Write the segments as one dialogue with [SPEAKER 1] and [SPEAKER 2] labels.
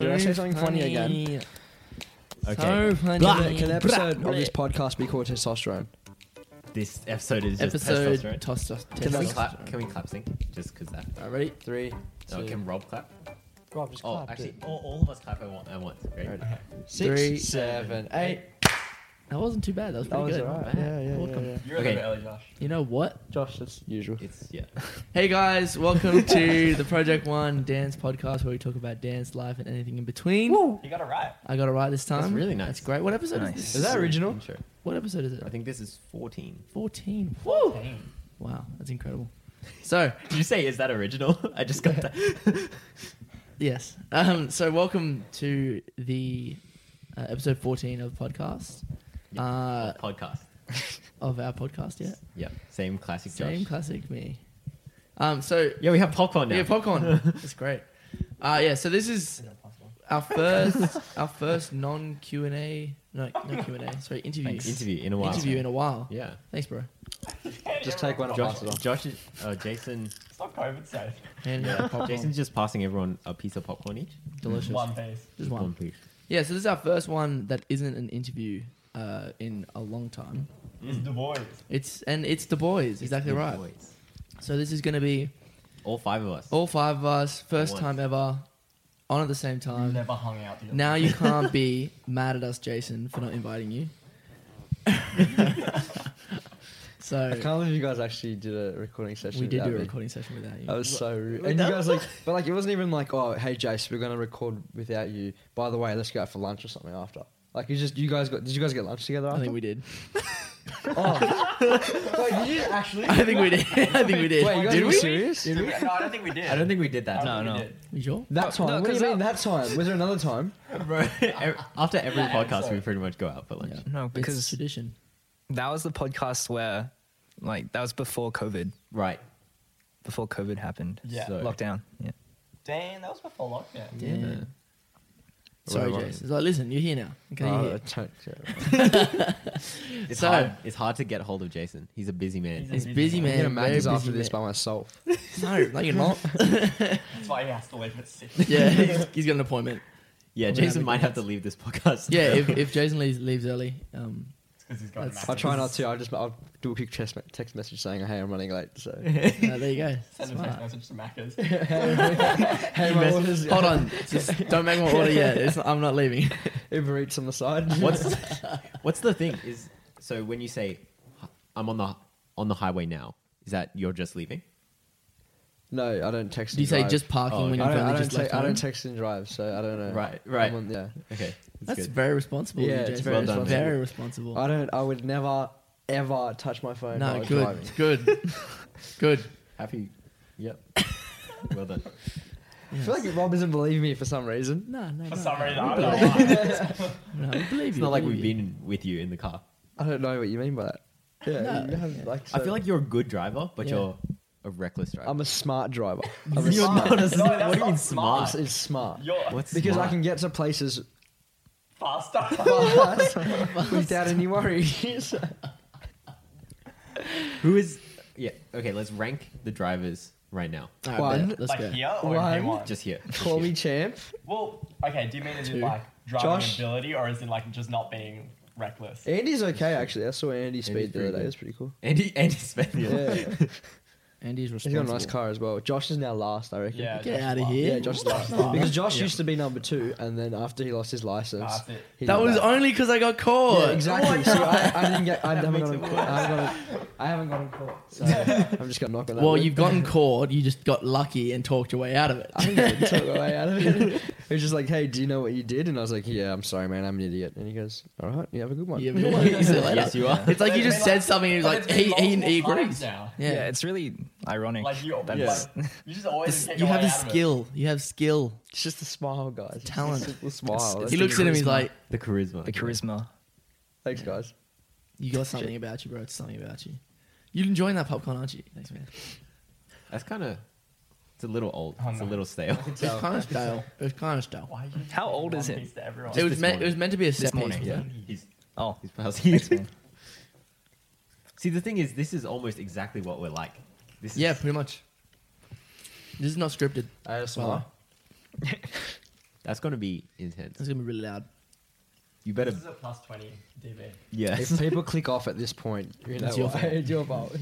[SPEAKER 1] Did I say something funny again?
[SPEAKER 2] Okay.
[SPEAKER 1] So funny.
[SPEAKER 2] Blah.
[SPEAKER 1] Can an
[SPEAKER 2] Blah.
[SPEAKER 1] episode of this podcast be called testosterone?
[SPEAKER 2] This episode is just
[SPEAKER 3] episode
[SPEAKER 2] testosterone.
[SPEAKER 3] testosterone.
[SPEAKER 1] Can
[SPEAKER 2] Can we
[SPEAKER 1] I-
[SPEAKER 2] clap? Can we clap sync? Just because that.
[SPEAKER 3] All right, ready?
[SPEAKER 1] Three.
[SPEAKER 2] No,
[SPEAKER 1] two,
[SPEAKER 2] can Rob clap?
[SPEAKER 4] Rob just
[SPEAKER 2] Oh,
[SPEAKER 4] clapped
[SPEAKER 2] actually,
[SPEAKER 4] it.
[SPEAKER 2] all, all of us clap at once. At once. Great.
[SPEAKER 1] Right.
[SPEAKER 2] Okay.
[SPEAKER 1] six,
[SPEAKER 3] Three,
[SPEAKER 1] seven, eight.
[SPEAKER 3] That wasn't too bad. That was
[SPEAKER 1] That
[SPEAKER 3] pretty
[SPEAKER 1] was
[SPEAKER 3] good.
[SPEAKER 1] alright.
[SPEAKER 3] Not bad.
[SPEAKER 1] Yeah, yeah, yeah,
[SPEAKER 3] Welcome.
[SPEAKER 1] yeah.
[SPEAKER 2] You're
[SPEAKER 4] Okay.
[SPEAKER 2] okay. early, Josh.
[SPEAKER 3] You know what?
[SPEAKER 4] Josh, that's
[SPEAKER 1] Usual.
[SPEAKER 2] It's yeah.
[SPEAKER 3] Hey guys, welcome to the Project One Dance Podcast, where we talk about dance, life, and anything in between.
[SPEAKER 4] You got it right.
[SPEAKER 3] I got it right this time.
[SPEAKER 2] That's really nice.
[SPEAKER 3] That's great. What episode
[SPEAKER 1] Nice.
[SPEAKER 3] is
[SPEAKER 1] Is
[SPEAKER 3] this?
[SPEAKER 1] that original?
[SPEAKER 2] I'm sure.
[SPEAKER 3] What episode is it?
[SPEAKER 2] I think this is 14.
[SPEAKER 3] fourteen. Woo! Wow, that's incredible.
[SPEAKER 2] So, did you say is that original? I just got that.
[SPEAKER 3] Yes. Um, so welcome to the uh, episode fourteen of the podcast Uh,
[SPEAKER 2] podcast.
[SPEAKER 3] of our podcast. Yeah,
[SPEAKER 2] Yeah. Same classic.
[SPEAKER 3] same
[SPEAKER 2] Josh.
[SPEAKER 3] classic me. Um, so
[SPEAKER 2] yeah, we have popcorn now.
[SPEAKER 3] Yeah, popcorn. That's great. Uh, yeah, so this is our first our first non Q and A no not Q and A sorry interview
[SPEAKER 2] Thanks. interview in a while.
[SPEAKER 3] interview in a while.
[SPEAKER 2] Yeah.
[SPEAKER 3] Thanks, bro.
[SPEAKER 1] Just take one and
[SPEAKER 2] Josh,
[SPEAKER 1] pass it on.
[SPEAKER 2] Josh, is, uh, Jason,
[SPEAKER 4] It's not COVID safe.
[SPEAKER 3] And
[SPEAKER 2] yeah,
[SPEAKER 3] popcorn.
[SPEAKER 2] Jason's just passing everyone a piece of popcorn each.
[SPEAKER 3] delicious.
[SPEAKER 4] One piece.
[SPEAKER 3] Just one.
[SPEAKER 2] piece.
[SPEAKER 3] Yeah, so this is our first one that isn't an interview uh, in a long time.
[SPEAKER 4] It's the boys.
[SPEAKER 3] It's and it's the boys exactly
[SPEAKER 2] Good
[SPEAKER 3] right.
[SPEAKER 2] boys.
[SPEAKER 3] So this is going to be
[SPEAKER 2] All five of us.
[SPEAKER 3] all five of us, first
[SPEAKER 2] Once.
[SPEAKER 3] time ever, on at the same time.
[SPEAKER 4] Never hung out. together.
[SPEAKER 3] Now you can't be mad at us, Jason, for not inviting you. so
[SPEAKER 1] I can't believe you guys actually did a recording session.
[SPEAKER 3] we did
[SPEAKER 1] without
[SPEAKER 3] do a
[SPEAKER 1] me.
[SPEAKER 3] recording session without you.
[SPEAKER 1] That was so rude.
[SPEAKER 3] Wait,
[SPEAKER 1] And you
[SPEAKER 3] that
[SPEAKER 1] guys like, but like it wasn't even like, oh, hey Jace, we're gonna record without you. By the way, let's go out for lunch or something after. Like you just, you guys got, did you guys get lunch together?
[SPEAKER 3] I
[SPEAKER 1] After?
[SPEAKER 3] think we did.
[SPEAKER 1] Oh, Wait, did you actually?
[SPEAKER 3] I think we did. I think we did.
[SPEAKER 1] Wait, you guys
[SPEAKER 3] did
[SPEAKER 1] are
[SPEAKER 3] we?
[SPEAKER 1] serious?
[SPEAKER 4] No, I don't think we did.
[SPEAKER 2] I don't think we did
[SPEAKER 4] I
[SPEAKER 2] that.
[SPEAKER 4] don't think we
[SPEAKER 5] no.
[SPEAKER 4] did.
[SPEAKER 3] You sure?
[SPEAKER 1] That time? what do you mean that time? Was there another time?
[SPEAKER 2] Bro, ev- after every
[SPEAKER 4] Yeah,
[SPEAKER 2] podcast,
[SPEAKER 4] sorry.
[SPEAKER 2] we pretty much go out for lunch.
[SPEAKER 3] Yeah.
[SPEAKER 5] No,
[SPEAKER 3] it's
[SPEAKER 5] because
[SPEAKER 3] tradition.
[SPEAKER 5] that was the podcast where, like, that was before COVID.
[SPEAKER 2] Right.
[SPEAKER 5] Before COVID happened.
[SPEAKER 4] Yeah.
[SPEAKER 2] So-
[SPEAKER 5] Lockdown. Yeah.
[SPEAKER 4] Damn, that was before lockdown.
[SPEAKER 3] Damn.
[SPEAKER 2] Yeah.
[SPEAKER 3] Sorry,
[SPEAKER 1] Whatever.
[SPEAKER 3] Jason. It's like, listen, you're here now. Okay,
[SPEAKER 1] Oh,
[SPEAKER 3] you're here.
[SPEAKER 1] don't- yeah.
[SPEAKER 2] It's
[SPEAKER 3] So-
[SPEAKER 2] hard. It's hard to get hold of Jason. He's a busy man.
[SPEAKER 4] He's a-
[SPEAKER 3] It's busy,
[SPEAKER 1] I'm
[SPEAKER 3] man.
[SPEAKER 1] gonna
[SPEAKER 3] Very
[SPEAKER 1] manage
[SPEAKER 3] busy
[SPEAKER 1] after this
[SPEAKER 3] man.
[SPEAKER 1] by myself.
[SPEAKER 3] No, no, you're not.
[SPEAKER 4] That's why he has to leave at six.
[SPEAKER 3] yeah, he's, he's got an appointment.
[SPEAKER 2] yeah,
[SPEAKER 3] I'm
[SPEAKER 2] Jason
[SPEAKER 3] gonna
[SPEAKER 2] might have to leave this podcast.
[SPEAKER 3] Yeah, if, if Jason leaves, leaves early, um,
[SPEAKER 4] because he's got.
[SPEAKER 3] That's-
[SPEAKER 1] I'll try not to. I'll just, I'll do a quick text, me- text message saying, hey, I'm running late. So,
[SPEAKER 3] uh, there you go.
[SPEAKER 4] Send a text
[SPEAKER 3] Smart.
[SPEAKER 4] message to Macca's.
[SPEAKER 1] hey, my
[SPEAKER 3] Message-
[SPEAKER 1] order's
[SPEAKER 3] Hold on, just don't make my order yet. It's not, I'm not leaving.
[SPEAKER 1] Uber Eats on the side.
[SPEAKER 2] what's What's the thing is? So when you say, "I'm on the on the highway now," is that you're just leaving?
[SPEAKER 1] No, I don't text.
[SPEAKER 3] Do you
[SPEAKER 1] and
[SPEAKER 3] say
[SPEAKER 1] drive.
[SPEAKER 3] just parking
[SPEAKER 2] Oh,
[SPEAKER 3] when
[SPEAKER 1] I
[SPEAKER 3] you've
[SPEAKER 1] don't, I,
[SPEAKER 3] only
[SPEAKER 1] don't
[SPEAKER 3] just left
[SPEAKER 1] te- I
[SPEAKER 3] home?
[SPEAKER 1] don't text and drive, so I don't know.
[SPEAKER 2] Right, right.
[SPEAKER 1] I'm on- yeah,
[SPEAKER 2] Okay, that's,
[SPEAKER 3] That's
[SPEAKER 2] good.
[SPEAKER 3] very responsible.
[SPEAKER 1] Yeah,
[SPEAKER 3] of you,
[SPEAKER 1] it's
[SPEAKER 3] Jason.
[SPEAKER 1] very
[SPEAKER 2] Well done, responsible.
[SPEAKER 3] Very responsible.
[SPEAKER 1] I don't. I would never ever touch my phone
[SPEAKER 3] no,
[SPEAKER 1] while
[SPEAKER 3] good,
[SPEAKER 1] driving.
[SPEAKER 3] good, good.
[SPEAKER 2] Happy. Yep. well done.
[SPEAKER 1] I feel like Rob doesn't believe me for some reason.
[SPEAKER 3] No, no,
[SPEAKER 4] For
[SPEAKER 3] no.
[SPEAKER 4] some reason, I
[SPEAKER 3] We
[SPEAKER 4] don't know
[SPEAKER 3] believe-
[SPEAKER 4] why.
[SPEAKER 3] No, we believe
[SPEAKER 2] It's
[SPEAKER 3] you,
[SPEAKER 2] not like
[SPEAKER 3] believe
[SPEAKER 2] we've
[SPEAKER 3] you.
[SPEAKER 2] been with you in the car.
[SPEAKER 1] I don't know what you mean by that. Yeah,
[SPEAKER 3] No,
[SPEAKER 1] you have, like,
[SPEAKER 2] I
[SPEAKER 1] so-
[SPEAKER 2] feel like you're a good driver, but
[SPEAKER 3] Yeah.
[SPEAKER 2] you're a reckless driver.
[SPEAKER 1] I'm a smart driver. I'm a
[SPEAKER 2] You're
[SPEAKER 1] smart.
[SPEAKER 2] not a-
[SPEAKER 4] No, that's
[SPEAKER 2] what do you mean
[SPEAKER 4] not smart.
[SPEAKER 1] It's,
[SPEAKER 2] smart?
[SPEAKER 1] it's smart.
[SPEAKER 4] You're
[SPEAKER 2] What's
[SPEAKER 1] because
[SPEAKER 2] smart?
[SPEAKER 1] I can get to places
[SPEAKER 4] faster.
[SPEAKER 1] fast without any worries.
[SPEAKER 2] Who is? Yeah. Okay. Let's rank the drivers right now.
[SPEAKER 3] All
[SPEAKER 1] One.
[SPEAKER 3] bet. Let's
[SPEAKER 4] Like
[SPEAKER 3] go.
[SPEAKER 4] here or
[SPEAKER 1] One.
[SPEAKER 4] in P1?
[SPEAKER 2] Just here. Just
[SPEAKER 1] Call
[SPEAKER 2] here.
[SPEAKER 1] me champ.
[SPEAKER 4] Well, okay. Do you mean is it like driving
[SPEAKER 1] Josh.
[SPEAKER 4] ability or is it like just not being reckless?
[SPEAKER 1] Andy's okay actually. I saw Andy speed the
[SPEAKER 2] pretty
[SPEAKER 1] other day.
[SPEAKER 2] good.
[SPEAKER 1] That's pretty cool.
[SPEAKER 2] Andy. Andy Spaniel.
[SPEAKER 1] Yeah,
[SPEAKER 3] Andy's
[SPEAKER 1] he's got a
[SPEAKER 3] responsible.
[SPEAKER 1] nice car as well. Josh is now last, I reckon.
[SPEAKER 4] Yeah.
[SPEAKER 3] Get
[SPEAKER 4] Josh
[SPEAKER 3] out of
[SPEAKER 4] Love.
[SPEAKER 3] here.
[SPEAKER 1] Yeah, Josh is last.
[SPEAKER 3] Love.
[SPEAKER 1] Because Josh
[SPEAKER 2] Yeah.
[SPEAKER 1] used to be number two, and then after he lost his license,
[SPEAKER 4] Ah, that's it.
[SPEAKER 1] he
[SPEAKER 3] that
[SPEAKER 1] did
[SPEAKER 3] was only because I got caught.
[SPEAKER 1] Yeah, exactly. So I, I didn't get. I haven't gotten. Caught. I haven't gotten. I haven't gotten caught. So I'm just gonna knock on that.
[SPEAKER 3] Well,
[SPEAKER 1] wood.
[SPEAKER 3] you've gotten caught. You just got lucky and talked your way out of it.
[SPEAKER 1] I didn't get took away out of it. It was just like, "Hey, do you know what you did?" And I was like, "Yeah, I'm sorry, man. I'm an idiot." And he goes, "All right, you have a good one."
[SPEAKER 3] You have a good one. You said later.
[SPEAKER 2] yes, you are.
[SPEAKER 3] It's like
[SPEAKER 4] But
[SPEAKER 3] you
[SPEAKER 4] it's
[SPEAKER 3] just
[SPEAKER 4] been
[SPEAKER 3] said
[SPEAKER 4] like-
[SPEAKER 3] something. and He was
[SPEAKER 4] but
[SPEAKER 3] like,
[SPEAKER 4] it's been
[SPEAKER 3] he, he,
[SPEAKER 4] multiple
[SPEAKER 3] he
[SPEAKER 4] times
[SPEAKER 3] agrees.
[SPEAKER 4] now.
[SPEAKER 3] Yeah.
[SPEAKER 5] Yeah, it's really ironic.
[SPEAKER 4] Like you,
[SPEAKER 5] That's-
[SPEAKER 4] like, you just always get
[SPEAKER 3] you
[SPEAKER 4] your
[SPEAKER 3] have
[SPEAKER 4] way
[SPEAKER 3] the
[SPEAKER 4] out of it.
[SPEAKER 3] skill. You have skill.
[SPEAKER 1] It's just a smile, guys. It's
[SPEAKER 3] Talent.
[SPEAKER 1] Just a simple smile.
[SPEAKER 5] It's-
[SPEAKER 3] He
[SPEAKER 1] Oh, That's-
[SPEAKER 3] looks at him. He's
[SPEAKER 5] charisma.
[SPEAKER 3] like,
[SPEAKER 2] The charisma.
[SPEAKER 5] the charisma.
[SPEAKER 1] Thanks, guys.
[SPEAKER 3] "You got something about you, bro. It's something about you. You're enjoying that popcorn, aren't you? Thanks, man.
[SPEAKER 2] That's kind of. It's a little old.
[SPEAKER 4] Oh,
[SPEAKER 2] it's a
[SPEAKER 4] no.
[SPEAKER 2] little stale.
[SPEAKER 3] It was kind of stale. It was kind of stale.
[SPEAKER 4] Why are you
[SPEAKER 5] How
[SPEAKER 4] giving
[SPEAKER 5] old
[SPEAKER 4] one
[SPEAKER 5] is it?
[SPEAKER 4] piece to everyone?
[SPEAKER 3] It was
[SPEAKER 2] this
[SPEAKER 3] meant. It
[SPEAKER 2] morning.
[SPEAKER 3] was meant to be a set
[SPEAKER 5] morning,
[SPEAKER 3] piece.
[SPEAKER 5] yeah.
[SPEAKER 3] wasn't it?
[SPEAKER 2] He's
[SPEAKER 5] Oh,
[SPEAKER 2] he's passing.
[SPEAKER 5] thanks, man.
[SPEAKER 2] See, the thing is, this is almost exactly what we're like. This is,
[SPEAKER 3] Yeah, pretty much. This is not scripted.
[SPEAKER 1] I had a
[SPEAKER 3] Well,
[SPEAKER 1] smile.
[SPEAKER 2] That's gonna be intense.
[SPEAKER 3] It's gonna be really loud.
[SPEAKER 2] You better,
[SPEAKER 4] This is a plus 20 dB.
[SPEAKER 2] yeah.
[SPEAKER 1] If people click off at this point, you know
[SPEAKER 3] It's your
[SPEAKER 1] why.
[SPEAKER 3] fault.
[SPEAKER 1] It's your fault.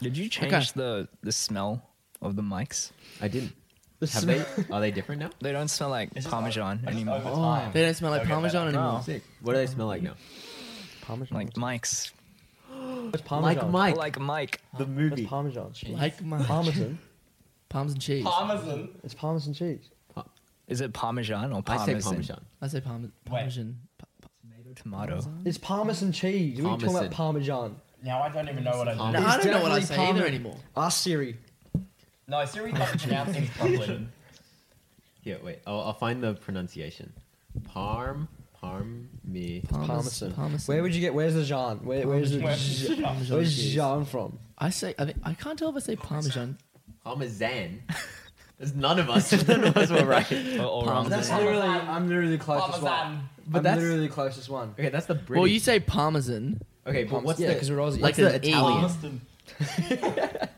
[SPEAKER 5] Did you change the the smell of the mics?
[SPEAKER 2] I didn't.
[SPEAKER 1] The
[SPEAKER 2] Have
[SPEAKER 1] smell-
[SPEAKER 2] they? Are they different now?
[SPEAKER 5] They don't smell like
[SPEAKER 4] It's just
[SPEAKER 5] parmesan
[SPEAKER 4] over- it's just
[SPEAKER 5] anymore.
[SPEAKER 4] Over time.
[SPEAKER 3] They don't smell like
[SPEAKER 4] They'll get
[SPEAKER 3] parmesan
[SPEAKER 4] better.
[SPEAKER 3] anymore.
[SPEAKER 2] Sick. What do they smell like now?
[SPEAKER 1] Parmesan.
[SPEAKER 5] Like mics,
[SPEAKER 1] What's parmesan?
[SPEAKER 2] Mike.
[SPEAKER 5] like Mike.
[SPEAKER 2] The
[SPEAKER 1] What's
[SPEAKER 2] movie.
[SPEAKER 1] parmesan?
[SPEAKER 3] Like my
[SPEAKER 1] Parmesan.
[SPEAKER 3] palms and cheese.
[SPEAKER 4] Parmesan.
[SPEAKER 1] It's parmesan cheese.
[SPEAKER 5] Is it parmesan or
[SPEAKER 2] I
[SPEAKER 5] parmesan?
[SPEAKER 2] say parmesan.
[SPEAKER 3] I say parm- parmesan. Pa- pa-
[SPEAKER 5] Tomato.
[SPEAKER 1] It's parmesan cheese. What are you talking about parmesan?
[SPEAKER 4] Now I don't even know what I
[SPEAKER 2] Parmesan.
[SPEAKER 4] did.
[SPEAKER 3] No, I
[SPEAKER 1] It's
[SPEAKER 3] don't know what I
[SPEAKER 1] definitely
[SPEAKER 3] say
[SPEAKER 1] parmesan.
[SPEAKER 3] either anymore.
[SPEAKER 1] Ask Siri.
[SPEAKER 4] No, Siri doesn't pronounce things properly.
[SPEAKER 2] Yeah, wait. I'll, I'll find the pronunciation. Parm, parm, me.
[SPEAKER 1] Parmesan.
[SPEAKER 3] Parmesan.
[SPEAKER 1] Where would you get? Where's the Jean? Where, where's the?
[SPEAKER 4] Where-
[SPEAKER 1] Jean-
[SPEAKER 3] Parmesan
[SPEAKER 1] Where's
[SPEAKER 3] cheese.
[SPEAKER 1] Jean from?
[SPEAKER 3] I say. I, think, I can't tell if I say parmesan.
[SPEAKER 2] Parmesan. There's none of us. None of us were right.
[SPEAKER 5] Or, or
[SPEAKER 2] Parmesan.
[SPEAKER 1] That's
[SPEAKER 4] Parmesan.
[SPEAKER 1] literally. I'm literally the closest one.
[SPEAKER 4] Parmesan.
[SPEAKER 2] But
[SPEAKER 1] I'm
[SPEAKER 2] that's-
[SPEAKER 1] literally the closest one.
[SPEAKER 2] Okay, that's the British.
[SPEAKER 3] Well, you say parmesan.
[SPEAKER 2] okay, but what's
[SPEAKER 1] yeah,
[SPEAKER 2] the
[SPEAKER 1] because we're Aussie.
[SPEAKER 3] Like
[SPEAKER 2] what's the
[SPEAKER 3] an E.
[SPEAKER 2] Italian
[SPEAKER 4] Parmesan.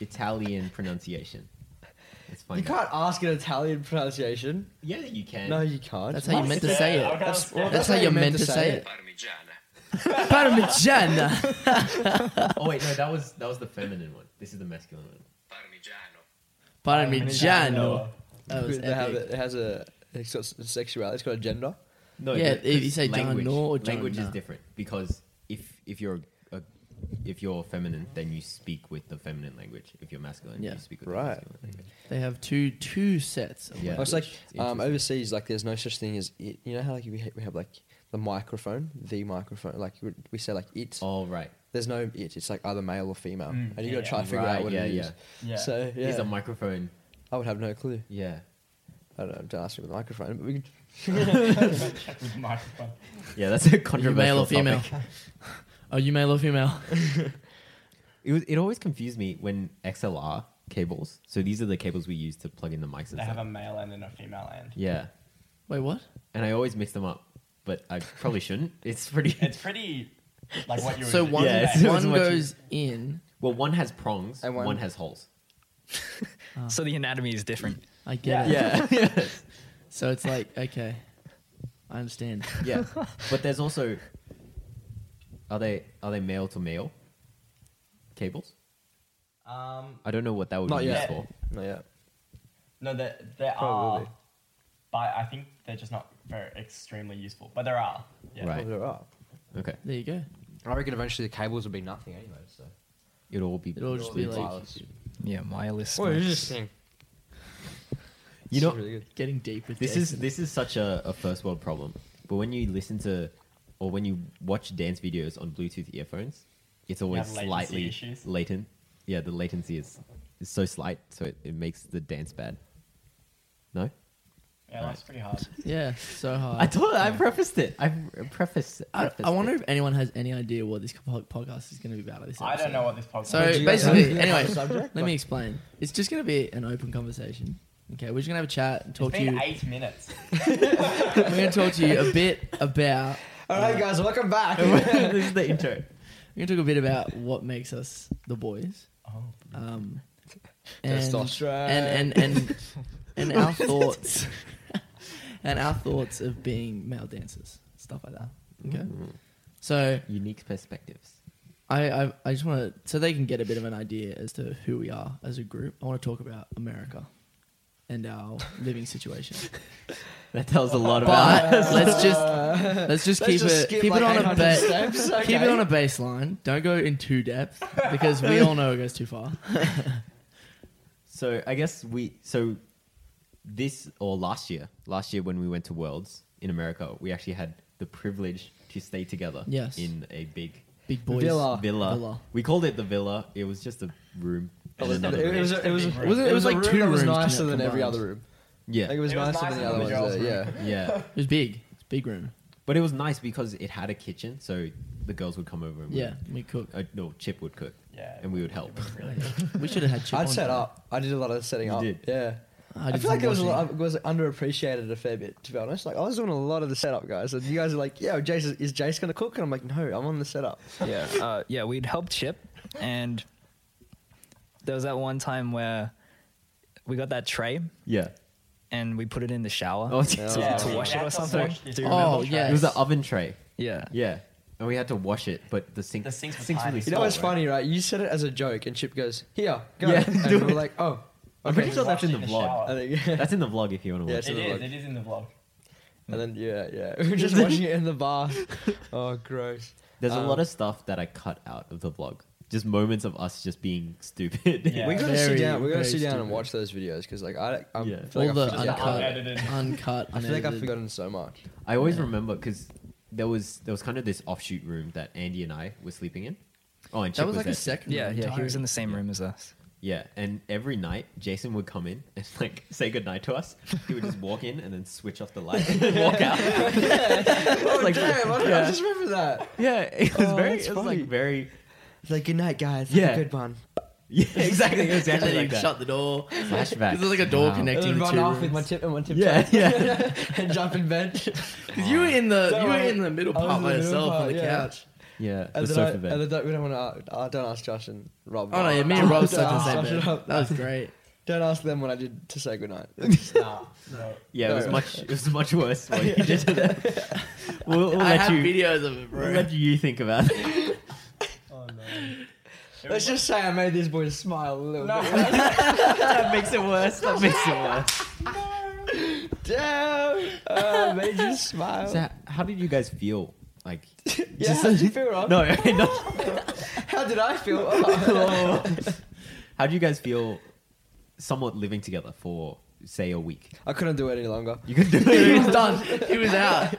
[SPEAKER 2] Italian pronunciation? Let's find
[SPEAKER 1] you
[SPEAKER 2] out.
[SPEAKER 1] can't ask an Italian pronunciation.
[SPEAKER 2] Yeah, you can.
[SPEAKER 1] No, you can't.
[SPEAKER 3] That's how you meant to say
[SPEAKER 4] I
[SPEAKER 3] it.
[SPEAKER 4] can't
[SPEAKER 1] That's-
[SPEAKER 4] say it.
[SPEAKER 3] That's how you're meant to say it. Parmesan.
[SPEAKER 2] Oh wait, no, that was that was the feminine one. This is the masculine one.
[SPEAKER 3] Parmigiano.
[SPEAKER 2] Oh,
[SPEAKER 3] That was
[SPEAKER 1] They have
[SPEAKER 3] epic.
[SPEAKER 1] it, it has a. It's got s- sexuality. It's got a gender.
[SPEAKER 2] No,
[SPEAKER 3] Yeah,
[SPEAKER 2] but-
[SPEAKER 3] if you
[SPEAKER 2] 'cause
[SPEAKER 3] say John
[SPEAKER 2] language,
[SPEAKER 3] Nor or John
[SPEAKER 2] language is
[SPEAKER 3] Na.
[SPEAKER 2] different because if if you're a, if you're feminine, then you speak with the feminine language. If you're masculine,
[SPEAKER 3] Yeah.
[SPEAKER 2] you speak with
[SPEAKER 1] Right.
[SPEAKER 2] the masculine language.
[SPEAKER 3] They have two two sets. Of
[SPEAKER 2] Yeah.
[SPEAKER 1] Well, it's like
[SPEAKER 2] It's
[SPEAKER 1] um,
[SPEAKER 2] interesting.
[SPEAKER 1] overseas, like there's no such thing as it. You know how like we ha- we have like the microphone, the microphone. Like we- we say like it.
[SPEAKER 2] Oh right,
[SPEAKER 1] There's no it. It's like either male or female,
[SPEAKER 4] Mm,
[SPEAKER 1] and you
[SPEAKER 4] yeah,
[SPEAKER 1] gotta try
[SPEAKER 4] yeah.
[SPEAKER 1] and figure
[SPEAKER 2] Right,
[SPEAKER 1] out what
[SPEAKER 2] yeah,
[SPEAKER 1] it is.
[SPEAKER 2] yeah.
[SPEAKER 4] Yeah.
[SPEAKER 1] So yeah,
[SPEAKER 2] here's a microphone.
[SPEAKER 1] I would have no clue.
[SPEAKER 2] Yeah,
[SPEAKER 1] I don't know. Don't ask me with the microphone. But we could,
[SPEAKER 4] Check with microphone.
[SPEAKER 2] yeah, that's a
[SPEAKER 3] Are you
[SPEAKER 2] controversial
[SPEAKER 3] male or female?
[SPEAKER 2] topic.
[SPEAKER 3] Are you male or female?
[SPEAKER 2] It was, it always confused me when XLR cables. So these are the cables we use to plug in the mics. And
[SPEAKER 4] They
[SPEAKER 2] stuff.
[SPEAKER 4] have a male end and a female end.
[SPEAKER 2] yeah,
[SPEAKER 3] Wait, what?
[SPEAKER 2] and I always mix them up, but I probably shouldn't. It's pretty
[SPEAKER 4] It's pretty like what you were
[SPEAKER 3] So
[SPEAKER 4] just
[SPEAKER 3] one
[SPEAKER 2] Yeah,
[SPEAKER 4] saying.
[SPEAKER 2] it's- it was
[SPEAKER 3] one
[SPEAKER 2] much-
[SPEAKER 3] goes in.
[SPEAKER 2] well. One has prongs,
[SPEAKER 1] And
[SPEAKER 2] one,
[SPEAKER 1] one-
[SPEAKER 2] has holes.
[SPEAKER 5] So the anatomy is different.
[SPEAKER 3] I get it.
[SPEAKER 2] Yeah,
[SPEAKER 3] So it's like okay, I understand.
[SPEAKER 2] yeah. But there's also are they are they male to male cables?
[SPEAKER 4] um,
[SPEAKER 2] I don't know what that would
[SPEAKER 1] Not
[SPEAKER 2] be
[SPEAKER 1] yet.
[SPEAKER 2] used for.
[SPEAKER 1] no, yeah.
[SPEAKER 4] no, there, there
[SPEAKER 1] Probably.
[SPEAKER 4] are, but I think they're just not very extremely useful. But there are. Yeah.
[SPEAKER 2] Right.
[SPEAKER 1] Well, there are.
[SPEAKER 2] Okay,
[SPEAKER 3] There you go.
[SPEAKER 1] I reckon eventually the cables will be nothing anyway. So.
[SPEAKER 2] it'll all be
[SPEAKER 3] It'll all just be like
[SPEAKER 5] Yeah, wireless.
[SPEAKER 1] Well,
[SPEAKER 5] mics.
[SPEAKER 1] interesting.
[SPEAKER 2] You know-
[SPEAKER 1] really good.
[SPEAKER 3] getting deep with
[SPEAKER 2] this is
[SPEAKER 3] Jason.
[SPEAKER 2] this is such a, a first world problem. But when you listen to or when you watch dance videos on Bluetooth earphones, it's always
[SPEAKER 4] latency
[SPEAKER 2] slightly
[SPEAKER 4] issues.
[SPEAKER 2] latent. Yeah, the latency is, is so slight, so it, it makes the dance bad.
[SPEAKER 3] Uh,
[SPEAKER 2] No,
[SPEAKER 4] Yeah, that's pretty hard.
[SPEAKER 3] yeah so hard.
[SPEAKER 2] I told I
[SPEAKER 3] Yeah.
[SPEAKER 2] prefaced it. I prefaced.
[SPEAKER 3] I,
[SPEAKER 2] prefaced
[SPEAKER 3] I wonder
[SPEAKER 2] it.
[SPEAKER 3] if anyone has any idea what this po- podcast is going to be about. at This
[SPEAKER 4] I don't
[SPEAKER 3] episode.
[SPEAKER 4] know what this podcast.
[SPEAKER 3] So
[SPEAKER 1] Would you guys have
[SPEAKER 3] basically,
[SPEAKER 1] anything on
[SPEAKER 3] anyway,
[SPEAKER 1] the subject?
[SPEAKER 3] let me explain. It's just going to be an open conversation. Okay, we're just going to have a chat and
[SPEAKER 4] it's
[SPEAKER 3] talk to
[SPEAKER 4] been
[SPEAKER 3] you.
[SPEAKER 4] eight minutes.
[SPEAKER 3] We're going to talk to you a bit about.
[SPEAKER 1] All right, guys, welcome back.
[SPEAKER 2] this is the intro.
[SPEAKER 3] We're going to talk a bit about what makes us the boys.
[SPEAKER 4] Oh,
[SPEAKER 3] Um, and,
[SPEAKER 1] Testosterone.
[SPEAKER 3] and and and and our thoughts and our thoughts of being male dancers, stuff like that. Okay,
[SPEAKER 4] Mm-hmm.
[SPEAKER 3] so
[SPEAKER 2] Unique perspectives.
[SPEAKER 3] I, I, I just want to, so they can get a bit of an idea as to who we are as a group. I want to talk about America and our living situation.
[SPEAKER 2] That tells a lot about.
[SPEAKER 3] But let's just, let's just keep
[SPEAKER 1] just
[SPEAKER 3] it,
[SPEAKER 1] skip
[SPEAKER 3] keep
[SPEAKER 1] like
[SPEAKER 3] it on a
[SPEAKER 1] 800
[SPEAKER 3] ba-
[SPEAKER 1] steps,
[SPEAKER 3] keep it
[SPEAKER 1] okay.
[SPEAKER 3] on a baseline. Don't go in too depth because we all know it goes too far.
[SPEAKER 2] So I guess we so this or last year, last year when we went to Worlds in America, we actually had the privilege to stay together.
[SPEAKER 3] Yes.
[SPEAKER 2] In a big
[SPEAKER 3] Big boys.
[SPEAKER 1] Villa.
[SPEAKER 2] villa.
[SPEAKER 3] Villa.
[SPEAKER 2] We called it the villa. It was just a room.
[SPEAKER 4] Oh,
[SPEAKER 2] and
[SPEAKER 1] It
[SPEAKER 2] another room.
[SPEAKER 1] was, it was,
[SPEAKER 4] It
[SPEAKER 3] was- it was
[SPEAKER 1] a
[SPEAKER 3] like
[SPEAKER 1] room
[SPEAKER 3] two
[SPEAKER 1] that was
[SPEAKER 3] rooms
[SPEAKER 1] nicer
[SPEAKER 3] combined.
[SPEAKER 1] than every other room.
[SPEAKER 2] yeah.
[SPEAKER 1] Like it was,
[SPEAKER 4] It was
[SPEAKER 1] nicer than
[SPEAKER 4] nicer
[SPEAKER 1] the other
[SPEAKER 4] than the
[SPEAKER 1] ones.
[SPEAKER 4] girls'
[SPEAKER 1] there, yeah.
[SPEAKER 2] yeah.
[SPEAKER 3] It was big. It's a big room.
[SPEAKER 2] But it was nice because it had a kitchen, so the girls would come over and we
[SPEAKER 3] Yeah, we cook.
[SPEAKER 2] would- uh, no, Chip would cook.
[SPEAKER 4] yeah.
[SPEAKER 2] And we would help.
[SPEAKER 4] It was really
[SPEAKER 3] We should have had. Chip
[SPEAKER 1] I'd
[SPEAKER 3] on
[SPEAKER 1] set
[SPEAKER 3] for that.
[SPEAKER 1] up. I did a lot of setting
[SPEAKER 2] You
[SPEAKER 1] up.
[SPEAKER 2] did.
[SPEAKER 1] Yeah. I,
[SPEAKER 3] did
[SPEAKER 1] feel like
[SPEAKER 3] some
[SPEAKER 1] it was a
[SPEAKER 3] washing.
[SPEAKER 1] lot, it was underappreciated a fair bit, to be honest. Like I was doing a lot of the setup, guys, and you guys are like, "Yeah, Jace, is, is Jace gonna cook?" And I'm like, "No, I'm on the setup."
[SPEAKER 5] yeah, uh, yeah, we'd helped Chip, and there was that one time where we got that tray,
[SPEAKER 2] Yeah.
[SPEAKER 5] and we put it in the shower
[SPEAKER 2] Oh,
[SPEAKER 5] to,
[SPEAKER 2] yeah.
[SPEAKER 4] Yeah,
[SPEAKER 5] to
[SPEAKER 4] we
[SPEAKER 5] wash
[SPEAKER 4] had
[SPEAKER 5] it or
[SPEAKER 4] to
[SPEAKER 5] something.
[SPEAKER 4] wash this
[SPEAKER 5] Do you
[SPEAKER 4] whole
[SPEAKER 5] remember?
[SPEAKER 3] Oh,
[SPEAKER 4] tray.
[SPEAKER 3] yeah.
[SPEAKER 2] It was an oven tray.
[SPEAKER 5] Yeah.
[SPEAKER 2] Yeah. And we had to wash it, but the sink
[SPEAKER 4] The sinks were
[SPEAKER 2] really
[SPEAKER 4] tiny.
[SPEAKER 1] You
[SPEAKER 2] small.
[SPEAKER 1] know what's
[SPEAKER 2] right?
[SPEAKER 1] funny, right? You said it as a joke, and Chip goes, "Here, go,"
[SPEAKER 2] Yeah,
[SPEAKER 1] and
[SPEAKER 2] do
[SPEAKER 1] we're
[SPEAKER 2] it.
[SPEAKER 1] like, "Oh,
[SPEAKER 2] I'm pretty
[SPEAKER 1] okay."
[SPEAKER 2] sure that's in the
[SPEAKER 4] Washing the
[SPEAKER 2] vlog.
[SPEAKER 4] shower.
[SPEAKER 1] I think, yeah.
[SPEAKER 2] That's in the vlog if you want to
[SPEAKER 1] Yeah,
[SPEAKER 2] watch.
[SPEAKER 1] so-
[SPEAKER 4] It
[SPEAKER 1] the
[SPEAKER 4] is.
[SPEAKER 1] vlog.
[SPEAKER 4] It is in the vlog.
[SPEAKER 1] And then yeah, yeah, we were just watching it in the bath. Oh, gross.
[SPEAKER 2] There's
[SPEAKER 1] Um,
[SPEAKER 2] a lot of stuff that I cut out of the vlog. Just moments of us just being stupid.
[SPEAKER 4] Yeah.
[SPEAKER 1] We gotta
[SPEAKER 3] Very,
[SPEAKER 1] sit down. We gotta
[SPEAKER 3] very
[SPEAKER 1] sit down and
[SPEAKER 3] stupid.
[SPEAKER 1] watch those videos because, like, I, I
[SPEAKER 2] Yeah.
[SPEAKER 1] feel like
[SPEAKER 3] All
[SPEAKER 1] I've
[SPEAKER 3] the
[SPEAKER 1] forgotten-
[SPEAKER 3] uncut,
[SPEAKER 4] Unedited.
[SPEAKER 3] uncut,
[SPEAKER 1] I feel like I've
[SPEAKER 3] unedited.
[SPEAKER 1] forgotten so much.
[SPEAKER 2] I always
[SPEAKER 3] Yeah.
[SPEAKER 2] remember because there was there was kind of this offshoot room that Andy and I were sleeping in. Oh, and Chip
[SPEAKER 3] That was like
[SPEAKER 2] there
[SPEAKER 3] a
[SPEAKER 2] too.
[SPEAKER 3] second.
[SPEAKER 5] Yeah,
[SPEAKER 3] room
[SPEAKER 5] yeah. He
[SPEAKER 3] entirely.
[SPEAKER 5] was in the same room as us.
[SPEAKER 2] Yeah, and every night Jason would come in and like say goodnight to us. He would just walk in and then switch off the light and walk out.
[SPEAKER 1] Oh
[SPEAKER 2] Like-
[SPEAKER 1] damn! I,
[SPEAKER 2] yeah.
[SPEAKER 1] I just remember that.
[SPEAKER 2] Yeah, it was
[SPEAKER 1] Oh,
[SPEAKER 2] very.
[SPEAKER 1] that's
[SPEAKER 2] It was
[SPEAKER 1] funny.
[SPEAKER 2] like very.
[SPEAKER 1] It's like, "Good night, guys.
[SPEAKER 2] Have a
[SPEAKER 1] good
[SPEAKER 2] good
[SPEAKER 1] one."
[SPEAKER 2] Yeah, exactly. It was
[SPEAKER 3] and then
[SPEAKER 2] exactly
[SPEAKER 3] you
[SPEAKER 2] like that.
[SPEAKER 3] shut the door.
[SPEAKER 2] Flashback.
[SPEAKER 3] There's like a door
[SPEAKER 2] Wow.
[SPEAKER 1] And then
[SPEAKER 3] connecting the
[SPEAKER 1] run
[SPEAKER 3] two
[SPEAKER 1] off with
[SPEAKER 3] rooms.
[SPEAKER 1] my tip and one tip.
[SPEAKER 2] Yeah,
[SPEAKER 1] tap.
[SPEAKER 2] yeah.
[SPEAKER 1] and jump in bed.
[SPEAKER 3] Because you were in the
[SPEAKER 1] Don't
[SPEAKER 3] you were
[SPEAKER 1] worry.
[SPEAKER 3] in the middle
[SPEAKER 1] I was
[SPEAKER 3] part
[SPEAKER 1] in
[SPEAKER 3] by
[SPEAKER 1] the middle
[SPEAKER 3] yourself on
[SPEAKER 1] part,
[SPEAKER 3] the
[SPEAKER 1] yeah.
[SPEAKER 3] couch.
[SPEAKER 2] yeah, the
[SPEAKER 1] And then I,
[SPEAKER 2] sofa
[SPEAKER 1] and
[SPEAKER 2] bed.
[SPEAKER 1] then don't, we don't want to. Uh, don't ask Josh and Rob.
[SPEAKER 3] Oh no, yeah, me and Rob slept in the
[SPEAKER 1] Shut
[SPEAKER 3] same bed.
[SPEAKER 1] up.
[SPEAKER 3] That was great.
[SPEAKER 1] Don't ask them what I did to say goodnight.
[SPEAKER 4] Nah, no.
[SPEAKER 2] Yeah, it was
[SPEAKER 1] No.
[SPEAKER 2] much. It was much worse when you did that. We'll, we'll
[SPEAKER 3] I
[SPEAKER 2] let
[SPEAKER 3] have
[SPEAKER 2] you.
[SPEAKER 3] videos of it,
[SPEAKER 2] We'll
[SPEAKER 3] bro.
[SPEAKER 2] let you think about it.
[SPEAKER 4] Oh no.
[SPEAKER 1] Let's just say I made these boys smile a little
[SPEAKER 4] No.
[SPEAKER 1] bit.
[SPEAKER 2] that makes it worse. That makes it worse.
[SPEAKER 1] Damn, uh, made you smile.
[SPEAKER 2] So, how did you guys feel? Like,
[SPEAKER 1] yeah, how did you feel, Rob?
[SPEAKER 2] no, no.
[SPEAKER 1] How did I feel? Oh.
[SPEAKER 2] How do you guys feel? Somewhat living together for say a week.
[SPEAKER 1] I couldn't do it any longer.
[SPEAKER 2] You can do
[SPEAKER 3] he
[SPEAKER 2] it.
[SPEAKER 3] was done. He was out.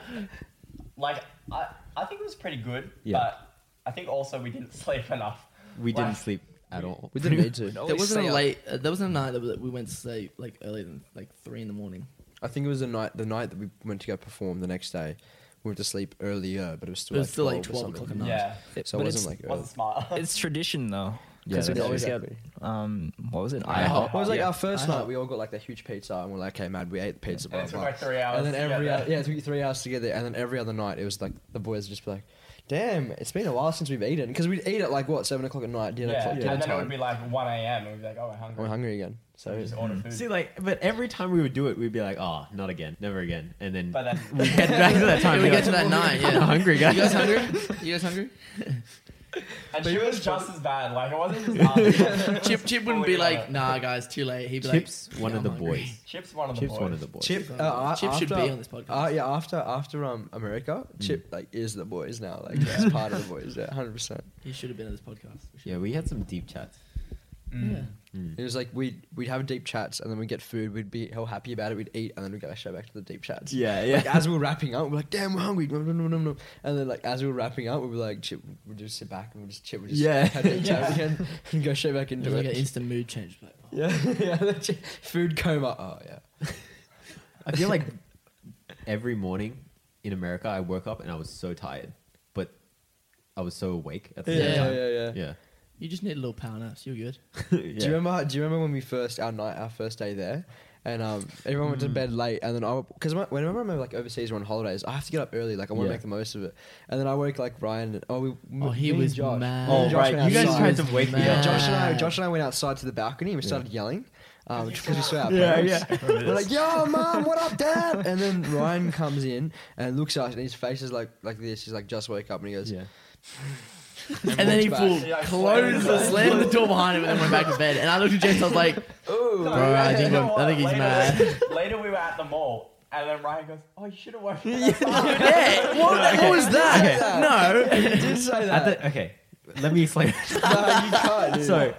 [SPEAKER 4] Like I, I think it was pretty good.
[SPEAKER 2] Yeah.
[SPEAKER 4] But I think also we didn't sleep enough.
[SPEAKER 2] We didn't
[SPEAKER 4] Like-
[SPEAKER 2] sleep at all.
[SPEAKER 1] We didn't need to.
[SPEAKER 3] There
[SPEAKER 5] Always
[SPEAKER 3] wasn't
[SPEAKER 5] stay
[SPEAKER 3] a
[SPEAKER 5] up.
[SPEAKER 3] late. Uh, there wasn't a night that we- that we went to sleep like earlier than like three in the morning.
[SPEAKER 1] I think it was the night the night that we went to go perform the next day. We went to sleep earlier, but it was still
[SPEAKER 3] It
[SPEAKER 1] like
[SPEAKER 3] was still like
[SPEAKER 1] 12
[SPEAKER 3] 12
[SPEAKER 1] or
[SPEAKER 3] o'clock
[SPEAKER 1] something.
[SPEAKER 3] at night.
[SPEAKER 4] Yeah.
[SPEAKER 1] So
[SPEAKER 5] But
[SPEAKER 1] it
[SPEAKER 5] it's-
[SPEAKER 1] wasn't like early.
[SPEAKER 4] Wasn't smart.
[SPEAKER 5] It's tradition though.
[SPEAKER 2] Yeah,
[SPEAKER 5] Because we
[SPEAKER 2] that's
[SPEAKER 5] always
[SPEAKER 1] exactly.
[SPEAKER 5] get um what was it?
[SPEAKER 2] IHOP.
[SPEAKER 1] It was like
[SPEAKER 5] Yeah.
[SPEAKER 1] our first
[SPEAKER 3] I
[SPEAKER 1] night.
[SPEAKER 3] hope.
[SPEAKER 1] We all got like the huge pizza, and we're like, "Okay, man, we ate the pizza." Blah,
[SPEAKER 4] And it took
[SPEAKER 1] blah.
[SPEAKER 4] like three hours.
[SPEAKER 1] and then
[SPEAKER 4] to
[SPEAKER 1] every
[SPEAKER 4] get
[SPEAKER 1] hour, yeah, it took three hours to get there, and then every other night it was like the boys would just be like, "Damn, it's been a while since we've eaten," because we'd eat at like what seven o'clock at night,
[SPEAKER 4] there.
[SPEAKER 1] dinner,
[SPEAKER 4] yeah.
[SPEAKER 1] o'clock,
[SPEAKER 4] And
[SPEAKER 1] dinner
[SPEAKER 4] then it would
[SPEAKER 1] time.
[SPEAKER 4] be like 1 a.m. and we'd be like, oh, we're hungry.
[SPEAKER 1] We're hungry again,
[SPEAKER 4] So we
[SPEAKER 1] so
[SPEAKER 4] just order food.
[SPEAKER 2] See, like, but every time we would do it, we'd be like, "Oh, not again, never again," and then
[SPEAKER 4] but then
[SPEAKER 2] we get back to that time.
[SPEAKER 3] Yeah, we
[SPEAKER 2] we're
[SPEAKER 3] get to that night.
[SPEAKER 2] "I'm
[SPEAKER 3] Yeah.
[SPEAKER 2] hungry,
[SPEAKER 3] You guys
[SPEAKER 2] guys.
[SPEAKER 3] hungry? You guys hungry?
[SPEAKER 4] and she was just as bad. Like it wasn't just us.
[SPEAKER 3] Chip Chip wouldn't be like, nah, guys, too late. He'd be
[SPEAKER 2] Chips,
[SPEAKER 3] like,
[SPEAKER 2] one
[SPEAKER 3] "Yeah,
[SPEAKER 2] of the
[SPEAKER 3] I'm hungry."
[SPEAKER 2] boys.
[SPEAKER 4] Chip's one of the
[SPEAKER 2] Chips,
[SPEAKER 4] boys.
[SPEAKER 2] one of the boys.
[SPEAKER 1] Chip,
[SPEAKER 3] Chip,
[SPEAKER 1] uh,
[SPEAKER 3] Chip should
[SPEAKER 1] after-
[SPEAKER 3] be on this podcast.
[SPEAKER 1] Uh, yeah, after after um America,
[SPEAKER 3] Mm.
[SPEAKER 1] Chip like is the boys now, like he's part of the boys, yeah, hundred percent.
[SPEAKER 3] He should have been on this podcast. We should-
[SPEAKER 2] Yeah, we had some deep chats.
[SPEAKER 4] Mm.
[SPEAKER 3] Yeah.
[SPEAKER 1] It was like we we'd have deep chats, and then we'd get food, we'd be how happy about it, we'd eat, and then we'd go straight back to the deep chats.
[SPEAKER 2] Yeah,
[SPEAKER 1] Like as we were wrapping up, we're like, "Damn, we're hungry!" Nom, nom, nom, nom, nom. And then like as we were wrapping up, we were like, "Chip, we just sit back and we just chip, we just
[SPEAKER 2] Yeah.
[SPEAKER 1] have a chat again and go straight back
[SPEAKER 3] It
[SPEAKER 1] into
[SPEAKER 3] was
[SPEAKER 1] it."
[SPEAKER 3] like an instant mood change. Like, oh,
[SPEAKER 1] yeah, yeah, the chi- food coma. Oh yeah,
[SPEAKER 2] I feel like every morning in America, I woke up and I was so tired, but I was so awake at the
[SPEAKER 1] yeah,
[SPEAKER 2] same
[SPEAKER 1] yeah,
[SPEAKER 2] time.
[SPEAKER 1] yeah.
[SPEAKER 2] Yeah.
[SPEAKER 3] You just need a little power nap. You're good.
[SPEAKER 1] Do you remember? Do you remember when we first our night, our first day there, and um, everyone
[SPEAKER 2] Mm.
[SPEAKER 1] went to bed late, and then I because whenever I'm like overseas or on holidays, I have to get up early. Like I want to
[SPEAKER 2] Yeah.
[SPEAKER 1] make the most of it, and then I woke like Ryan. Oh, we,
[SPEAKER 3] Oh, he
[SPEAKER 1] me and
[SPEAKER 3] was
[SPEAKER 1] Josh.
[SPEAKER 3] mad.
[SPEAKER 1] Me and
[SPEAKER 2] Oh,
[SPEAKER 1] Josh
[SPEAKER 2] right.
[SPEAKER 1] went
[SPEAKER 2] You guys
[SPEAKER 1] outside.
[SPEAKER 2] tried to wake me
[SPEAKER 1] Yeah,
[SPEAKER 2] up.
[SPEAKER 1] Josh and I,
[SPEAKER 3] Mad.
[SPEAKER 1] Josh and I went outside to the balcony and we started yelling, um,
[SPEAKER 4] Because
[SPEAKER 1] because we saw our
[SPEAKER 2] Yeah,
[SPEAKER 1] parents.
[SPEAKER 2] yeah.
[SPEAKER 1] We're like, "Yo, mom, what up, dad?" And then Ryan comes in and looks at us, and his face is like like this. He's like, "Just woke up," and he goes,
[SPEAKER 2] Yeah.
[SPEAKER 3] And then he
[SPEAKER 1] walked
[SPEAKER 3] full
[SPEAKER 4] back.
[SPEAKER 3] closed the slammed the door behind him and then went back to bed. And I looked at Jason. I was like,
[SPEAKER 1] "Ooh,
[SPEAKER 4] No,
[SPEAKER 3] Bro, I
[SPEAKER 4] you
[SPEAKER 3] think
[SPEAKER 4] know
[SPEAKER 3] I'm- I
[SPEAKER 4] what?
[SPEAKER 3] think he's
[SPEAKER 4] later,
[SPEAKER 3] mad.
[SPEAKER 4] Later we were at the mall, and then Ryan goes, "Oh, you should have woken up."
[SPEAKER 3] "Yeah, what, what was that? No."
[SPEAKER 1] you did say
[SPEAKER 2] At
[SPEAKER 1] that."
[SPEAKER 2] the, okay, let me explain.
[SPEAKER 1] no, you can't. Dude.
[SPEAKER 2] so,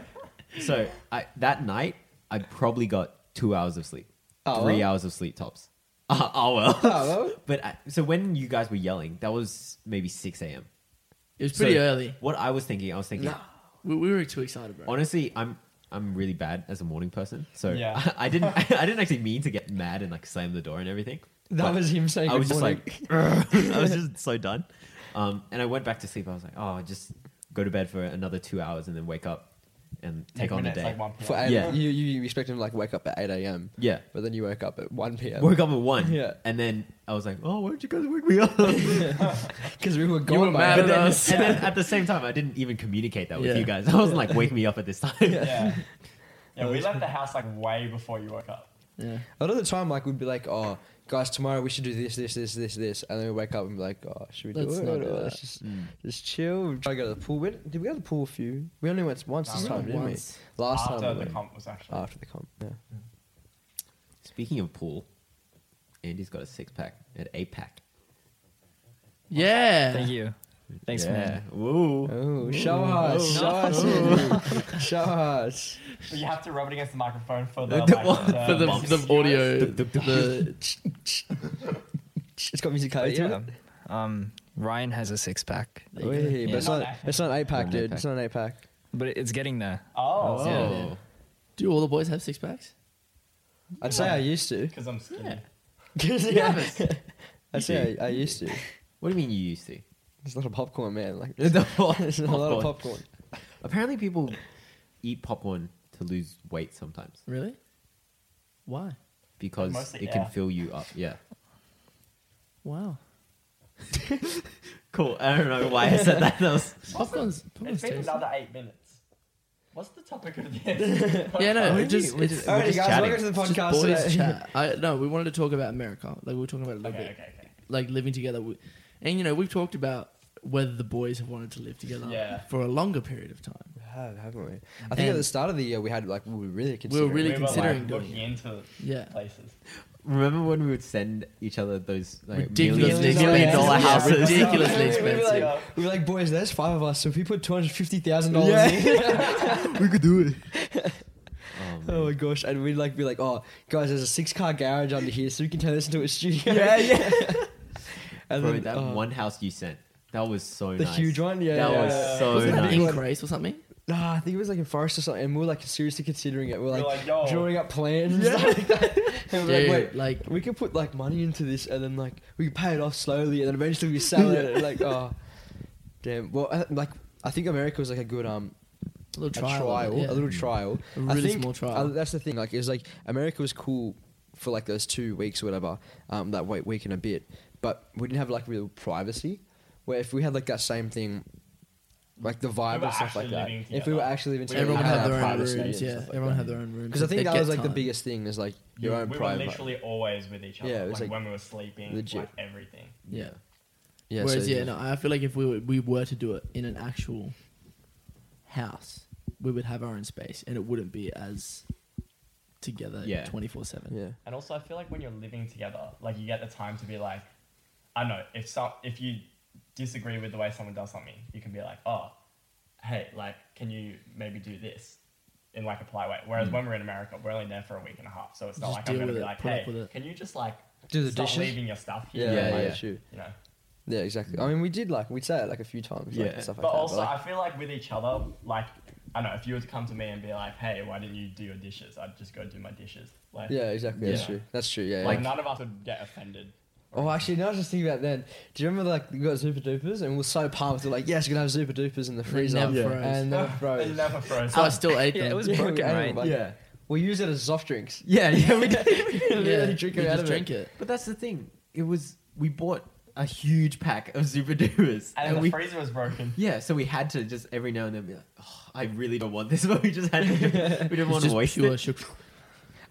[SPEAKER 2] so I, that night, I probably got two hours of sleep,
[SPEAKER 1] Oh,
[SPEAKER 2] three
[SPEAKER 1] well.
[SPEAKER 2] hours of sleep tops. Uh, oh well.
[SPEAKER 1] Oh, well.
[SPEAKER 2] But I, so when you guys were yelling, that was maybe six a.m.
[SPEAKER 3] It was pretty
[SPEAKER 2] So
[SPEAKER 3] early.
[SPEAKER 2] What I was thinking, I was thinking,
[SPEAKER 1] No.
[SPEAKER 3] We, we were too excited, bro.
[SPEAKER 2] honestly, I'm I'm really bad as a morning person, so
[SPEAKER 4] Yeah.
[SPEAKER 2] I, I didn't I didn't actually mean to get mad and like slam the door and everything.
[SPEAKER 1] That
[SPEAKER 2] But
[SPEAKER 1] was him saying.
[SPEAKER 2] I was
[SPEAKER 1] good
[SPEAKER 2] just
[SPEAKER 1] morning.
[SPEAKER 2] like, "Ugh." I was just so done. Um, and I went back to sleep. I was like, oh, just go to bed for another two hours and then wake up and take on the
[SPEAKER 4] Minutes,
[SPEAKER 2] day.
[SPEAKER 4] Like 1 p.m.
[SPEAKER 1] For eight,
[SPEAKER 2] Yeah.
[SPEAKER 1] you, you you expect him to like wake up at eight a.m.
[SPEAKER 2] yeah.
[SPEAKER 1] but then you woke up at one p.m.
[SPEAKER 2] Woke up at one.
[SPEAKER 1] Yeah.
[SPEAKER 2] And then I was like, oh, why don't you guys wake me up? and,
[SPEAKER 1] because we were gone.
[SPEAKER 3] were
[SPEAKER 1] by
[SPEAKER 3] mad
[SPEAKER 1] then.
[SPEAKER 3] at
[SPEAKER 2] then, and
[SPEAKER 3] us.
[SPEAKER 2] then at the same time, I didn't even communicate that with
[SPEAKER 3] Yeah.
[SPEAKER 2] you guys. I wasn't like, wake me up at this time.
[SPEAKER 4] yeah. Yeah, we left the house like way before you woke up.
[SPEAKER 3] Yeah.
[SPEAKER 1] A lot of the time, like we'd be like, "Oh, guys, tomorrow we should do this, this, this, this, this," and then we wake up and be like, "Oh, should we do
[SPEAKER 3] Let's
[SPEAKER 1] it?
[SPEAKER 3] not
[SPEAKER 1] Or
[SPEAKER 3] do that."
[SPEAKER 1] Let's just just chill." We try to go to the pool. We, did we go to the pool a few? We only went once
[SPEAKER 4] Nah,
[SPEAKER 1] this
[SPEAKER 4] we
[SPEAKER 1] time,
[SPEAKER 4] went
[SPEAKER 1] didn't
[SPEAKER 3] once.
[SPEAKER 1] we? Last
[SPEAKER 4] after
[SPEAKER 1] time we
[SPEAKER 4] the
[SPEAKER 1] went.
[SPEAKER 4] comp was actually.
[SPEAKER 1] after the comp. Yeah.
[SPEAKER 2] Speaking of pool, Andy's got a six pack, an eight pack.
[SPEAKER 3] Yeah.
[SPEAKER 5] Thank you. Thanks, man.
[SPEAKER 2] Whoa.
[SPEAKER 1] Oh, show us, show us, Andy. show us.
[SPEAKER 4] but you have to rub it against the microphone for the
[SPEAKER 2] The-
[SPEAKER 4] like,
[SPEAKER 2] the-
[SPEAKER 4] the,
[SPEAKER 3] For the,
[SPEAKER 4] bumps.
[SPEAKER 3] the audio,
[SPEAKER 2] Dup, dup, dup.
[SPEAKER 3] the
[SPEAKER 1] It's got musicality
[SPEAKER 5] But
[SPEAKER 1] to
[SPEAKER 5] yeah,
[SPEAKER 1] it.
[SPEAKER 5] um, Ryan has a six pack,
[SPEAKER 1] Wait, but
[SPEAKER 5] Yeah.
[SPEAKER 1] it's not. It's not eight pack,
[SPEAKER 2] Not an
[SPEAKER 1] dude.
[SPEAKER 2] eight-pack.
[SPEAKER 1] It's not an eight pack.
[SPEAKER 5] but it- it's getting there.
[SPEAKER 4] Oh,
[SPEAKER 2] Oh.
[SPEAKER 3] Do all the boys have six packs?
[SPEAKER 1] I'd say I used to.
[SPEAKER 4] because I'm skinny.
[SPEAKER 3] Yeah.
[SPEAKER 1] yeah. I'd say
[SPEAKER 2] do.
[SPEAKER 1] I, I used to.
[SPEAKER 2] What do you mean you used to?
[SPEAKER 1] There's a lot of popcorn, man. Like
[SPEAKER 2] The what?
[SPEAKER 1] there's a lot of
[SPEAKER 2] Popcorn.
[SPEAKER 1] popcorn.
[SPEAKER 2] Apparently, people eat popcorn to lose weight sometimes
[SPEAKER 3] Really? Why?
[SPEAKER 2] because
[SPEAKER 4] Mostly,
[SPEAKER 2] it can
[SPEAKER 4] yeah.
[SPEAKER 2] fill you up. Yeah.
[SPEAKER 3] Wow.
[SPEAKER 2] Cool. I don't know why I said that. that was,
[SPEAKER 3] Popcorn's,
[SPEAKER 4] It's
[SPEAKER 3] popcorn's
[SPEAKER 4] been
[SPEAKER 3] tasty.
[SPEAKER 4] another eight minutes. What's the topic of this?
[SPEAKER 3] Yeah, no, it just,
[SPEAKER 2] we're
[SPEAKER 3] it's
[SPEAKER 2] just,
[SPEAKER 1] All
[SPEAKER 2] we're
[SPEAKER 1] right,
[SPEAKER 2] just
[SPEAKER 1] guys,
[SPEAKER 2] chatting.
[SPEAKER 1] welcome to the
[SPEAKER 3] just
[SPEAKER 1] podcast.
[SPEAKER 3] boys
[SPEAKER 1] today.
[SPEAKER 3] chat. I, no, we wanted to talk about America. Like we were talking about it a
[SPEAKER 4] Okay,
[SPEAKER 3] little bit,
[SPEAKER 4] okay, okay.
[SPEAKER 3] like living together. We, and you know, we've talked about whether the boys have wanted to live together
[SPEAKER 4] Yeah.
[SPEAKER 3] for a longer period of time.
[SPEAKER 1] We have, haven't we? I think at
[SPEAKER 3] And-
[SPEAKER 1] the start of the year we had like we were really
[SPEAKER 3] We were
[SPEAKER 1] considering.
[SPEAKER 3] really
[SPEAKER 4] we
[SPEAKER 3] considering
[SPEAKER 4] were,
[SPEAKER 3] doing
[SPEAKER 4] like, looking into
[SPEAKER 3] Yeah.
[SPEAKER 4] places.
[SPEAKER 2] Remember when we would send each other those like,
[SPEAKER 3] Ridiculous
[SPEAKER 2] million,
[SPEAKER 1] Million
[SPEAKER 2] million dollar
[SPEAKER 1] dollar
[SPEAKER 2] houses?
[SPEAKER 3] houses.
[SPEAKER 4] Yeah.
[SPEAKER 3] Ridiculously
[SPEAKER 4] Yeah.
[SPEAKER 1] We were,
[SPEAKER 3] expensive.
[SPEAKER 1] like, we were like, boys, there's five of us, so if we put two hundred fifty thousand dollars in,
[SPEAKER 3] Yeah. we could do it.
[SPEAKER 2] Oh, man.
[SPEAKER 1] oh my gosh, and we'd like be like, oh, guys, there's a six car garage under here, so we can turn this into a studio.
[SPEAKER 2] Yeah,
[SPEAKER 1] yeah. and
[SPEAKER 2] Bro,
[SPEAKER 1] then
[SPEAKER 2] that
[SPEAKER 1] oh,
[SPEAKER 2] one house you sent, that was so
[SPEAKER 1] the
[SPEAKER 2] nice.
[SPEAKER 1] huge one, yeah,
[SPEAKER 2] That
[SPEAKER 1] yeah,
[SPEAKER 2] was
[SPEAKER 1] yeah.
[SPEAKER 2] so
[SPEAKER 3] Wasn't that
[SPEAKER 2] nice.
[SPEAKER 1] big?
[SPEAKER 3] in Grace or something?
[SPEAKER 1] Nah, I think it was like in Forest or something. And we were like seriously considering it. We were
[SPEAKER 4] We're
[SPEAKER 1] like,
[SPEAKER 4] like, yo.
[SPEAKER 1] drawing up plans. Yeah. Like that. And we were like,
[SPEAKER 3] Dude,
[SPEAKER 1] wait,
[SPEAKER 3] like-
[SPEAKER 1] we could put like money into this and then like we could pay it off slowly and then eventually we sell it. And, like, oh, damn. Well, I, like, I think America was like a good um
[SPEAKER 3] A little
[SPEAKER 1] a
[SPEAKER 3] trial.
[SPEAKER 1] trial,
[SPEAKER 3] of it, yeah.
[SPEAKER 1] a little trial.
[SPEAKER 3] A
[SPEAKER 1] I
[SPEAKER 3] really
[SPEAKER 1] think,
[SPEAKER 3] small trial.
[SPEAKER 1] uh, that's the thing. Like, it was like America was cool for like those two weeks or whatever, um, that wait week and a bit, but we didn't have like real privacy. Where if we had like that same thing, like the vibe
[SPEAKER 4] were
[SPEAKER 1] and stuff like
[SPEAKER 4] actually
[SPEAKER 1] that.
[SPEAKER 4] living
[SPEAKER 1] If we were
[SPEAKER 4] together.
[SPEAKER 1] actually living together,
[SPEAKER 3] Everyone would
[SPEAKER 1] we'd
[SPEAKER 3] have
[SPEAKER 1] that
[SPEAKER 3] their own
[SPEAKER 1] privacy and
[SPEAKER 3] rooms.
[SPEAKER 1] stuff
[SPEAKER 3] Yeah,
[SPEAKER 1] like
[SPEAKER 3] everyone
[SPEAKER 1] that.
[SPEAKER 3] would have their own rooms.
[SPEAKER 1] Because I think
[SPEAKER 3] They'd
[SPEAKER 1] that
[SPEAKER 3] get
[SPEAKER 1] was like the
[SPEAKER 3] time.
[SPEAKER 1] biggest thing is like your own
[SPEAKER 4] we were
[SPEAKER 1] private.
[SPEAKER 4] literally always with each other.
[SPEAKER 1] Yeah, it was
[SPEAKER 4] like,
[SPEAKER 1] like
[SPEAKER 4] when we were sleeping,
[SPEAKER 1] legit.
[SPEAKER 4] like everything.
[SPEAKER 3] Yeah.
[SPEAKER 1] Yeah,
[SPEAKER 3] Whereas,
[SPEAKER 1] so-
[SPEAKER 3] yeah, no, I feel like if we were, we were to do it in an actual house, we would have our own space and it wouldn't be as together
[SPEAKER 2] Yeah.
[SPEAKER 3] 24 7.
[SPEAKER 1] yeah.
[SPEAKER 4] And also, I feel like when you're living together, like you get the time to be like, I don't know if some if you disagree with the way someone does something, you can be like, oh, hey, like, can you maybe do this in like a polite way? Whereas when we're in America, we're only there for a week and a half, so it's not
[SPEAKER 3] Hmm. Just
[SPEAKER 4] like I'm
[SPEAKER 3] deal
[SPEAKER 4] gonna
[SPEAKER 3] with
[SPEAKER 4] be
[SPEAKER 3] it,
[SPEAKER 4] like,
[SPEAKER 3] put up
[SPEAKER 4] hey,
[SPEAKER 3] with it.
[SPEAKER 4] can you just like
[SPEAKER 1] Do the
[SPEAKER 4] stop
[SPEAKER 1] dishes?
[SPEAKER 4] leaving your stuff
[SPEAKER 1] Yeah,
[SPEAKER 4] here?
[SPEAKER 1] yeah,
[SPEAKER 4] like,
[SPEAKER 1] yeah.
[SPEAKER 2] yeah.
[SPEAKER 1] shoot.
[SPEAKER 4] You know.
[SPEAKER 1] Yeah, exactly. I mean, we did like we'd say it like a few times, like,
[SPEAKER 2] Yeah.
[SPEAKER 1] and stuff like
[SPEAKER 4] But
[SPEAKER 1] that.
[SPEAKER 4] also,
[SPEAKER 1] like,
[SPEAKER 4] I feel like with each other, like I don't know if you were to come to me and be like, "Hey, why didn't you do your dishes?" I'd just go do my dishes. Like,
[SPEAKER 1] yeah, exactly. That's
[SPEAKER 4] Yeah.
[SPEAKER 1] true. That's true. Yeah,
[SPEAKER 4] like
[SPEAKER 1] yeah.
[SPEAKER 4] none of us would get offended.
[SPEAKER 1] Oh, actually, now I was just thinking about then. Do you remember like we got Super Dupers and we were so pumped? We're like, yes, we're gonna have Super Dupers in the freezer,
[SPEAKER 3] never
[SPEAKER 1] Yeah.
[SPEAKER 3] froze.
[SPEAKER 1] and never
[SPEAKER 4] They
[SPEAKER 1] froze.
[SPEAKER 4] never froze.
[SPEAKER 3] So I still ate them.
[SPEAKER 5] Yeah, it was
[SPEAKER 1] Yeah, we
[SPEAKER 5] broken,
[SPEAKER 1] ate
[SPEAKER 5] right?
[SPEAKER 1] them, like-
[SPEAKER 2] yeah.
[SPEAKER 1] We use it as soft drinks.
[SPEAKER 2] Yeah, yeah, we did.
[SPEAKER 1] Literally
[SPEAKER 3] Yeah,
[SPEAKER 1] drink
[SPEAKER 3] we
[SPEAKER 1] it out
[SPEAKER 3] just
[SPEAKER 1] of
[SPEAKER 3] drink
[SPEAKER 1] it.
[SPEAKER 3] it.
[SPEAKER 2] But that's the thing. It was we bought a huge pack of Super Duos,
[SPEAKER 4] and the
[SPEAKER 2] we
[SPEAKER 4] freezer was broken.
[SPEAKER 2] yeah, so we had to just every now and then be like, oh, I really don't want this, but we just had to. We didn't want
[SPEAKER 3] It's
[SPEAKER 2] to
[SPEAKER 3] just
[SPEAKER 2] waste
[SPEAKER 3] pure
[SPEAKER 2] it.
[SPEAKER 3] sugar.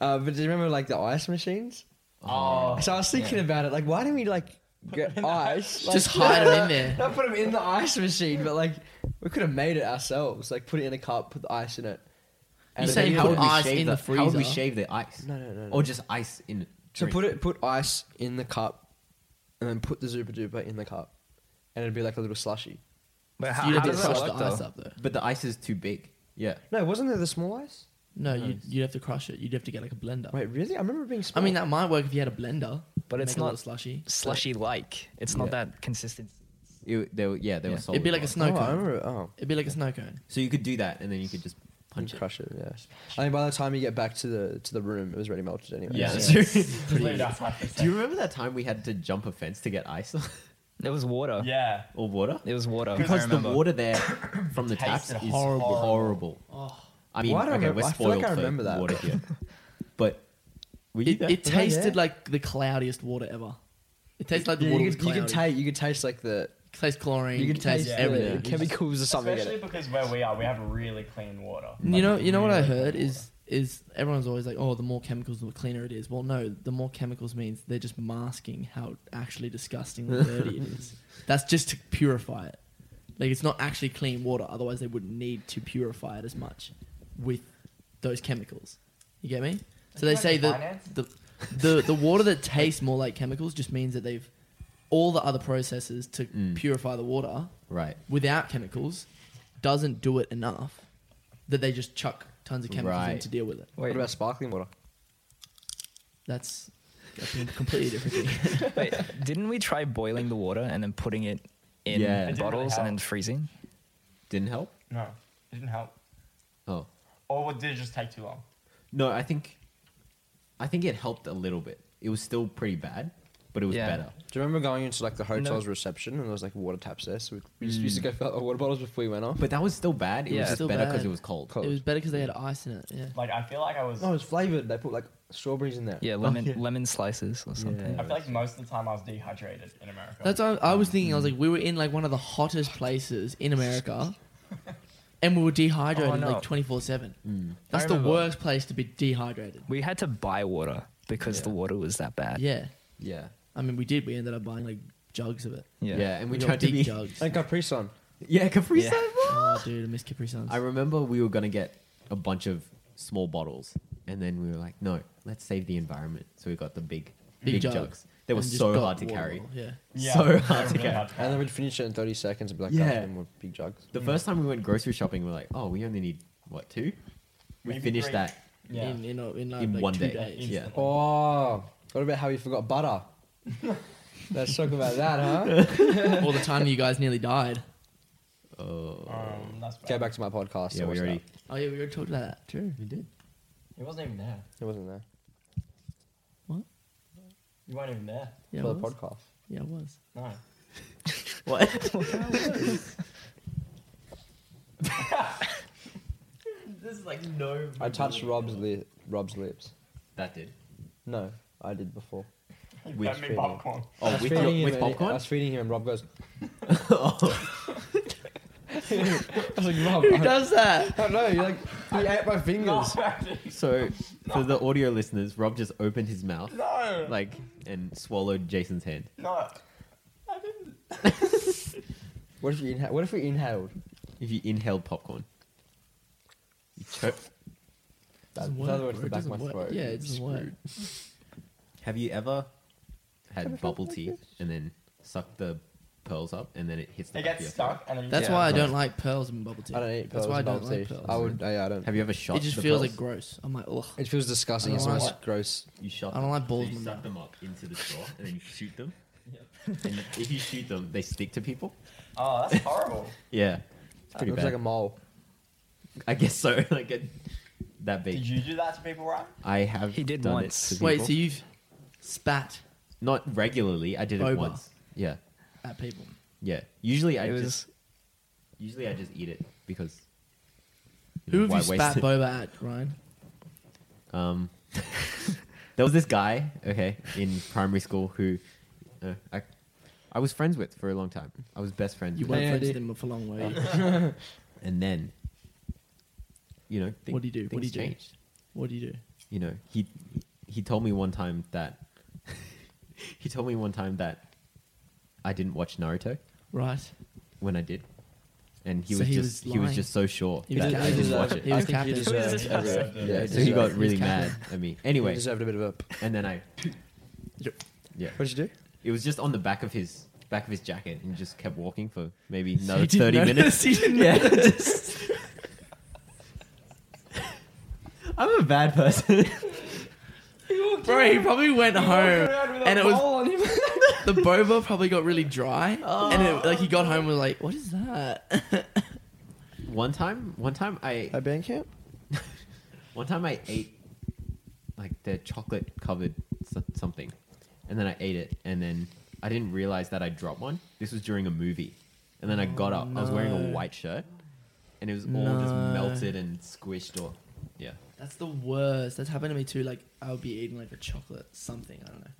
[SPEAKER 1] Uh, but do you remember like the ice machines?
[SPEAKER 4] Oh,
[SPEAKER 1] So I was thinking about it, like, why didn't we like get ice? Like,
[SPEAKER 3] Just hide it in there.
[SPEAKER 1] Not put them in the ice machine, but like we could have made it ourselves. Like put it in a cup, put the ice in it.
[SPEAKER 3] You
[SPEAKER 1] And
[SPEAKER 2] But
[SPEAKER 3] say
[SPEAKER 1] then
[SPEAKER 2] then
[SPEAKER 3] you
[SPEAKER 2] how
[SPEAKER 3] put
[SPEAKER 2] would we
[SPEAKER 3] ice
[SPEAKER 2] shave
[SPEAKER 3] in the
[SPEAKER 2] How would we
[SPEAKER 3] freezer.
[SPEAKER 2] shave the ice?
[SPEAKER 1] No, no, no, no.
[SPEAKER 2] Or just ice in.
[SPEAKER 1] so
[SPEAKER 2] drink.
[SPEAKER 1] put it, put ice in the cup, and then put the Zupa Duper in the cup, and it'd be like a little slushy.
[SPEAKER 5] But
[SPEAKER 3] You'd
[SPEAKER 5] how, how
[SPEAKER 3] have to
[SPEAKER 5] does that
[SPEAKER 3] crush the
[SPEAKER 5] work though?
[SPEAKER 3] ice up, though.
[SPEAKER 2] But the ice is too big. Yeah.
[SPEAKER 1] No, wasn't there the small ice?
[SPEAKER 3] No, you'd, you'd have to crush it. You'd have to get like a blender.
[SPEAKER 1] Wait, really? I remember it being
[SPEAKER 3] I
[SPEAKER 1] small.
[SPEAKER 3] mean, that might work if you had a blender,
[SPEAKER 5] But it's
[SPEAKER 3] make a little
[SPEAKER 5] not
[SPEAKER 3] slushy.
[SPEAKER 5] Slushy like. It's not
[SPEAKER 2] Yeah.
[SPEAKER 5] that consistent.
[SPEAKER 2] It, they were, yeah, they were
[SPEAKER 5] Yeah. It'd
[SPEAKER 2] solid.
[SPEAKER 3] It'd be like a
[SPEAKER 2] ones.
[SPEAKER 1] no,
[SPEAKER 3] snow
[SPEAKER 1] I
[SPEAKER 3] cone.
[SPEAKER 1] remember. it- Oh,
[SPEAKER 3] It'd be like a snow cone.
[SPEAKER 2] So you could do that, and then you could just punch
[SPEAKER 1] punch
[SPEAKER 2] it.
[SPEAKER 1] crush it. Yeah. I mean, by the time you get back to the to the room, it was already melted anyway.
[SPEAKER 2] Yeah.
[SPEAKER 1] So-
[SPEAKER 2] that's true.
[SPEAKER 4] Just leave it outside for a
[SPEAKER 2] do you
[SPEAKER 4] sec.
[SPEAKER 2] remember that time we had to jump a fence to get ice
[SPEAKER 5] It was water.
[SPEAKER 4] Yeah.
[SPEAKER 2] or water?
[SPEAKER 5] It was water. I
[SPEAKER 2] Because the
[SPEAKER 5] remember.
[SPEAKER 2] water there from the taps
[SPEAKER 4] Tasted
[SPEAKER 2] is
[SPEAKER 4] horrible.
[SPEAKER 2] horrible. horrible.
[SPEAKER 3] Oh.
[SPEAKER 2] I mean,
[SPEAKER 1] Why do I
[SPEAKER 2] okay,
[SPEAKER 1] remember-
[SPEAKER 2] we're
[SPEAKER 1] I feel like
[SPEAKER 2] spoiled
[SPEAKER 1] I
[SPEAKER 2] for
[SPEAKER 1] remember that.
[SPEAKER 2] water here. but were you
[SPEAKER 3] It,
[SPEAKER 2] there?
[SPEAKER 3] it
[SPEAKER 1] Was I there?
[SPEAKER 3] tasted like the cloudiest water ever. It tastes like the
[SPEAKER 1] Yeah,
[SPEAKER 3] water
[SPEAKER 1] you
[SPEAKER 3] was
[SPEAKER 1] could, you
[SPEAKER 3] cloudy.
[SPEAKER 1] could taste you could taste like the
[SPEAKER 3] taste chlorine.
[SPEAKER 1] you could taste
[SPEAKER 3] taste
[SPEAKER 1] the
[SPEAKER 3] everything.
[SPEAKER 1] chemicals or something. in
[SPEAKER 4] Especially
[SPEAKER 1] it.
[SPEAKER 4] because where we are, we have really clean water.
[SPEAKER 3] You know, you know what I heard is is everyone's always like, oh, the more chemicals, the cleaner it is. Well, no, the more chemicals means they're just masking how actually disgusting and dirty it is. That's just to purify it. Like it's not actually clean water. Otherwise, they wouldn't need to purify it as much with those chemicals. You get me? So
[SPEAKER 4] Isn't
[SPEAKER 3] they
[SPEAKER 4] that
[SPEAKER 3] say
[SPEAKER 4] in finance?
[SPEAKER 3] that the, the the water that tastes more like chemicals just means that they've all the other processes to
[SPEAKER 2] Mm.
[SPEAKER 3] purify the water
[SPEAKER 2] Right.
[SPEAKER 3] without chemicals doesn't do it enough that they just chuck tons of chemicals in
[SPEAKER 2] Right.
[SPEAKER 3] to deal with it.
[SPEAKER 1] What
[SPEAKER 5] Wait,
[SPEAKER 1] about sparkling water?
[SPEAKER 3] That's a completely different thing.
[SPEAKER 5] wait, didn't we try boiling the water and then putting it in
[SPEAKER 2] Yeah. It didn't
[SPEAKER 4] really
[SPEAKER 5] bottles and then
[SPEAKER 4] help.
[SPEAKER 5] freezing?
[SPEAKER 2] Didn't help.
[SPEAKER 4] No, it didn't help.
[SPEAKER 2] Oh
[SPEAKER 4] Or what- did it just take too long?
[SPEAKER 2] no, I think, I think it helped a little bit. It was still pretty bad, but it was
[SPEAKER 5] Yeah.
[SPEAKER 2] better.
[SPEAKER 1] Do you remember going into like the hotel's
[SPEAKER 5] No.
[SPEAKER 1] reception and there was like water taps there? So we, we just used to go fill our water bottles before we went off.
[SPEAKER 2] But that was still bad. It
[SPEAKER 5] Yeah.
[SPEAKER 2] was just
[SPEAKER 3] Still
[SPEAKER 2] better because
[SPEAKER 3] bad.
[SPEAKER 2] it was cold.
[SPEAKER 1] Cold.
[SPEAKER 3] It was better because they had ice in it. Yeah.
[SPEAKER 4] Like I feel like I was.
[SPEAKER 1] no, oh, it was flavored. They put like strawberries in there.
[SPEAKER 5] Yeah, lemon
[SPEAKER 2] yeah.
[SPEAKER 5] lemon slices or something.
[SPEAKER 4] I feel like most of the time I was dehydrated in America.
[SPEAKER 3] That's what I, I was thinking. I was like, we were in like one of the hottest places in America, and we were dehydrated
[SPEAKER 5] Oh, no.
[SPEAKER 3] like twenty four seven.
[SPEAKER 5] I
[SPEAKER 2] Mm.
[SPEAKER 3] That's the
[SPEAKER 5] remember.
[SPEAKER 3] worst place to be dehydrated.
[SPEAKER 5] We had to buy water because the
[SPEAKER 2] Yeah.
[SPEAKER 5] water was that bad.
[SPEAKER 3] Yeah,
[SPEAKER 2] Yeah.
[SPEAKER 3] I mean, we did. We ended up buying like jugs of it.
[SPEAKER 2] yeah,
[SPEAKER 5] Yeah.
[SPEAKER 2] and we,
[SPEAKER 3] got
[SPEAKER 2] tried to
[SPEAKER 3] big
[SPEAKER 2] be.
[SPEAKER 3] jugs.
[SPEAKER 1] And Capri Sun.
[SPEAKER 2] Yeah, Capri
[SPEAKER 5] Yeah.
[SPEAKER 2] Sun.
[SPEAKER 3] oh, dude, I miss Capri Suns.
[SPEAKER 2] I remember we were gonna get a bunch of small bottles, and then we were like, no, let's save the environment. So we got the big, big, jugs. They were
[SPEAKER 3] and just
[SPEAKER 2] so
[SPEAKER 3] got
[SPEAKER 2] hard to
[SPEAKER 3] water
[SPEAKER 2] carry.
[SPEAKER 3] bottle, Yeah.
[SPEAKER 4] yeah,
[SPEAKER 2] so
[SPEAKER 4] they're
[SPEAKER 2] hard to
[SPEAKER 4] really
[SPEAKER 2] get.
[SPEAKER 4] hard to
[SPEAKER 1] And then we'd finish it in 30 seconds and be like,
[SPEAKER 2] Yeah.
[SPEAKER 1] yeah. and more big jugs.
[SPEAKER 2] The first time we went grocery shopping, we are like, oh, we only need what two? We
[SPEAKER 4] Maybe
[SPEAKER 2] finished
[SPEAKER 4] three.
[SPEAKER 2] that
[SPEAKER 4] Yeah.
[SPEAKER 3] In, in, in, like,
[SPEAKER 2] in
[SPEAKER 3] Uh, like
[SPEAKER 2] one
[SPEAKER 3] two
[SPEAKER 2] day.
[SPEAKER 3] days.
[SPEAKER 2] Yeah,
[SPEAKER 1] Oh, what about how you forgot butter? Let's talk about that, huh?
[SPEAKER 3] All the time you guys nearly died.
[SPEAKER 2] Oh.
[SPEAKER 4] um, that's
[SPEAKER 1] Go
[SPEAKER 4] bad.
[SPEAKER 1] back to my podcast.
[SPEAKER 2] yeah,
[SPEAKER 1] and
[SPEAKER 2] we
[SPEAKER 1] watch
[SPEAKER 2] already.
[SPEAKER 3] Oh yeah, we already talked about that. True.
[SPEAKER 2] We did.
[SPEAKER 4] It wasn't even there.
[SPEAKER 1] that. It wasn't there
[SPEAKER 4] You weren't even there.
[SPEAKER 3] Yeah,
[SPEAKER 1] for
[SPEAKER 3] I
[SPEAKER 1] the
[SPEAKER 3] was.
[SPEAKER 1] podcast.
[SPEAKER 3] Yeah, I was.
[SPEAKER 4] No.
[SPEAKER 2] This is like no.
[SPEAKER 1] I touched Rob's li- Rob's lips.
[SPEAKER 2] That did.
[SPEAKER 1] No, I did before.
[SPEAKER 4] You
[SPEAKER 2] Which
[SPEAKER 4] fed me
[SPEAKER 1] video?
[SPEAKER 4] popcorn.
[SPEAKER 1] I
[SPEAKER 2] Oh,
[SPEAKER 1] was
[SPEAKER 2] with,
[SPEAKER 1] feeding
[SPEAKER 2] your,
[SPEAKER 1] him
[SPEAKER 2] with
[SPEAKER 1] and- I
[SPEAKER 2] popcorn.
[SPEAKER 1] was feeding him, and Rob goes.
[SPEAKER 2] oh,
[SPEAKER 1] I was like, Rob,
[SPEAKER 3] Who
[SPEAKER 1] I-
[SPEAKER 3] does that?
[SPEAKER 1] I don't know. You're like, he ate my fingers.
[SPEAKER 2] so for the audio listeners, Rob just opened his mouth
[SPEAKER 4] No.
[SPEAKER 2] like and swallowed Jason's hand.
[SPEAKER 4] no. I didn't.
[SPEAKER 1] What if you inha- What if we inhaled?
[SPEAKER 2] If you inhaled popcorn, you choked.
[SPEAKER 1] That,
[SPEAKER 3] Doesn't
[SPEAKER 1] in other
[SPEAKER 3] work,
[SPEAKER 1] words, the
[SPEAKER 3] bro. It
[SPEAKER 1] back of my
[SPEAKER 3] doesn't work.
[SPEAKER 1] throat.
[SPEAKER 3] Yeah, it doesn't work.
[SPEAKER 2] Have you ever had bubble tea and then sucked the pearls up and then it hits the
[SPEAKER 4] It
[SPEAKER 2] back of
[SPEAKER 4] gets
[SPEAKER 2] your
[SPEAKER 4] stuck and then you
[SPEAKER 3] That's
[SPEAKER 4] yeah.
[SPEAKER 3] why I
[SPEAKER 2] but-
[SPEAKER 3] don't like pearls in bubble tea.
[SPEAKER 1] I don't eat
[SPEAKER 3] That's
[SPEAKER 1] pearls.
[SPEAKER 3] why I
[SPEAKER 1] and
[SPEAKER 3] don't
[SPEAKER 1] bubble
[SPEAKER 3] like
[SPEAKER 1] tea.
[SPEAKER 3] pearls.
[SPEAKER 1] I would. Yeah, I
[SPEAKER 2] throat?
[SPEAKER 1] don't.
[SPEAKER 2] Have you ever shot?
[SPEAKER 3] it just
[SPEAKER 2] the
[SPEAKER 3] feels
[SPEAKER 2] pearls?
[SPEAKER 3] like gross. I'm like, ugh.
[SPEAKER 1] it feels disgusting.
[SPEAKER 3] I
[SPEAKER 1] It
[SPEAKER 3] don't
[SPEAKER 1] smells
[SPEAKER 3] like-
[SPEAKER 1] gross.
[SPEAKER 2] You shot.
[SPEAKER 3] I don't
[SPEAKER 2] them.
[SPEAKER 3] like balls
[SPEAKER 2] So you
[SPEAKER 3] in my
[SPEAKER 2] suck
[SPEAKER 3] mouth.
[SPEAKER 2] them up into the straw and then you shoot them. and if you shoot them, they stick to people.
[SPEAKER 4] Oh, that's horrible.
[SPEAKER 2] Yeah, it's
[SPEAKER 1] It
[SPEAKER 2] pretty
[SPEAKER 1] looks
[SPEAKER 2] bad.
[SPEAKER 1] like a mole.
[SPEAKER 2] I guess so. like it, that big.
[SPEAKER 4] Did you do that to people, right?
[SPEAKER 2] I have.
[SPEAKER 5] He did
[SPEAKER 2] done
[SPEAKER 5] once.
[SPEAKER 2] It to
[SPEAKER 3] Wait,
[SPEAKER 2] people.
[SPEAKER 3] so you've spat
[SPEAKER 2] not regularly. I did it
[SPEAKER 3] Boba.
[SPEAKER 2] once. Yeah,
[SPEAKER 3] at people?
[SPEAKER 2] yeah. Usually I
[SPEAKER 5] It
[SPEAKER 2] just
[SPEAKER 5] was
[SPEAKER 2] usually I just eat it because.
[SPEAKER 3] Who have
[SPEAKER 2] Why
[SPEAKER 3] you spat
[SPEAKER 2] waste it?
[SPEAKER 3] boba at, Ryan?
[SPEAKER 2] Um, there was this guy, okay, in primary school who uh, I, I was friends with for a long time. I was best friends
[SPEAKER 3] You
[SPEAKER 2] with.
[SPEAKER 3] weren't
[SPEAKER 1] Yeah,
[SPEAKER 3] friends
[SPEAKER 1] I
[SPEAKER 3] with him for long, were you?
[SPEAKER 2] And then, you know,
[SPEAKER 3] What do you do? What do
[SPEAKER 2] things
[SPEAKER 3] you do?
[SPEAKER 2] changed.
[SPEAKER 3] what do you do?
[SPEAKER 2] You know, he he told me one time that he told me one time that I didn't watch Naruto
[SPEAKER 3] Right.
[SPEAKER 2] when I did, and he
[SPEAKER 3] So
[SPEAKER 2] was
[SPEAKER 3] he
[SPEAKER 2] just
[SPEAKER 3] was
[SPEAKER 2] he was
[SPEAKER 3] lying.
[SPEAKER 2] just so sure
[SPEAKER 3] He was
[SPEAKER 2] that
[SPEAKER 3] lying.
[SPEAKER 2] I
[SPEAKER 3] He
[SPEAKER 2] didn't
[SPEAKER 3] deserved
[SPEAKER 2] watch
[SPEAKER 3] it.
[SPEAKER 2] it.
[SPEAKER 3] He was
[SPEAKER 1] I think
[SPEAKER 3] captain.
[SPEAKER 1] he deserved
[SPEAKER 4] He was
[SPEAKER 1] every-
[SPEAKER 4] captain.
[SPEAKER 1] yeah,
[SPEAKER 4] He
[SPEAKER 2] So he got
[SPEAKER 3] He was
[SPEAKER 2] really mad
[SPEAKER 3] captain.
[SPEAKER 2] at me.
[SPEAKER 1] Anyway, he
[SPEAKER 2] Anyway,
[SPEAKER 1] deserved a bit of a.
[SPEAKER 2] and then I yeah.
[SPEAKER 1] What did you do?
[SPEAKER 2] It was just on the back of his back of his jacket, and he just kept walking for maybe another
[SPEAKER 3] He didn't
[SPEAKER 2] thirty
[SPEAKER 3] notice,
[SPEAKER 2] minutes.
[SPEAKER 3] he didn't
[SPEAKER 2] Yeah,
[SPEAKER 3] notice.
[SPEAKER 2] just- I'm a bad person.
[SPEAKER 3] Bro, he probably went home
[SPEAKER 4] around with a
[SPEAKER 3] and it was
[SPEAKER 4] mole on him.
[SPEAKER 3] the boba probably got really dry and it, like he got
[SPEAKER 4] Oh.
[SPEAKER 3] home and was like, what is that?
[SPEAKER 2] one time, one time I
[SPEAKER 1] At band camp?
[SPEAKER 2] one time I ate like the chocolate covered so- something, and then I ate it, and then I didn't realize that I dropped one. This was during a movie, and then I got up. I was wearing a
[SPEAKER 3] no.
[SPEAKER 2] white shirt, and it was all just
[SPEAKER 3] No.
[SPEAKER 2] melted and squished. Or yeah,
[SPEAKER 3] That's the worst. That's happened to me too. Like I would be eating like a chocolate something. I don't know.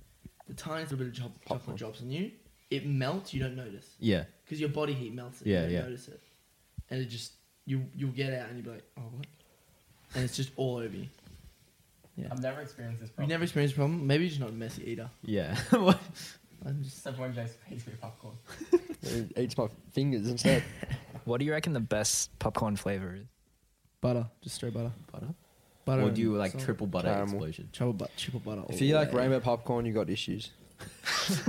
[SPEAKER 3] The tiniest little bit of cho- chocolate drops on you, it melts. You don't notice
[SPEAKER 2] yeah.
[SPEAKER 3] because your body heat melts it.
[SPEAKER 2] Yeah,
[SPEAKER 3] you don't
[SPEAKER 2] yeah.
[SPEAKER 3] Notice it, and it just you you'll get out and you'll be like, oh what? And it's just all over you. Yeah.
[SPEAKER 4] I've never experienced this
[SPEAKER 3] You
[SPEAKER 4] problem.
[SPEAKER 3] never experienced a problem. Maybe you're just not a messy eater.
[SPEAKER 2] Yeah. What?
[SPEAKER 3] I'm just
[SPEAKER 4] Except when Jason pays me popcorn.
[SPEAKER 1] It eats my fingers instead.
[SPEAKER 5] What do you reckon the best popcorn flavor is?
[SPEAKER 3] butter, just straight butter,
[SPEAKER 2] butter?
[SPEAKER 3] butter.
[SPEAKER 2] or do you like
[SPEAKER 3] and salt.
[SPEAKER 2] triple butter
[SPEAKER 1] Caramel.
[SPEAKER 2] explosion?
[SPEAKER 3] Triple butter, triple butter.
[SPEAKER 1] if
[SPEAKER 3] all
[SPEAKER 1] you like
[SPEAKER 3] the way.
[SPEAKER 1] rainbow popcorn, you got issues.
[SPEAKER 3] if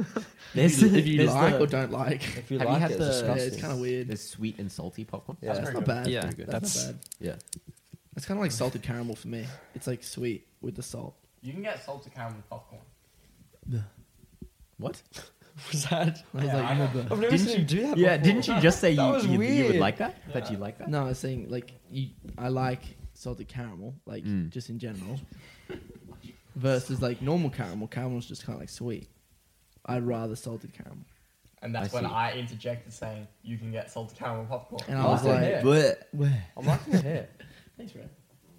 [SPEAKER 3] you, if you like or don't like,
[SPEAKER 1] If you
[SPEAKER 2] Have you
[SPEAKER 1] like
[SPEAKER 2] had
[SPEAKER 1] it,
[SPEAKER 2] the-
[SPEAKER 1] it's
[SPEAKER 3] yeah,
[SPEAKER 1] disgusting.
[SPEAKER 3] it's kind of weird.
[SPEAKER 2] There's sweet and salty popcorn.
[SPEAKER 1] Yeah.
[SPEAKER 3] that's
[SPEAKER 4] very
[SPEAKER 3] not
[SPEAKER 4] good.
[SPEAKER 3] bad.
[SPEAKER 5] Yeah,
[SPEAKER 3] that's,
[SPEAKER 5] that's-
[SPEAKER 3] not bad.
[SPEAKER 2] Yeah.
[SPEAKER 3] It's kind of like salted caramel for me. It's like sweet with the salt.
[SPEAKER 4] You can get salted caramel with popcorn.
[SPEAKER 2] What?
[SPEAKER 1] Was that?
[SPEAKER 3] I was
[SPEAKER 4] Yeah,
[SPEAKER 3] like,
[SPEAKER 4] I
[SPEAKER 3] oh,
[SPEAKER 4] know.
[SPEAKER 3] but-
[SPEAKER 1] I've never
[SPEAKER 2] Didn't
[SPEAKER 1] seen you do that.
[SPEAKER 2] Yeah,
[SPEAKER 1] before.
[SPEAKER 2] didn't you just say
[SPEAKER 1] That
[SPEAKER 2] you,
[SPEAKER 1] was
[SPEAKER 2] you, you would
[SPEAKER 1] weird.
[SPEAKER 2] like that? That you like that?
[SPEAKER 3] no, I was saying like you, I like salted caramel, like
[SPEAKER 2] Mm.
[SPEAKER 3] just in general, versus like normal caramel. Caramel's just kind of like sweet. I'd rather salted caramel.
[SPEAKER 4] And that's
[SPEAKER 2] I
[SPEAKER 4] when
[SPEAKER 2] see.
[SPEAKER 4] I interjected saying, you can get salted caramel with popcorn.
[SPEAKER 3] And I was
[SPEAKER 1] like-
[SPEAKER 4] "Yeah."
[SPEAKER 3] Where?
[SPEAKER 1] I'm liking your hair.
[SPEAKER 3] Thanks, bro.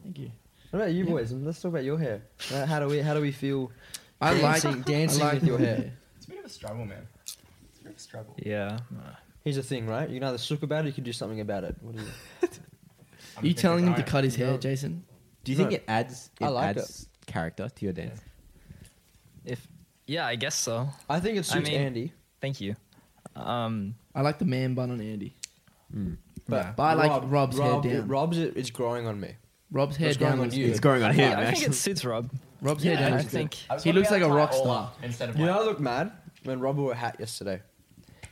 [SPEAKER 3] Thank you.
[SPEAKER 1] What about you
[SPEAKER 3] Yeah.
[SPEAKER 1] boys? Let's talk about your hair. Uh, How do we? How do we feel?
[SPEAKER 3] I like
[SPEAKER 1] Dancing- dancing
[SPEAKER 3] I like
[SPEAKER 1] with your
[SPEAKER 3] my
[SPEAKER 1] hair.
[SPEAKER 4] It's a bit of a struggle, man. It's a bit of a struggle.
[SPEAKER 5] Yeah.
[SPEAKER 1] Here's the thing, right? You can either suck about it, or you can do something about it. What do you?
[SPEAKER 3] Are
[SPEAKER 4] I'm
[SPEAKER 3] you
[SPEAKER 4] thinking
[SPEAKER 3] telling him to
[SPEAKER 4] diet.
[SPEAKER 3] cut his hair,
[SPEAKER 1] No.
[SPEAKER 3] Jason?
[SPEAKER 2] Do you
[SPEAKER 1] No.
[SPEAKER 2] think it adds it
[SPEAKER 1] I like
[SPEAKER 2] adds character to your dance?
[SPEAKER 5] If yeah, I guess so.
[SPEAKER 1] I think it
[SPEAKER 5] I
[SPEAKER 1] suits
[SPEAKER 5] mean-
[SPEAKER 1] Andy.
[SPEAKER 5] Thank you. Um,
[SPEAKER 3] I like the man bun on Andy.
[SPEAKER 1] But,
[SPEAKER 3] But I like Rob's hair
[SPEAKER 1] Rob,
[SPEAKER 3] down.
[SPEAKER 1] Rob's it, it's growing on me.
[SPEAKER 3] Rob's hair
[SPEAKER 1] What's going
[SPEAKER 3] down
[SPEAKER 1] on
[SPEAKER 3] looks
[SPEAKER 1] you?
[SPEAKER 3] good.
[SPEAKER 1] It's
[SPEAKER 2] growing on
[SPEAKER 5] yeah, I think it suits Rob.
[SPEAKER 3] Rob's hair
[SPEAKER 5] Yeah,
[SPEAKER 3] down
[SPEAKER 5] I
[SPEAKER 3] looks good.
[SPEAKER 5] think
[SPEAKER 4] I was
[SPEAKER 3] He
[SPEAKER 4] gonna
[SPEAKER 3] looks
[SPEAKER 4] be
[SPEAKER 3] like a
[SPEAKER 4] able to
[SPEAKER 3] rock
[SPEAKER 4] tie it all
[SPEAKER 3] star.
[SPEAKER 4] up Instead of
[SPEAKER 1] You know,
[SPEAKER 4] like,
[SPEAKER 1] I look mad when Rob wore a hat yesterday.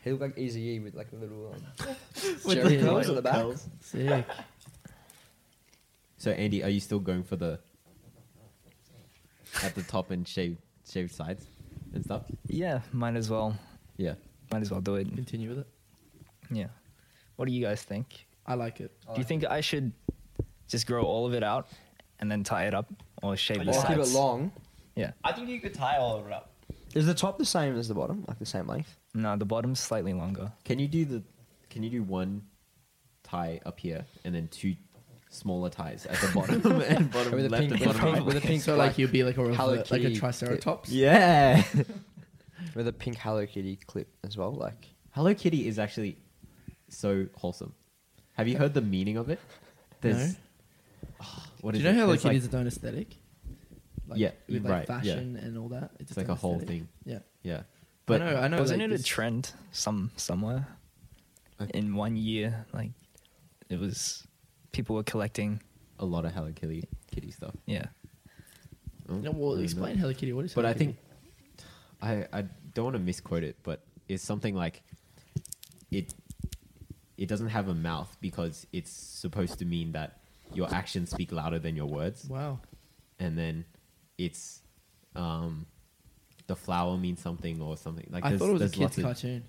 [SPEAKER 1] He looked like Easy E with like a little um, jerry
[SPEAKER 3] the
[SPEAKER 1] curls at
[SPEAKER 3] little
[SPEAKER 1] the back.
[SPEAKER 3] Sick.
[SPEAKER 2] So Andy, are you still going for the at the top and shaved shaved sides and stuff?
[SPEAKER 5] Yeah, might as well.
[SPEAKER 2] Yeah.
[SPEAKER 5] Might as well do it.
[SPEAKER 3] Continue with it.
[SPEAKER 5] Yeah. What do you guys think?
[SPEAKER 3] I like it.
[SPEAKER 5] Do you think I should just grow all of it out and then tie it up or shave the
[SPEAKER 1] Or keep it
[SPEAKER 5] sides?
[SPEAKER 1] long.
[SPEAKER 5] Yeah.
[SPEAKER 4] I think you could tie all of it up.
[SPEAKER 1] Is the top the same as the bottom, like the same length?
[SPEAKER 5] No, the bottom's slightly longer.
[SPEAKER 2] Can you do the can you do one tie up here and then two smaller ties at the bottom and bottom
[SPEAKER 1] With a
[SPEAKER 2] left
[SPEAKER 1] pink-
[SPEAKER 2] and bottom right?
[SPEAKER 1] with a pink
[SPEAKER 3] so like
[SPEAKER 1] like,
[SPEAKER 3] you'll be like a
[SPEAKER 1] Hello
[SPEAKER 3] revert, like a
[SPEAKER 1] Kitty.
[SPEAKER 3] triceratops.
[SPEAKER 2] Yeah.
[SPEAKER 1] with a pink Hello Kitty clip as well. Like
[SPEAKER 2] Hello Kitty is actually so wholesome. Have you heard the meaning of it? There's what
[SPEAKER 3] Do
[SPEAKER 2] is
[SPEAKER 3] you know
[SPEAKER 2] it?
[SPEAKER 3] Hello
[SPEAKER 2] There's,
[SPEAKER 3] Kitty
[SPEAKER 2] like-
[SPEAKER 3] is its own aesthetic? Like,
[SPEAKER 2] Yeah,
[SPEAKER 3] with
[SPEAKER 2] right,
[SPEAKER 3] like
[SPEAKER 2] yeah.
[SPEAKER 3] fashion and all that. It's,
[SPEAKER 2] It's
[SPEAKER 3] its
[SPEAKER 2] like
[SPEAKER 3] own
[SPEAKER 2] a whole
[SPEAKER 3] aesthetic.
[SPEAKER 2] thing.
[SPEAKER 3] Yeah,
[SPEAKER 2] Yeah.
[SPEAKER 3] but
[SPEAKER 2] But
[SPEAKER 3] I know. I know.
[SPEAKER 5] Wasn't
[SPEAKER 3] like,
[SPEAKER 5] it a
[SPEAKER 3] this-
[SPEAKER 5] trend some somewhere?
[SPEAKER 2] I-
[SPEAKER 5] In one year, like it was people were collecting.
[SPEAKER 2] a lot of Hello Kitty Kitty stuff.
[SPEAKER 5] Yeah.
[SPEAKER 2] Oh,
[SPEAKER 3] No,
[SPEAKER 2] I
[SPEAKER 3] well,
[SPEAKER 2] don't
[SPEAKER 3] explain
[SPEAKER 2] know.
[SPEAKER 3] Hello Kitty. What is?
[SPEAKER 2] But
[SPEAKER 3] Hello
[SPEAKER 2] I think
[SPEAKER 3] Kitty?
[SPEAKER 2] I I don't want to misquote it, but it's something like it it doesn't have a mouth because it's supposed to mean that your actions speak louder than your words.
[SPEAKER 3] Wow.
[SPEAKER 2] and then it's um the flower means something or something like
[SPEAKER 3] I
[SPEAKER 2] there's,
[SPEAKER 3] thought it was a
[SPEAKER 2] there's
[SPEAKER 3] kids'
[SPEAKER 2] lots of,
[SPEAKER 3] cartoon.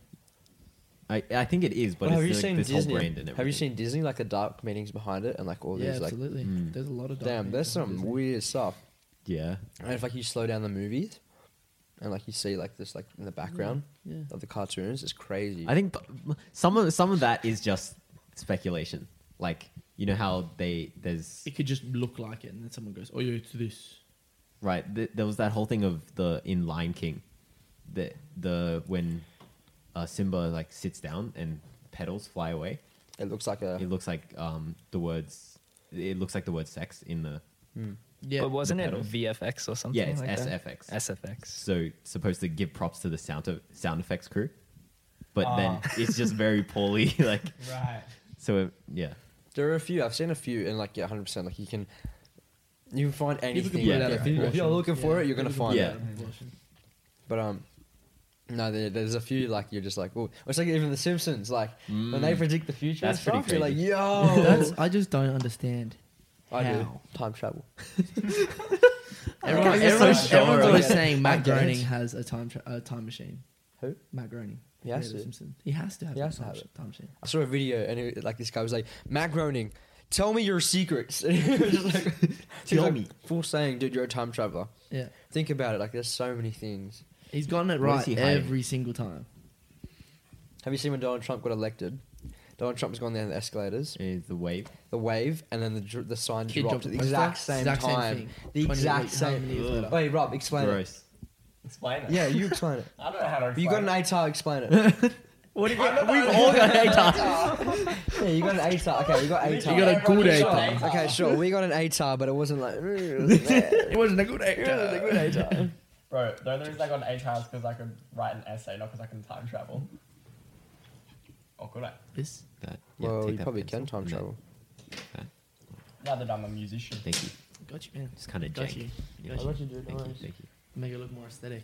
[SPEAKER 2] I, I think it is but
[SPEAKER 1] Well, Oh,
[SPEAKER 2] it's
[SPEAKER 1] have you
[SPEAKER 2] like
[SPEAKER 1] seen
[SPEAKER 2] this
[SPEAKER 1] Disney?
[SPEAKER 2] whole brand and everything
[SPEAKER 1] Have you seen Disney? Like the dark meanings behind it, and like all
[SPEAKER 3] yeah,
[SPEAKER 1] these like
[SPEAKER 3] absolutely.
[SPEAKER 2] Mm.
[SPEAKER 3] There's a lot of. dark
[SPEAKER 1] damn,
[SPEAKER 3] memes
[SPEAKER 1] there's
[SPEAKER 3] on
[SPEAKER 1] some
[SPEAKER 3] Disney.
[SPEAKER 1] weird stuff.
[SPEAKER 2] yeah
[SPEAKER 1] And if like you slow down the movies, and like you see like this like in the background
[SPEAKER 3] Yeah.
[SPEAKER 1] of the cartoons, it's crazy.
[SPEAKER 2] I think p- some of some of that is just speculation like you know how they there's
[SPEAKER 3] It could just look like it, and then someone goes, "Oh yeah, it's this."
[SPEAKER 2] right th- there was that whole thing of the in Lion King the the when uh, Simba like sits down and petals fly away
[SPEAKER 1] it looks like a
[SPEAKER 2] it looks like um the words it looks like the word sex in the
[SPEAKER 3] Yeah,
[SPEAKER 5] but wasn't it
[SPEAKER 2] pedal.
[SPEAKER 5] VFX or something?
[SPEAKER 2] yeah it's
[SPEAKER 5] like that?
[SPEAKER 2] SFX
[SPEAKER 5] SFX.
[SPEAKER 2] so supposed to give props to the sound of sound effects crew, but
[SPEAKER 4] Ah.
[SPEAKER 2] then it's just very poorly like
[SPEAKER 4] Right.
[SPEAKER 2] so it, yeah
[SPEAKER 1] There are a few. I've seen a few, and like yeah, hundred percent. Like you can, you can find anything.
[SPEAKER 2] put it
[SPEAKER 1] yeah,
[SPEAKER 2] out
[SPEAKER 1] if, you, if you're looking for it, you're gonna find
[SPEAKER 2] Yeah.
[SPEAKER 1] it. But um, no, there, there's a few like you're just like, oh, it's like even the Simpsons. Like when they predict the future,
[SPEAKER 2] That's
[SPEAKER 1] and stuff,
[SPEAKER 2] pretty
[SPEAKER 1] you're like,
[SPEAKER 2] crazy.
[SPEAKER 1] yo,
[SPEAKER 3] That's, I just don't understand.
[SPEAKER 1] I do
[SPEAKER 3] how.
[SPEAKER 1] time travel.
[SPEAKER 3] Everyone,
[SPEAKER 1] guys are
[SPEAKER 3] everyone's,
[SPEAKER 1] Oh, so sure
[SPEAKER 3] everyone's
[SPEAKER 1] of
[SPEAKER 3] always
[SPEAKER 1] it.
[SPEAKER 3] saying
[SPEAKER 1] I
[SPEAKER 3] Matt
[SPEAKER 1] get it.
[SPEAKER 3] Groening has a time tra- a time machine.
[SPEAKER 1] Who?
[SPEAKER 3] Matt Groening.
[SPEAKER 1] He has
[SPEAKER 3] Yeah, The
[SPEAKER 1] to.
[SPEAKER 3] Simpsons. He has to have
[SPEAKER 1] He
[SPEAKER 3] a
[SPEAKER 1] has to
[SPEAKER 3] time,
[SPEAKER 1] have
[SPEAKER 3] sh-
[SPEAKER 1] it.
[SPEAKER 3] time machine.
[SPEAKER 1] I saw a video, and it, like this guy was like, Matt Groening, tell me your secrets. Just like-
[SPEAKER 2] Tell
[SPEAKER 1] like,
[SPEAKER 2] me.
[SPEAKER 1] Full saying, dude, you're a time traveler.
[SPEAKER 3] Yeah,
[SPEAKER 1] Think about it. Like there's so many things.
[SPEAKER 3] he's gotten it
[SPEAKER 2] What is
[SPEAKER 3] right
[SPEAKER 2] he hiding?
[SPEAKER 3] every single time.
[SPEAKER 1] Have you seen when Donald Trump got elected? Donald Trump was going down the escalators,
[SPEAKER 2] is the wave
[SPEAKER 1] the wave, and then the, dr- the sign
[SPEAKER 3] Kid
[SPEAKER 1] dropped
[SPEAKER 3] dropped
[SPEAKER 1] at
[SPEAKER 3] the
[SPEAKER 1] the
[SPEAKER 3] poster.
[SPEAKER 1] exact same
[SPEAKER 3] Exact same
[SPEAKER 1] time.
[SPEAKER 3] thing.
[SPEAKER 1] the
[SPEAKER 3] 20
[SPEAKER 1] exact
[SPEAKER 3] weeks, how
[SPEAKER 1] same.
[SPEAKER 3] many years later?
[SPEAKER 1] Wait, Rob, explain
[SPEAKER 2] gross
[SPEAKER 4] Explain it.
[SPEAKER 1] it. Yeah, you explain it.
[SPEAKER 4] I don't know how to
[SPEAKER 1] You
[SPEAKER 4] explain
[SPEAKER 1] got an
[SPEAKER 4] it.
[SPEAKER 1] ATAR, explain it.
[SPEAKER 5] What do you
[SPEAKER 4] I'm not
[SPEAKER 3] We've
[SPEAKER 4] the
[SPEAKER 3] all
[SPEAKER 4] only-
[SPEAKER 3] got ATAR.
[SPEAKER 1] Yeah, you got an A star. Okay, you got A
[SPEAKER 3] You got a good
[SPEAKER 4] Everyone
[SPEAKER 1] Sure.
[SPEAKER 4] got
[SPEAKER 3] ATAR.
[SPEAKER 1] Okay, sure. We got an A tar, but it wasn't like. it
[SPEAKER 3] It wasn't a good
[SPEAKER 1] wasn't a
[SPEAKER 3] ATAR.
[SPEAKER 1] good A tar.
[SPEAKER 4] Bro, the only reason I got an A trial is because I could write an essay, not because I can time travel. Oh, Or could I?
[SPEAKER 3] This
[SPEAKER 2] That, yeah,
[SPEAKER 1] Well,
[SPEAKER 2] take
[SPEAKER 1] you
[SPEAKER 2] that
[SPEAKER 1] probably
[SPEAKER 2] pencil
[SPEAKER 1] can time
[SPEAKER 2] and
[SPEAKER 1] travel.
[SPEAKER 2] That, that.
[SPEAKER 4] Now that I'm a musician.
[SPEAKER 2] Thank you.
[SPEAKER 3] got you, man.
[SPEAKER 2] It's kind of
[SPEAKER 3] Got
[SPEAKER 2] jank.
[SPEAKER 3] you.
[SPEAKER 2] Yeah.
[SPEAKER 3] Got you.
[SPEAKER 2] Thank you. Thank you.
[SPEAKER 3] Make it look more aesthetic.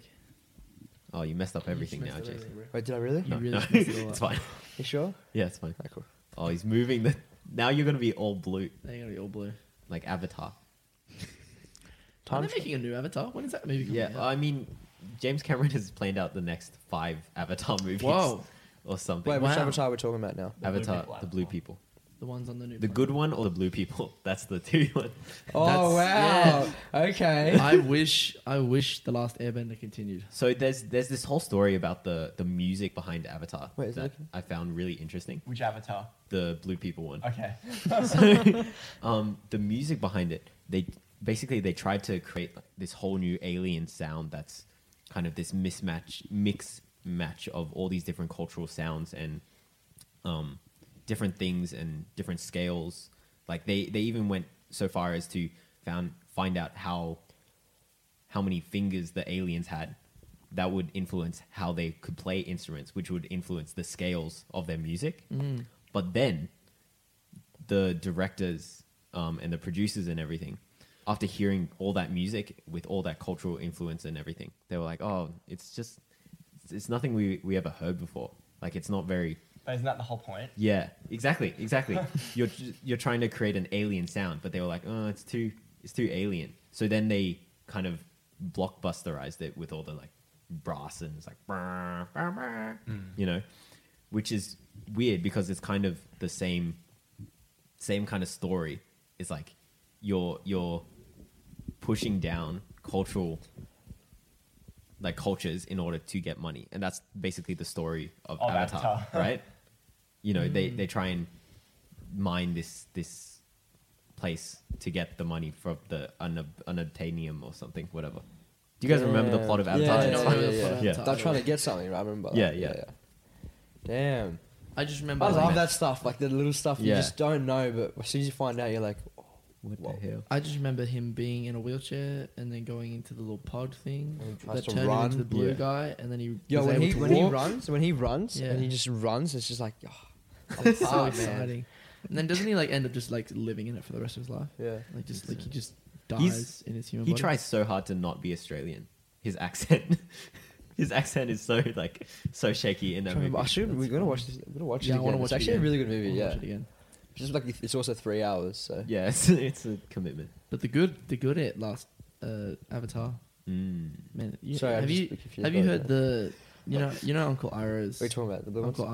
[SPEAKER 2] Oh, you messed up everything
[SPEAKER 3] You
[SPEAKER 2] now,
[SPEAKER 3] just messed up
[SPEAKER 2] Jason.
[SPEAKER 3] everything, bro.
[SPEAKER 1] Wait, did I really?
[SPEAKER 3] You really messed it all
[SPEAKER 2] it's
[SPEAKER 3] up.
[SPEAKER 2] fine.
[SPEAKER 1] You sure?
[SPEAKER 2] Yeah, it's fine.
[SPEAKER 1] Okay, cool.
[SPEAKER 2] Oh, he's moving the. Now you're gonna be all blue,
[SPEAKER 3] They're gonna be all blue.
[SPEAKER 2] like Avatar.
[SPEAKER 3] Are
[SPEAKER 1] Time
[SPEAKER 3] they making a new Avatar? When is that movie coming
[SPEAKER 2] Yeah,
[SPEAKER 3] out?
[SPEAKER 2] I mean, James Cameron has planned out the next five Avatar movies.
[SPEAKER 3] Whoa.
[SPEAKER 2] Or something.
[SPEAKER 1] Wait,
[SPEAKER 3] wow.
[SPEAKER 1] which avatar are we talking about now?
[SPEAKER 4] The blue
[SPEAKER 2] Avatar,
[SPEAKER 4] people
[SPEAKER 2] the blue
[SPEAKER 4] Avatar.
[SPEAKER 2] people.
[SPEAKER 3] The ones on the new.
[SPEAKER 2] The
[SPEAKER 3] planet.
[SPEAKER 2] good one or the blue people? That's the two one.
[SPEAKER 1] Oh wow!
[SPEAKER 3] That's-
[SPEAKER 1] Okay.
[SPEAKER 3] I wish. I wish the last Airbender continued.
[SPEAKER 2] So there's there's this whole story about the the music behind Avatar
[SPEAKER 1] Wait, is it
[SPEAKER 2] that
[SPEAKER 1] okay?
[SPEAKER 2] I found really interesting.
[SPEAKER 4] Which avatar?
[SPEAKER 2] The blue people one.
[SPEAKER 4] Okay.
[SPEAKER 2] so, um, the music behind it, they basically they tried to create like, this whole new alien sound that's kind of this mismatch mix match of all these different cultural sounds and um, different things and different scales. Like they they even went so far as to found find out how how many fingers the aliens had. That would influence how they could play instruments, which would influence the scales of their music. But then the directors um, and the producers and everything, after hearing all that music with all that cultural influence and everything, they were like, "Oh, it's just it's, it's nothing we we ever heard before. Like it's not very
[SPEAKER 4] But isn't that the whole point?
[SPEAKER 2] yeah, exactly, exactly. you're you're trying to create an alien sound, but they were like, "Oh, it's too it's too alien." So then they kind of blockbusterized it with all the like brass and it's like, "Brr, brr, brr," you know, which is weird because it's kind of the same same kind of story. It's like you're you're pushing down cultural like cultures in order to get money, and that's basically the story of,
[SPEAKER 4] Of
[SPEAKER 2] Avatar,
[SPEAKER 4] Avatar.
[SPEAKER 2] right? You know, they they try and mine this this place to get the money from the unab- unobtainium or something, whatever. Do you guys remember the
[SPEAKER 1] Yeah.
[SPEAKER 2] plot of
[SPEAKER 1] Yeah,
[SPEAKER 2] Avatar?
[SPEAKER 1] yeah,
[SPEAKER 2] It's
[SPEAKER 1] yeah,
[SPEAKER 2] fine.
[SPEAKER 1] yeah, yeah.
[SPEAKER 2] Yeah.
[SPEAKER 1] They're trying to get something, right? I remember. that.
[SPEAKER 2] Yeah, yeah.
[SPEAKER 1] Damn.
[SPEAKER 3] I just remember.
[SPEAKER 1] I
[SPEAKER 3] like,
[SPEAKER 1] love that stuff, like the little stuff you
[SPEAKER 2] Yeah.
[SPEAKER 1] just don't know, but as soon as you find out, you're like, oh,
[SPEAKER 2] What
[SPEAKER 1] Whoa.
[SPEAKER 2] the hell?
[SPEAKER 3] I just remember him being in a wheelchair and then going into the little pod thing
[SPEAKER 1] And he tries
[SPEAKER 3] that
[SPEAKER 1] to
[SPEAKER 3] turned him
[SPEAKER 1] run.
[SPEAKER 3] into the blue
[SPEAKER 2] Yeah.
[SPEAKER 3] guy, and then he
[SPEAKER 1] yo,
[SPEAKER 3] was
[SPEAKER 1] when
[SPEAKER 3] able
[SPEAKER 1] he
[SPEAKER 3] to
[SPEAKER 1] when he
[SPEAKER 3] walk.
[SPEAKER 1] runs, when he runs,
[SPEAKER 3] Yeah.
[SPEAKER 1] and he just runs, it's just like, oh,
[SPEAKER 3] It's so
[SPEAKER 1] Ah, man.
[SPEAKER 3] exciting. And then doesn't he like end up just like living in it for the rest of his life?
[SPEAKER 1] yeah.
[SPEAKER 3] Like just like he just dies
[SPEAKER 2] He's-
[SPEAKER 3] in his human
[SPEAKER 2] He
[SPEAKER 3] body.
[SPEAKER 2] tries so hard to not be Australian. His accent, his accent is so like so shaky in
[SPEAKER 1] I
[SPEAKER 2] that
[SPEAKER 1] remember-
[SPEAKER 2] movie.
[SPEAKER 1] I should. We're
[SPEAKER 3] That's
[SPEAKER 1] gonna
[SPEAKER 3] fun.
[SPEAKER 1] watch this. We're gonna watch
[SPEAKER 3] Yeah, I
[SPEAKER 1] it
[SPEAKER 3] wanna
[SPEAKER 1] again.
[SPEAKER 3] watch
[SPEAKER 1] It's
[SPEAKER 3] it
[SPEAKER 1] actually a
[SPEAKER 3] again.
[SPEAKER 1] really good movie.
[SPEAKER 3] I'll
[SPEAKER 1] Yeah,
[SPEAKER 3] watch it again.
[SPEAKER 1] It's just like it's also three hours. So
[SPEAKER 2] Yeah, it's, it's a commitment.
[SPEAKER 3] But the good the good at last uh, Avatar
[SPEAKER 2] Mm.
[SPEAKER 3] man. You,
[SPEAKER 1] Sorry, I'm
[SPEAKER 3] have
[SPEAKER 1] just
[SPEAKER 3] you
[SPEAKER 1] a bit confused
[SPEAKER 3] have you
[SPEAKER 1] by
[SPEAKER 3] heard
[SPEAKER 1] that.
[SPEAKER 3] the you know you know Uncle Iroh's
[SPEAKER 1] What are you talking about? The blue ones?
[SPEAKER 3] Uncle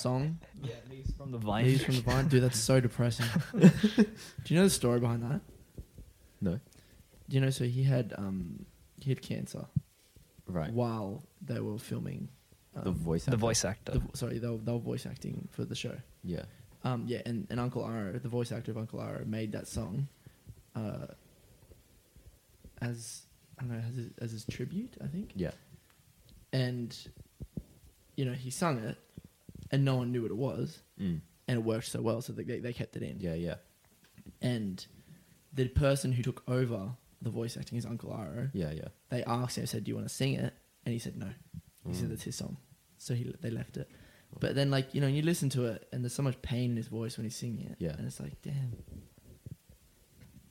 [SPEAKER 3] song
[SPEAKER 5] Yeah, leaves from the
[SPEAKER 3] Leaves from the Vine? Dude, that's so depressing. Do you know the story behind that?
[SPEAKER 2] No,
[SPEAKER 3] Do you know? So he had um he had cancer
[SPEAKER 2] right.
[SPEAKER 3] while they were filming um,
[SPEAKER 2] The voice.
[SPEAKER 5] The
[SPEAKER 2] actor.
[SPEAKER 5] voice actor.
[SPEAKER 3] the- sorry, they were, they were voice acting for the show.
[SPEAKER 2] Yeah.
[SPEAKER 3] Um, yeah, and, and Uncle Aro, the voice actor of Uncle Aro, made that song uh, as I don't know as his, as his tribute, I think.
[SPEAKER 2] Yeah.
[SPEAKER 3] And you know he sung it, and no one knew what it was,
[SPEAKER 2] Mm.
[SPEAKER 3] and it worked so well, so they they kept it in.
[SPEAKER 2] Yeah. Yeah.
[SPEAKER 3] And the person who took over the voice acting, his Uncle Aro,
[SPEAKER 2] Yeah. Yeah.
[SPEAKER 3] they asked him, said, "Do you want to sing it?" And he said, "No." He
[SPEAKER 2] Mm.
[SPEAKER 3] said, "That's his song," so he they left it. But then, like you know, you listen to it, and there's so much pain in his voice when he's singing it.
[SPEAKER 2] Yeah.
[SPEAKER 3] and it's like, damn,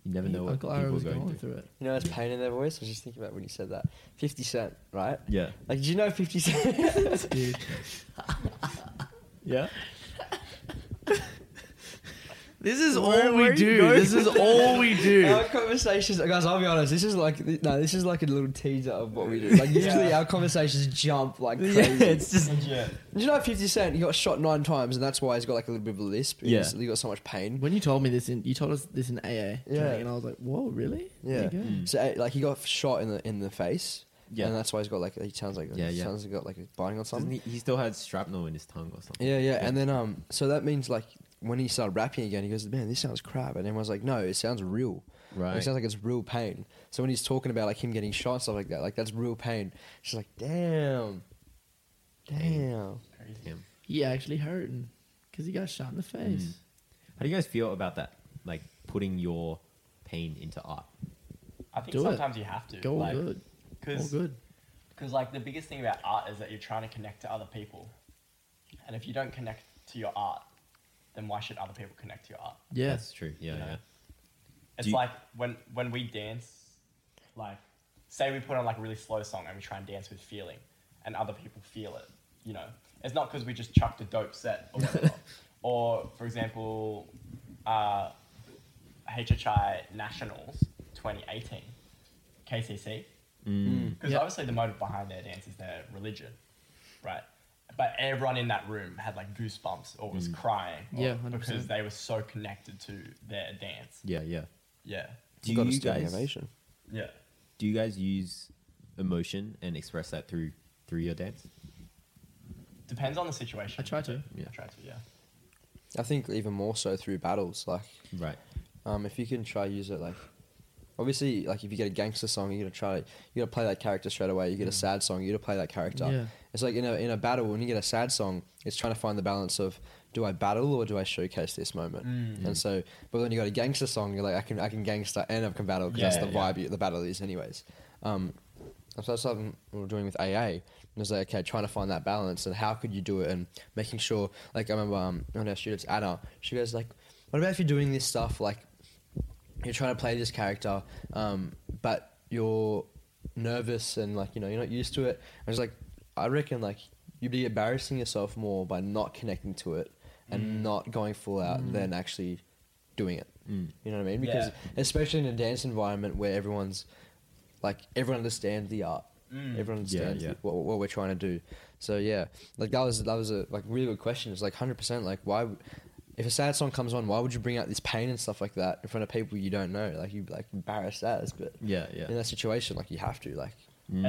[SPEAKER 2] You never know what
[SPEAKER 3] Uncle Ira
[SPEAKER 2] people are
[SPEAKER 3] was
[SPEAKER 2] going
[SPEAKER 3] going
[SPEAKER 2] through.
[SPEAKER 3] through it.
[SPEAKER 1] You know, that's pain in their voice. I was just thinking about when you said that. Fifty Cent, right?
[SPEAKER 2] Yeah.
[SPEAKER 1] Like, did you know Fifty Cent?
[SPEAKER 3] Dude,
[SPEAKER 2] Yeah.
[SPEAKER 3] this is
[SPEAKER 1] Where- where
[SPEAKER 3] all we
[SPEAKER 1] are you
[SPEAKER 3] do.
[SPEAKER 1] going
[SPEAKER 3] This is
[SPEAKER 1] with
[SPEAKER 3] all we do.
[SPEAKER 1] our conversations, guys. I'll be honest. This is like no, this is like a little teaser of what we do. Like usually
[SPEAKER 4] Yeah.
[SPEAKER 1] our conversations jump like
[SPEAKER 2] yeah.
[SPEAKER 1] crazy.
[SPEAKER 2] It's just.
[SPEAKER 4] Legit.
[SPEAKER 1] Did you know Fifty Cent? He got shot nine times, and that's why he's got like a little bit of a lisp.
[SPEAKER 2] Yeah.
[SPEAKER 1] he's, he got so much pain.
[SPEAKER 3] When you told me this, in you told us this in AA,
[SPEAKER 1] Yeah.
[SPEAKER 3] and I was like, whoa, really? There
[SPEAKER 1] Yeah.
[SPEAKER 3] you go.
[SPEAKER 2] Mm.
[SPEAKER 1] So eh, like he got shot in the in the face.
[SPEAKER 2] Yeah.
[SPEAKER 1] and that's why he's got like he sounds like
[SPEAKER 2] Yeah,
[SPEAKER 1] he
[SPEAKER 2] yeah.
[SPEAKER 1] sounds like he got like he's biting on
[SPEAKER 2] Doesn't
[SPEAKER 1] something.
[SPEAKER 2] he, he still had shrapnel in his tongue or something.
[SPEAKER 1] Yeah, yeah, and then um, so that means like when he started rapping again, he goes, "Man, this sounds crap," and everyone's like, "No, it sounds real." Like,
[SPEAKER 2] Right.
[SPEAKER 1] it sounds like it's real pain. So when he's talking about like him getting shot and stuff like that, like that's real pain. She's like, "Damn, damn."
[SPEAKER 4] Crazy.
[SPEAKER 2] Damn.
[SPEAKER 3] He actually hurting because he got shot in the face.
[SPEAKER 2] Mm. How do you guys feel about that? Like putting your pain into art.
[SPEAKER 4] I think
[SPEAKER 3] Do it.
[SPEAKER 4] sometimes you have to.
[SPEAKER 2] Mm.
[SPEAKER 3] Go all
[SPEAKER 4] like,
[SPEAKER 3] good. All
[SPEAKER 4] Because
[SPEAKER 3] good.
[SPEAKER 4] like the biggest thing about art is that you're trying to connect to other people, and if you don't connect to your art, then why should other people connect to your art?
[SPEAKER 3] Yeah.
[SPEAKER 2] That's true. Yeah,
[SPEAKER 4] Yeah.
[SPEAKER 2] yeah.
[SPEAKER 4] It's
[SPEAKER 2] Do you-
[SPEAKER 4] like when when we dance, like say we put on like a really slow song and we try and dance with feeling, and other people feel it. You know, it's not because we just chucked a dope set or whatever. or for example, uh, HHI Nationals 2018, KCC.
[SPEAKER 2] Mm.
[SPEAKER 4] Because
[SPEAKER 1] Mm.
[SPEAKER 3] Yeah.
[SPEAKER 4] obviously the motive behind their dance is their religion, right? But everyone in that room had like goosebumps or was crying, or-
[SPEAKER 3] Yeah, 100%.
[SPEAKER 4] because they were so connected to their dance.
[SPEAKER 2] Yeah, yeah.
[SPEAKER 4] Yeah.
[SPEAKER 2] Do
[SPEAKER 1] Gotta
[SPEAKER 2] you
[SPEAKER 1] stay
[SPEAKER 2] guys
[SPEAKER 1] innovation.
[SPEAKER 4] Yeah.
[SPEAKER 2] do you guys use emotion and express that through through your dance?
[SPEAKER 4] Depends on the situation.
[SPEAKER 3] I try to.
[SPEAKER 2] Yeah.
[SPEAKER 4] I try to, yeah.
[SPEAKER 1] I think even more so through battles. Like,
[SPEAKER 2] Right.
[SPEAKER 1] um, if you can try use it, like, obviously, like if you get a gangster song, you're gonna try to you gotta play that character straight away. You
[SPEAKER 4] Mm.
[SPEAKER 1] get a sad song, you gotta play that character.
[SPEAKER 3] Yeah.
[SPEAKER 1] It's like in a in a battle when you get a sad song, it's trying to find the balance of do I battle or do I showcase this moment?
[SPEAKER 4] Mm.
[SPEAKER 1] And so, but when you got a gangster song, you're like I can I can gangster and I can battle because that's the
[SPEAKER 4] Yeah, yeah.
[SPEAKER 1] vibe you, the battle is anyways. Um, and so that's something we we're doing with AA. And it's like, okay, trying to find that balance and how could you do it and making sure, like, I remember um, one of our students, Anna, she goes, like, what about if you're doing this stuff, like, you're trying to play this character, um, but you're nervous and, like, you know, you're not used to it. I was like, I reckon, like, you'd be embarrassing yourself more by not connecting to it and not going full out than actually doing it. You know what I mean? Because
[SPEAKER 4] Yeah.
[SPEAKER 1] especially in a dance environment where everyone's like everyone understands the art. Everyone
[SPEAKER 2] Yeah,
[SPEAKER 1] understands
[SPEAKER 2] yeah.
[SPEAKER 1] What, what we're trying to do. So yeah, like that was that was a like really good question. It's like hundred percent. Like why, would- if a sad song comes on, why would you bring out this pain and stuff like that in front of people you don't know? Like you like embarrassed as, but
[SPEAKER 2] Yeah, yeah.
[SPEAKER 1] in that situation, like you have to like
[SPEAKER 4] And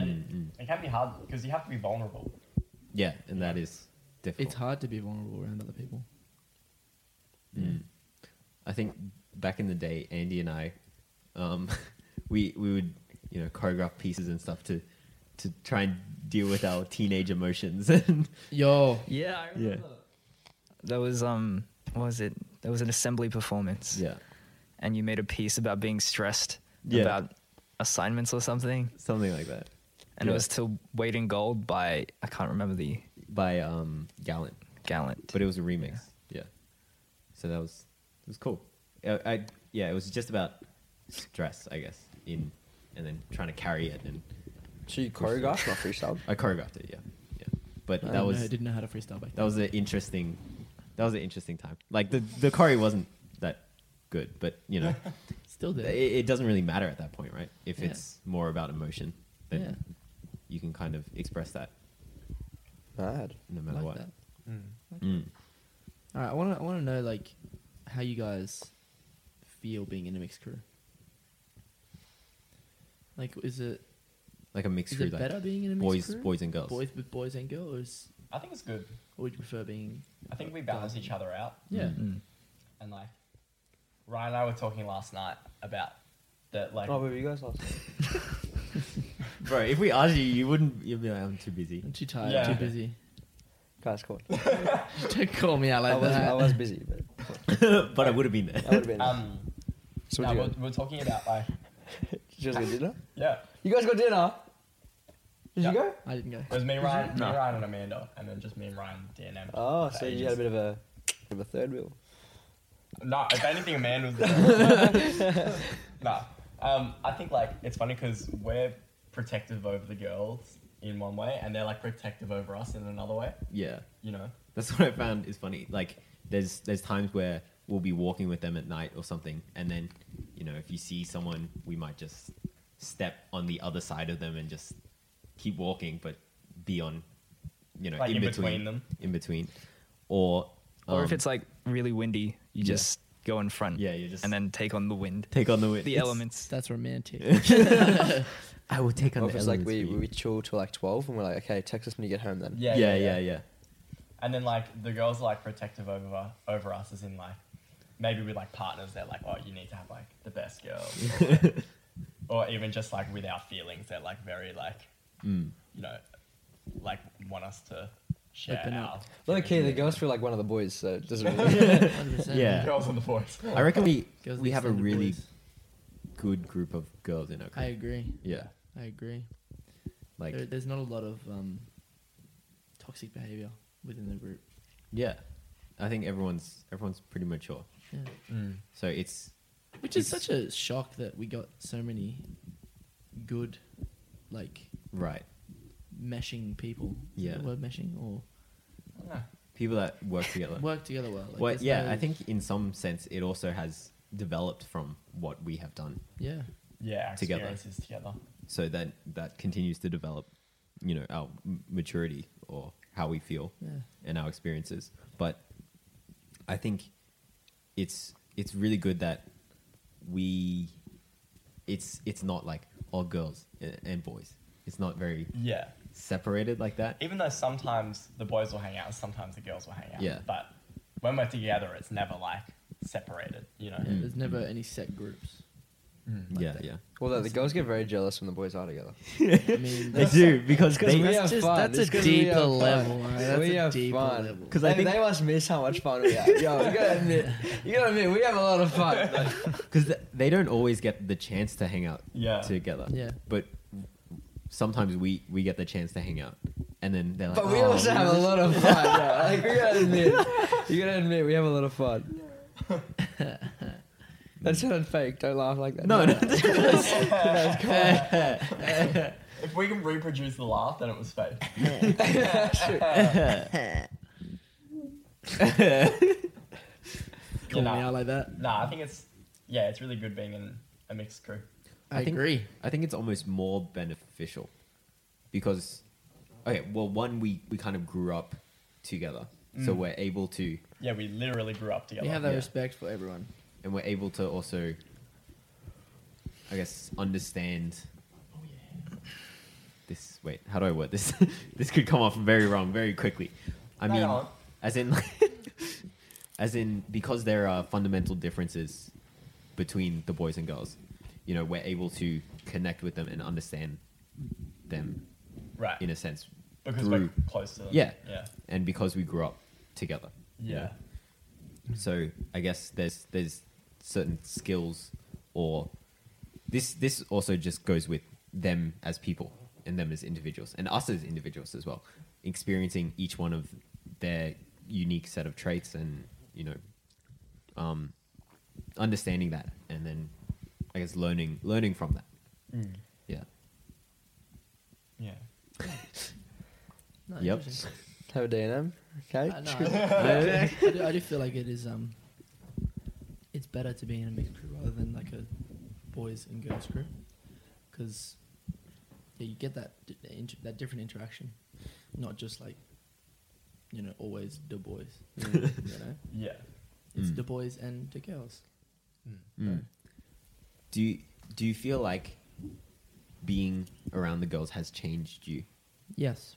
[SPEAKER 4] it, it can be hard because you have to be vulnerable.
[SPEAKER 2] Yeah, and that is difficult.
[SPEAKER 3] It's hard to be vulnerable around other people.
[SPEAKER 2] I think back in the day, Andy and I, um, we we would you know choreograph pieces and stuff to to try and deal with our teenage emotions and
[SPEAKER 3] Yo.
[SPEAKER 5] Yeah, I
[SPEAKER 2] yeah
[SPEAKER 5] That was um, what was it? That was an assembly performance.
[SPEAKER 2] yeah
[SPEAKER 5] And you made a piece about being stressed
[SPEAKER 2] Yeah.
[SPEAKER 5] about assignments or something,
[SPEAKER 2] something like that
[SPEAKER 5] and
[SPEAKER 2] Yeah.
[SPEAKER 5] it was to Wait in Gold by I can't remember the
[SPEAKER 2] by um Gallant,
[SPEAKER 5] Gallant.
[SPEAKER 2] but it was a remix. Yeah, so that was it was cool. I, I yeah, it was just about stress, I guess, in and then trying to carry it and
[SPEAKER 1] so you choreograph, not freestyle.
[SPEAKER 2] I choreographed it. Yeah, yeah, but
[SPEAKER 3] I
[SPEAKER 2] that
[SPEAKER 3] don't
[SPEAKER 2] was
[SPEAKER 3] know, didn't know how to freestyle back
[SPEAKER 2] that
[SPEAKER 3] then.
[SPEAKER 2] was an interesting that was an interesting time like the the curry wasn't that good but you know
[SPEAKER 3] Still
[SPEAKER 2] it,
[SPEAKER 3] did.
[SPEAKER 2] it doesn't really matter at that point right if
[SPEAKER 3] Yeah.
[SPEAKER 2] it's more about emotion then
[SPEAKER 3] Yeah.
[SPEAKER 2] you can kind of express that
[SPEAKER 1] Mad.
[SPEAKER 2] no matter
[SPEAKER 3] like
[SPEAKER 2] what
[SPEAKER 3] that.
[SPEAKER 2] Mm.
[SPEAKER 3] All right, I want to I want to know like how you guys feel being in a mixed crew. Like, is it
[SPEAKER 2] like a mixed
[SPEAKER 3] is
[SPEAKER 2] crew
[SPEAKER 3] it
[SPEAKER 2] like
[SPEAKER 3] better being in a mixed
[SPEAKER 2] boys
[SPEAKER 3] crew?
[SPEAKER 2] boys and girls
[SPEAKER 3] boys with boys and girls,
[SPEAKER 4] I think it's good.
[SPEAKER 3] or would you prefer being?
[SPEAKER 4] I think we balance each other out.
[SPEAKER 3] Yeah,
[SPEAKER 5] Mm.
[SPEAKER 4] And like, Ryan and I were talking last night about that, like,
[SPEAKER 1] Oh, where were you guys last?
[SPEAKER 2] bro if we asked you you wouldn't you'd be like i'm too busy
[SPEAKER 3] I'm too tired,
[SPEAKER 4] Yeah.
[SPEAKER 3] too busy.
[SPEAKER 1] guys, come on.
[SPEAKER 3] Don't call me out
[SPEAKER 1] I
[SPEAKER 3] like
[SPEAKER 1] was
[SPEAKER 3] that.
[SPEAKER 1] I was busy, but
[SPEAKER 2] but i would have been there
[SPEAKER 1] I would have been.
[SPEAKER 4] um,
[SPEAKER 1] so
[SPEAKER 4] no,
[SPEAKER 1] what
[SPEAKER 4] we're,
[SPEAKER 1] did you,
[SPEAKER 4] we're talking about like,
[SPEAKER 1] guys- did you guys go dinner?
[SPEAKER 4] yeah,
[SPEAKER 1] You guys got dinner? Did
[SPEAKER 4] Yeah.
[SPEAKER 1] you go?
[SPEAKER 3] I didn't go.
[SPEAKER 4] it was me, Ryan, me, Ryan, and Amanda, and then just me and Ryan DNM.
[SPEAKER 1] Oh,
[SPEAKER 4] for
[SPEAKER 1] so you
[SPEAKER 4] ages.
[SPEAKER 1] had a bit of a bit of a third wheel.
[SPEAKER 4] No, if anything, Amanda was there. no, um, I think like it's funny because we're protective over the girls in one way, and they're like protective over us in another way.
[SPEAKER 2] yeah
[SPEAKER 4] You know?
[SPEAKER 2] That's what I found is funny. Like there's there's times where we'll be walking with them at night or something, and then you know if you see someone, we might just step on the other side of them and just keep walking, but be on you know
[SPEAKER 4] Like,
[SPEAKER 2] in,
[SPEAKER 4] in
[SPEAKER 2] between,
[SPEAKER 4] between them.
[SPEAKER 2] in between, or
[SPEAKER 5] Or if
[SPEAKER 2] um,
[SPEAKER 5] it's like really windy, you
[SPEAKER 2] yeah.
[SPEAKER 5] just go in front.
[SPEAKER 2] Yeah, you just-
[SPEAKER 5] and then take on the wind,
[SPEAKER 2] take on the wind.
[SPEAKER 5] the
[SPEAKER 2] It's-
[SPEAKER 5] elements.
[SPEAKER 3] That's romantic.
[SPEAKER 2] I will take on
[SPEAKER 1] Or
[SPEAKER 2] the
[SPEAKER 1] if it's like
[SPEAKER 2] elements.
[SPEAKER 1] we,
[SPEAKER 2] for you.
[SPEAKER 1] we chill till like twelve and we're like, okay, text us when you get home then.
[SPEAKER 4] Yeah,
[SPEAKER 2] yeah, yeah, yeah.
[SPEAKER 4] And then like the girls are like protective over over us, as in like maybe with like partners, they're like, oh, you need to have like the best girl, or, even just like with our feelings, they're like very like
[SPEAKER 2] Mm.
[SPEAKER 4] you know, like want us to Shout
[SPEAKER 3] Open
[SPEAKER 4] out.
[SPEAKER 3] up.
[SPEAKER 1] Look, okay, the girls feel like one of the boys, so it doesn't really.
[SPEAKER 3] Yeah,
[SPEAKER 2] Yeah.
[SPEAKER 4] Girls on the boys.
[SPEAKER 2] I reckon we
[SPEAKER 3] Goes
[SPEAKER 2] we
[SPEAKER 3] the
[SPEAKER 2] have a
[SPEAKER 3] extended
[SPEAKER 2] really
[SPEAKER 3] boys.
[SPEAKER 2] good group of girls in our
[SPEAKER 3] I
[SPEAKER 2] group.
[SPEAKER 3] agree.
[SPEAKER 2] Yeah,
[SPEAKER 3] I agree.
[SPEAKER 2] like
[SPEAKER 3] there, there's not a lot of um, toxic behavior within the group.
[SPEAKER 2] yeah, I think everyone's everyone's pretty mature.
[SPEAKER 3] Yeah.
[SPEAKER 4] Mm.
[SPEAKER 2] So it's
[SPEAKER 3] Which is
[SPEAKER 2] It's-
[SPEAKER 3] such a shock that we got so many good, like
[SPEAKER 2] right.
[SPEAKER 3] meshing people. Is
[SPEAKER 2] Yeah.
[SPEAKER 3] that the word meshing or Ah.
[SPEAKER 2] People that work together.
[SPEAKER 3] work together well. Like,
[SPEAKER 2] well,
[SPEAKER 3] there's
[SPEAKER 2] yeah,
[SPEAKER 3] no-
[SPEAKER 2] I think in some sense it also has developed from what we have done.
[SPEAKER 3] Yeah,
[SPEAKER 4] Yeah, our
[SPEAKER 2] Together.
[SPEAKER 4] experiences together.
[SPEAKER 2] So that that continues to develop, you know, our m- maturity or how we feel
[SPEAKER 3] yeah,
[SPEAKER 2] and our experiences. But I think it's it's really good that we it's it's not like all girls a- and boys. It's not very
[SPEAKER 4] Yeah.
[SPEAKER 2] separated like that.
[SPEAKER 4] Even though sometimes the boys will hang out, sometimes the girls will hang out.
[SPEAKER 2] Yeah.
[SPEAKER 4] But when we're together, it's never like separated, you know?
[SPEAKER 3] yeah.
[SPEAKER 2] Mm.
[SPEAKER 3] There's never any set groups.
[SPEAKER 2] yeah, yeah.
[SPEAKER 1] Although the girls get very jealous when the boys are together.
[SPEAKER 3] I mean,
[SPEAKER 5] They do because
[SPEAKER 1] They-
[SPEAKER 5] they,
[SPEAKER 1] have
[SPEAKER 3] that's, just,
[SPEAKER 1] fun.
[SPEAKER 3] that's
[SPEAKER 1] It's
[SPEAKER 3] a
[SPEAKER 1] 'cause we have
[SPEAKER 3] deeper
[SPEAKER 1] fun.
[SPEAKER 3] level. Right? That's
[SPEAKER 1] we
[SPEAKER 3] a
[SPEAKER 1] have
[SPEAKER 3] deeper
[SPEAKER 1] fun.
[SPEAKER 3] level.
[SPEAKER 1] Because
[SPEAKER 2] I
[SPEAKER 1] I
[SPEAKER 2] think-
[SPEAKER 1] they must miss how much fun we have. Yo, you gotta admit, you gotta admit, we have a lot of fun. Like,
[SPEAKER 2] because th- they don't always get the chance to hang out
[SPEAKER 4] Yeah.
[SPEAKER 2] together.
[SPEAKER 3] Yeah.
[SPEAKER 2] but sometimes we we get the chance to hang out, and then they're like,
[SPEAKER 1] but we
[SPEAKER 2] "Oh,
[SPEAKER 1] also have a lot of fun. Yeah. Like, we gotta admit, you gotta admit, we have a lot of fun. That sounded fake. Don't laugh like that.
[SPEAKER 2] No, no,
[SPEAKER 4] If we can reproduce the laugh, then it was fake.
[SPEAKER 3] Calling
[SPEAKER 4] Yeah.
[SPEAKER 3] me out like that.
[SPEAKER 4] Nah, I think it's, yeah, it's really good being in a mixed group.
[SPEAKER 3] I,
[SPEAKER 2] think-
[SPEAKER 3] agree.
[SPEAKER 2] I think it's almost more beneficial because, okay, well, one we we kind of grew up together,
[SPEAKER 1] Mm.
[SPEAKER 2] so we're able to
[SPEAKER 4] Yeah, we literally grew up together.
[SPEAKER 3] We have that
[SPEAKER 2] Yeah.
[SPEAKER 3] respect for everyone.
[SPEAKER 2] and we're able to also, I guess, understand. This wait, how do I word this? this could come off very wrong very quickly. I
[SPEAKER 4] No,
[SPEAKER 2] mean,
[SPEAKER 4] no.
[SPEAKER 2] as in, as in, because there are fundamental differences between the boys and girls. You know, we're able to connect with them and understand them
[SPEAKER 4] right.
[SPEAKER 2] in a sense,
[SPEAKER 4] because
[SPEAKER 2] through-
[SPEAKER 4] we're close to them.
[SPEAKER 2] Yeah.
[SPEAKER 4] Yeah.
[SPEAKER 2] and because we grew up together. you
[SPEAKER 4] Yeah.
[SPEAKER 2] know? Mm-hmm. So I guess there's there's certain skills or this this also just goes with them as people and them as individuals and us as individuals as well. Experiencing each one of their unique set of traits and you know um, understanding that and then I guess learning learning from that.
[SPEAKER 4] Mm.
[SPEAKER 2] Yeah.
[SPEAKER 4] Yeah.
[SPEAKER 3] No,
[SPEAKER 2] Yep.
[SPEAKER 3] interesting.
[SPEAKER 1] Have a D&M. Okay.
[SPEAKER 3] Uh, no, I, I do, I do feel like it is um, it's better to be in a mixed group rather than like a boys and girls group, because yeah, you get that di- inter- that different interaction, not just like you know always the boys. You know,
[SPEAKER 4] Yeah. Hmm.
[SPEAKER 3] it's
[SPEAKER 2] Mm.
[SPEAKER 3] the boys and the girls.
[SPEAKER 2] Mm. Do you do you feel like being around the girls has changed you?
[SPEAKER 3] Yes,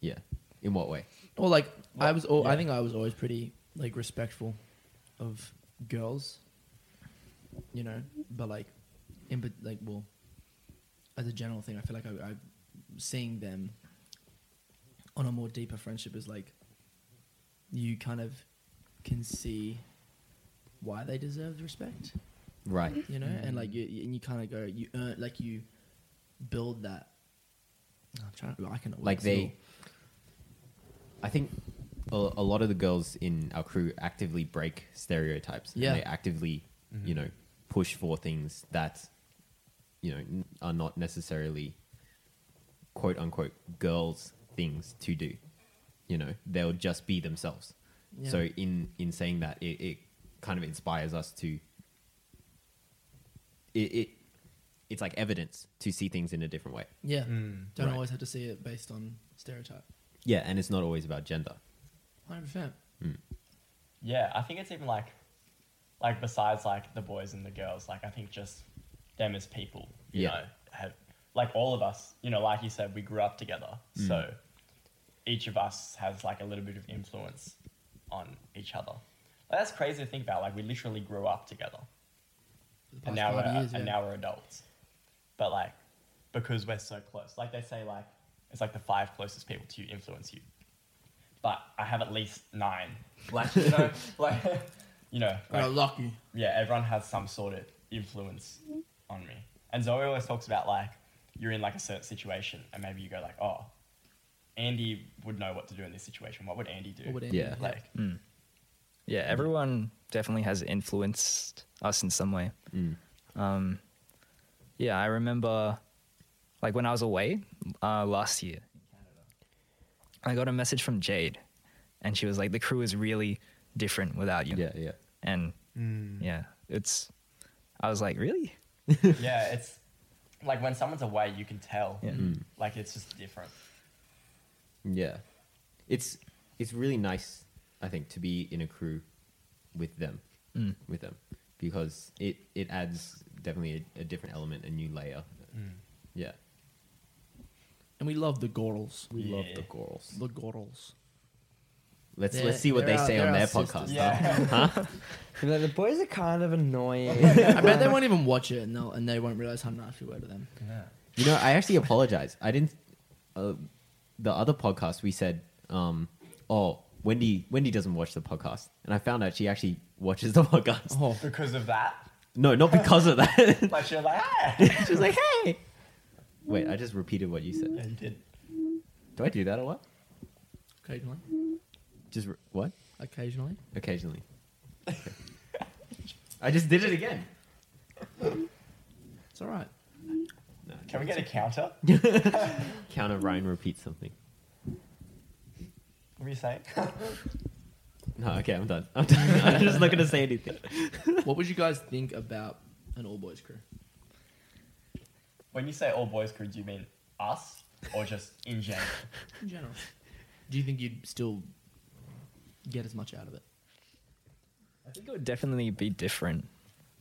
[SPEAKER 2] Yeah. In what way?
[SPEAKER 3] or like I
[SPEAKER 4] Well,
[SPEAKER 3] was. Al-
[SPEAKER 4] yeah.
[SPEAKER 3] I think I was always pretty like respectful of girls. You know, but like, in but like, well, as a general thing, I feel like I, I seeing them on a more deeper friendship is like you kind of can see why they deserve respect
[SPEAKER 2] Right.
[SPEAKER 3] you know, and like you, you- and you kind of go, you earn, like you build that. I'm trying. I can
[SPEAKER 2] Like they I think a, a lot of the girls in our crew actively break stereotypes. and
[SPEAKER 3] Yeah. Mm-hmm.
[SPEAKER 2] they actively, you know, push for things that you know n- are not necessarily quote unquote girls things to do. You know, they'll just be themselves.
[SPEAKER 3] Yeah.
[SPEAKER 2] So in in saying that, it, it kind of inspires us to. It, it it's like evidence to see things in a different way.
[SPEAKER 3] yeah
[SPEAKER 4] Mm.
[SPEAKER 3] don't
[SPEAKER 2] Right.
[SPEAKER 3] always have to see it based on stereotype.
[SPEAKER 2] Yeah, and it's not always about gender.
[SPEAKER 3] Hundred percent.
[SPEAKER 4] Yeah, I think it's even like, like besides like the boys and the girls, like I think just them as people, you
[SPEAKER 2] Yeah.
[SPEAKER 4] know, have like all of us, you know, like you said, we grew up together, so each of us has like a little bit of influence on each other. Like, that's crazy to think about. Like we literally grew up together, and now we're and now we're adults, but like because we're so close, like they say, like it's like the five closest people to you influence you. but I have at least nine. Like you know, like you know,
[SPEAKER 3] You're
[SPEAKER 4] like,
[SPEAKER 3] lucky.
[SPEAKER 4] yeah, everyone has some sort of influence on me. And Zoe always talks about like you're in like a certain situation, and maybe you go like, oh, Andy would know what to do in this situation. What would Andy do?
[SPEAKER 3] What would Andy
[SPEAKER 2] Yeah.
[SPEAKER 3] do?
[SPEAKER 4] like
[SPEAKER 5] Yeah, everyone definitely has influenced us in some way.
[SPEAKER 2] Mm.
[SPEAKER 5] Um, yeah, I remember, like when I was away uh, last year, I got a message from Jade, and she was like, "The crew is really different without you."
[SPEAKER 2] Yeah, yeah.
[SPEAKER 5] and yeah, it's. I was like, really?
[SPEAKER 4] yeah, it's like when someone's away, you can tell.
[SPEAKER 5] Yeah.
[SPEAKER 4] Like it's just different.
[SPEAKER 2] Yeah, it's it's really nice, I think, to be in a crew with them,
[SPEAKER 3] Mm.
[SPEAKER 2] with them, because it it adds definitely a, a different element, a new layer. Yeah,
[SPEAKER 3] And we love the Gorals.
[SPEAKER 2] we love
[SPEAKER 4] Yeah.
[SPEAKER 2] the girls.
[SPEAKER 3] The Gorals.
[SPEAKER 2] Let's
[SPEAKER 3] They're-
[SPEAKER 2] let's see what
[SPEAKER 3] they're
[SPEAKER 2] they
[SPEAKER 3] our-
[SPEAKER 2] say
[SPEAKER 3] they're
[SPEAKER 2] on
[SPEAKER 3] our
[SPEAKER 2] their
[SPEAKER 3] sisters.
[SPEAKER 2] podcast. huh?
[SPEAKER 4] Yeah.
[SPEAKER 1] You're like, the boys are kind of annoying.
[SPEAKER 3] I bet they won't even watch it and, they'll, and they won't realize how nasty we were to them.
[SPEAKER 2] You know, I actually apologize. I didn't. Uh, the other podcast we said, um, oh, Wendy Wendy doesn't watch the podcast, and I found out she actually watches the podcast.
[SPEAKER 3] Oh,
[SPEAKER 4] because of that,
[SPEAKER 2] No, not because of that.
[SPEAKER 4] like you're like, ah.
[SPEAKER 2] She's like, hey. Wait, I just repeated what you
[SPEAKER 4] yeah,
[SPEAKER 2] said.
[SPEAKER 4] you did.
[SPEAKER 2] Do I do that a lot?
[SPEAKER 3] occasionally.
[SPEAKER 2] Just re- what?
[SPEAKER 3] Occasionally.
[SPEAKER 2] Occasionally. Okay. I just did it again.
[SPEAKER 3] It's all right.
[SPEAKER 2] No,
[SPEAKER 4] Can we get a counter?
[SPEAKER 2] counter Ryan repeat something?
[SPEAKER 4] What were you saying?
[SPEAKER 2] No, okay, I'm done. I'm done. I'm just not gonna say anything.
[SPEAKER 3] what would you guys think about an all boys crew?
[SPEAKER 4] when you say all boys crew, do you mean us or just in general?
[SPEAKER 3] In general. Do you think you'd still get as much out of it?
[SPEAKER 5] I think it would definitely be different.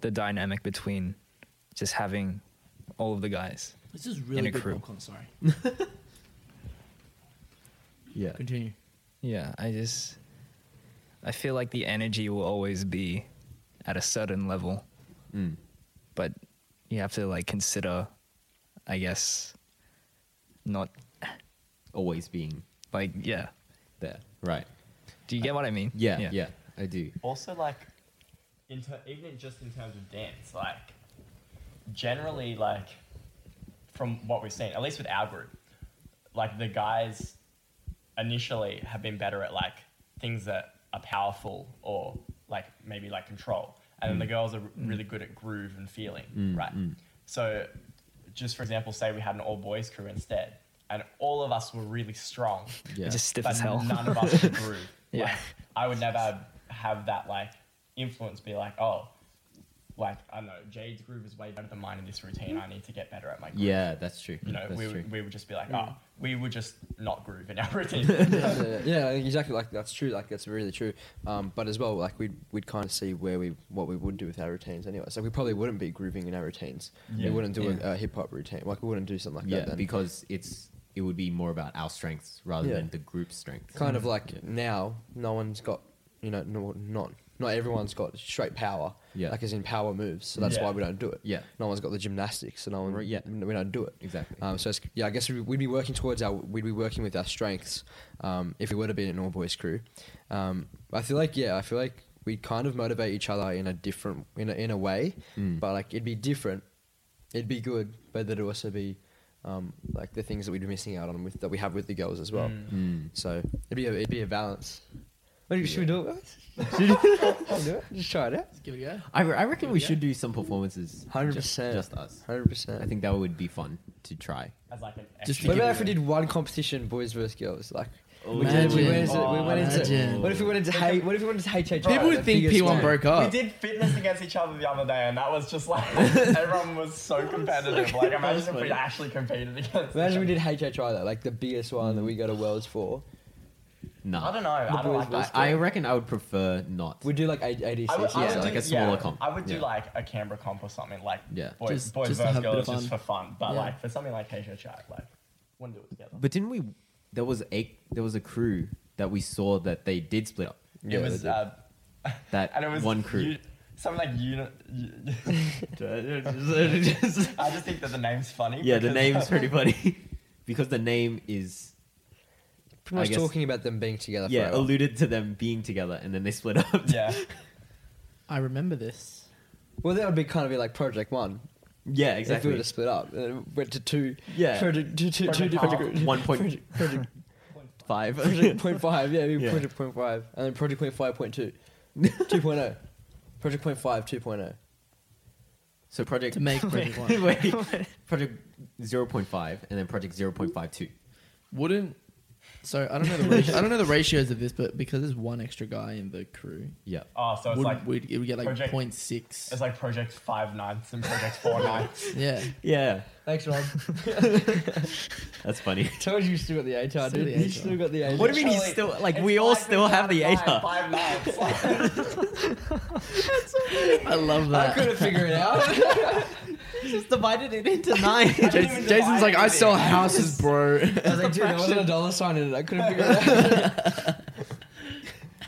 [SPEAKER 5] The dynamic between just having all of the guys.
[SPEAKER 3] This is
[SPEAKER 5] In
[SPEAKER 3] really
[SPEAKER 5] a
[SPEAKER 3] good
[SPEAKER 5] crew.
[SPEAKER 3] popcorn, sorry.
[SPEAKER 2] Yeah.
[SPEAKER 3] Continue.
[SPEAKER 5] Yeah, I just I feel like the energy will always be at a certain level,
[SPEAKER 2] Mm.
[SPEAKER 5] but you have to like consider, I guess, not
[SPEAKER 2] Always being
[SPEAKER 5] like yeah.
[SPEAKER 2] there. Right.
[SPEAKER 5] Do you get what I mean?
[SPEAKER 2] Yeah, yeah. I do.
[SPEAKER 4] Also, like, in ter- even in- just in terms of dance, like, generally, like, from what we've seen, at least with our group, like, the guys initially have been better at, like, things that are powerful or, like, maybe, like, control. And then the girls are r- really good at groove and feeling, right? So, just for example, say we had an all boys crew instead, and all of us were really strong
[SPEAKER 2] Yeah.
[SPEAKER 5] It's just stiff
[SPEAKER 4] but
[SPEAKER 5] as hell.
[SPEAKER 4] none of us could groove.
[SPEAKER 5] Yeah.
[SPEAKER 4] Like, I would never have that like influence be like, oh, like I don't know, Jade's groove is way better than mine in this routine. I need to get better at my groove.
[SPEAKER 2] yeah, that's true.
[SPEAKER 4] You know,
[SPEAKER 2] that's
[SPEAKER 4] we,
[SPEAKER 2] true.
[SPEAKER 4] would- we would just be like, oh, we would just not groove in our routine.
[SPEAKER 1] yeah, yeah, exactly. Like that's true. Like that's really true. Um, but as well, like we'd we'd kind of see where we what we would do with our routines anyway. So we probably wouldn't be grooving in our routines.
[SPEAKER 4] Yeah.
[SPEAKER 1] We wouldn't do
[SPEAKER 2] Yeah.
[SPEAKER 1] a, a hip hop routine. Like we wouldn't do something like
[SPEAKER 2] yeah,
[SPEAKER 1] that. Then.
[SPEAKER 2] because it's it would be more about our strengths rather
[SPEAKER 1] Yeah.
[SPEAKER 2] than the group's Mm. strength.
[SPEAKER 1] kind of like now, no one's got you know no, not not everyone's got straight power.
[SPEAKER 2] Yeah.
[SPEAKER 1] like as in power moves. So that's
[SPEAKER 4] Yeah.
[SPEAKER 1] why we don't do it.
[SPEAKER 2] Yeah.
[SPEAKER 1] no one's got the gymnastics, so no one.
[SPEAKER 2] Right, yeah.
[SPEAKER 1] yeah, we don't do it.
[SPEAKER 2] Exactly.
[SPEAKER 1] Um, so it's, yeah, I guess we- we'd be working towards our we'd be working with our strengths um, if we were to be an all boys crew. Um, I feel like yeah, I feel like we kind of motivate each other in a different in a, in a way,
[SPEAKER 2] Mm.
[SPEAKER 1] but like it'd be different. It'd be good, but there'd also be um, like the things that we'd be missing out on with that we have with the girls as well.
[SPEAKER 2] Mm.
[SPEAKER 1] So it'd be a, it'd be a balance. What, Should we do it? guys? Should we do it? Just try it out.
[SPEAKER 3] Let's give it a go.
[SPEAKER 2] I, re- I reckon we
[SPEAKER 3] Yeah.
[SPEAKER 2] should do some performances.
[SPEAKER 1] Hundred
[SPEAKER 2] just-
[SPEAKER 1] percent.
[SPEAKER 2] Just us.
[SPEAKER 1] Hundred percent.
[SPEAKER 2] I think that would be fun to try.
[SPEAKER 4] As like an
[SPEAKER 3] Just
[SPEAKER 4] extra.
[SPEAKER 1] What
[SPEAKER 3] Give
[SPEAKER 1] about
[SPEAKER 3] it
[SPEAKER 1] if we did one competition, boys versus girls? Like, we, did,
[SPEAKER 3] Imagine.
[SPEAKER 1] we went into, we
[SPEAKER 4] Oh,
[SPEAKER 1] went into
[SPEAKER 3] imagine.
[SPEAKER 1] what if we went into hey, what if we went into HH?
[SPEAKER 4] People would
[SPEAKER 1] the
[SPEAKER 3] think
[SPEAKER 1] biggest
[SPEAKER 3] P1
[SPEAKER 1] one?
[SPEAKER 3] broke up.
[SPEAKER 4] We did fitness against each other the other day, and that was just like everyone was so competitive. Like,
[SPEAKER 2] was
[SPEAKER 4] imagine if
[SPEAKER 2] funny.
[SPEAKER 4] we actually competed against.
[SPEAKER 1] Imagine we
[SPEAKER 4] each
[SPEAKER 1] did HHI though, like the biggest one that we go to Worlds for.
[SPEAKER 2] No.
[SPEAKER 4] other. I don't know. I
[SPEAKER 1] boys
[SPEAKER 4] don't like
[SPEAKER 1] was
[SPEAKER 4] that.
[SPEAKER 2] I, I reckon I would prefer not.
[SPEAKER 1] We do like A- ADCs.
[SPEAKER 4] I would, I
[SPEAKER 2] yeah,
[SPEAKER 4] would
[SPEAKER 2] like
[SPEAKER 4] do,
[SPEAKER 2] a smaller
[SPEAKER 4] yeah,
[SPEAKER 2] comp.
[SPEAKER 4] I would do
[SPEAKER 2] Yeah.
[SPEAKER 4] like a Canberra comp or something, like
[SPEAKER 2] Yeah.
[SPEAKER 4] boys,
[SPEAKER 3] Just-
[SPEAKER 4] boys
[SPEAKER 3] just to
[SPEAKER 4] versus
[SPEAKER 3] have a bit
[SPEAKER 4] girls,
[SPEAKER 3] of
[SPEAKER 4] just for
[SPEAKER 3] fun.
[SPEAKER 4] fun. But
[SPEAKER 3] Yeah.
[SPEAKER 4] like for something like Asia Chat, like wouldn't do it together.
[SPEAKER 2] But didn't we? There was a there was a crew that we saw that they did split up.
[SPEAKER 1] Yeah,
[SPEAKER 4] it was,
[SPEAKER 1] they
[SPEAKER 4] uh,
[SPEAKER 2] That
[SPEAKER 4] and it was
[SPEAKER 2] one crew.
[SPEAKER 4] u- something like uni- uh, I just think that the name's funny.
[SPEAKER 2] yeah, the
[SPEAKER 4] because-
[SPEAKER 2] name's pretty funny because the name is
[SPEAKER 1] pretty
[SPEAKER 2] I
[SPEAKER 1] much
[SPEAKER 2] guess-
[SPEAKER 1] talking about them being together
[SPEAKER 2] yeah,
[SPEAKER 1] forever.
[SPEAKER 2] alluded to them being together, and then they split up.
[SPEAKER 4] Yeah.
[SPEAKER 3] I remember this.
[SPEAKER 1] well, that would be kind of be like Project One.
[SPEAKER 2] yeah,
[SPEAKER 1] If we
[SPEAKER 2] exactly.
[SPEAKER 1] were to split up, and it went to two.
[SPEAKER 2] Yeah.
[SPEAKER 1] Project, two, two, two
[SPEAKER 4] Project
[SPEAKER 1] different
[SPEAKER 4] Half.
[SPEAKER 1] groups.
[SPEAKER 2] One point-
[SPEAKER 1] Project, project,
[SPEAKER 2] Five.
[SPEAKER 1] project point five. Yeah, maybe
[SPEAKER 2] Yeah.
[SPEAKER 1] Project point five, and then Project point five point two, two point oh, Project point five two point oh.
[SPEAKER 2] so project
[SPEAKER 3] To make Project One.
[SPEAKER 2] wait, project zero point five, and then project zero point five two.
[SPEAKER 3] Wouldn't. So I don't know the ratio, I don't know the ratios of this, but because there's one extra guy in the crew,
[SPEAKER 2] Yeah.
[SPEAKER 4] Oh, so it's
[SPEAKER 3] would,
[SPEAKER 4] like
[SPEAKER 3] we'd, it would get like
[SPEAKER 4] Project-
[SPEAKER 3] 0.6.
[SPEAKER 4] it's like Project Five Ninths and Project Four Ninths.
[SPEAKER 3] yeah.
[SPEAKER 2] Yeah.
[SPEAKER 1] Thanks, Rob.
[SPEAKER 2] That's funny.
[SPEAKER 1] Told you you still got the ATAR,
[SPEAKER 3] Still
[SPEAKER 1] dude.
[SPEAKER 3] the
[SPEAKER 1] You
[SPEAKER 3] ATAR.
[SPEAKER 1] still got the ATAR.
[SPEAKER 2] What do you mean he's
[SPEAKER 4] Charlie,
[SPEAKER 2] still like
[SPEAKER 4] It's
[SPEAKER 2] we all
[SPEAKER 4] five
[SPEAKER 2] still have the
[SPEAKER 4] ninths,
[SPEAKER 2] ATAR?
[SPEAKER 4] Five Ninths.
[SPEAKER 3] I love
[SPEAKER 1] I
[SPEAKER 3] that.
[SPEAKER 1] couldn't figure it out.
[SPEAKER 2] Just divided it into nine.
[SPEAKER 4] couldn't
[SPEAKER 3] Jas-
[SPEAKER 4] even
[SPEAKER 3] Jason's
[SPEAKER 4] divide
[SPEAKER 3] like, I
[SPEAKER 4] anything.
[SPEAKER 3] sell houses, bro.
[SPEAKER 1] I was like, dude, there wasn't a dollar sign in it. I couldn't figure it out.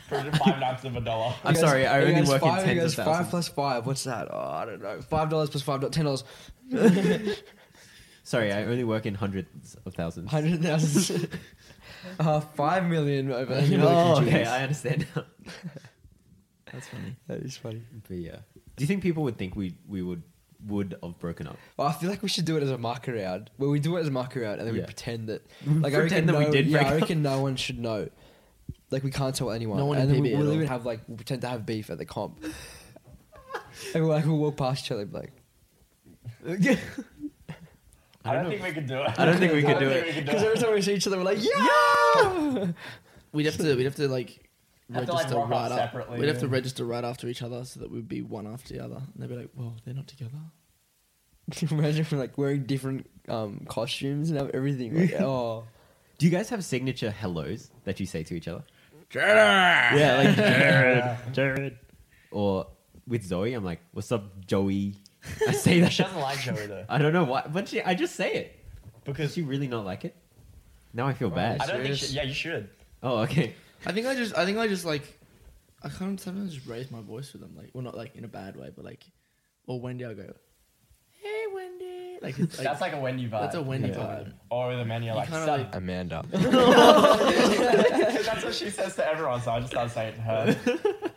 [SPEAKER 4] Project Five Ninths of a dollar.
[SPEAKER 1] He
[SPEAKER 2] I'm
[SPEAKER 1] goes-
[SPEAKER 2] sorry, I
[SPEAKER 1] he
[SPEAKER 2] only
[SPEAKER 1] goes
[SPEAKER 2] work in
[SPEAKER 1] five, he
[SPEAKER 2] tens of
[SPEAKER 1] goes,
[SPEAKER 2] thousands."
[SPEAKER 1] Five plus five, what's that? Oh, I don't know. Five dollars plus five, dot- ten dollars,
[SPEAKER 2] Sorry, I only work in hundreds of thousands.
[SPEAKER 1] hundred thousand. uh, five million over.
[SPEAKER 2] Oh, okay, I understand now.
[SPEAKER 3] That's funny.
[SPEAKER 1] that is funny.
[SPEAKER 2] But yeah, do you think people would think we we would would have broken up?
[SPEAKER 1] Well, I feel like we should do it as a marker round. Well, we do it as a marker round, and then we
[SPEAKER 2] Yeah.
[SPEAKER 1] pretend that,
[SPEAKER 2] We
[SPEAKER 1] like, I reckon
[SPEAKER 2] pretend that we
[SPEAKER 1] no-
[SPEAKER 2] did
[SPEAKER 1] Yeah,
[SPEAKER 2] break
[SPEAKER 1] I
[SPEAKER 2] up.
[SPEAKER 1] reckon no one should know. Like, we can't tell anyone.
[SPEAKER 3] No one
[SPEAKER 1] and
[SPEAKER 3] in
[SPEAKER 1] then
[SPEAKER 3] PB at
[SPEAKER 1] we'll
[SPEAKER 3] all.
[SPEAKER 1] even have like we'll pretend to have beef at the comp. and we'll, like, we'll walk past each other, and be like.
[SPEAKER 4] I don't
[SPEAKER 2] know.
[SPEAKER 4] think we could do it.
[SPEAKER 2] I don't think we could do
[SPEAKER 4] think
[SPEAKER 2] it.
[SPEAKER 4] we could do
[SPEAKER 1] Because every time we see each other, we're like, yeah.
[SPEAKER 3] We'd have to. We'd have to like
[SPEAKER 4] Have to,
[SPEAKER 3] register
[SPEAKER 4] like, rock up
[SPEAKER 3] right up.
[SPEAKER 4] separately,
[SPEAKER 3] We'd have to
[SPEAKER 4] yeah.
[SPEAKER 3] register right after each other, so that we'd be one after the other. And they'd be like, "Well, they're not together."
[SPEAKER 1] Can you imagine if we're like wearing different um, costumes and have everything? Like, oh,
[SPEAKER 2] Do you guys have signature hellos that you say to each other? Jared. Yeah, like Jared. Jared. Or with Zoe, I'm like, "What's up, Joey?" I say that.
[SPEAKER 4] She doesn't like Joey though.
[SPEAKER 2] I don't know why, but she, I just say it. Does
[SPEAKER 4] Because
[SPEAKER 2] she really not like it? Now I feel bad.
[SPEAKER 4] I don't think
[SPEAKER 1] serious?
[SPEAKER 4] she, yeah, you should.
[SPEAKER 2] oh, okay.
[SPEAKER 3] I think I just. I think I just like. I kind of sometimes just raise my voice with them, like, well, not like in a bad way, but like, or Wendy, I go, "Hey, Wendy." Like, it's,
[SPEAKER 4] That's like a Wendy vibe.
[SPEAKER 3] that's a Wendy
[SPEAKER 1] Yeah.
[SPEAKER 3] vibe.
[SPEAKER 4] Or with a man, you're like,
[SPEAKER 3] kinda
[SPEAKER 4] "Sup?"
[SPEAKER 3] like-
[SPEAKER 1] Amanda.
[SPEAKER 4] that's what she says to everyone, so I just started saying it to her.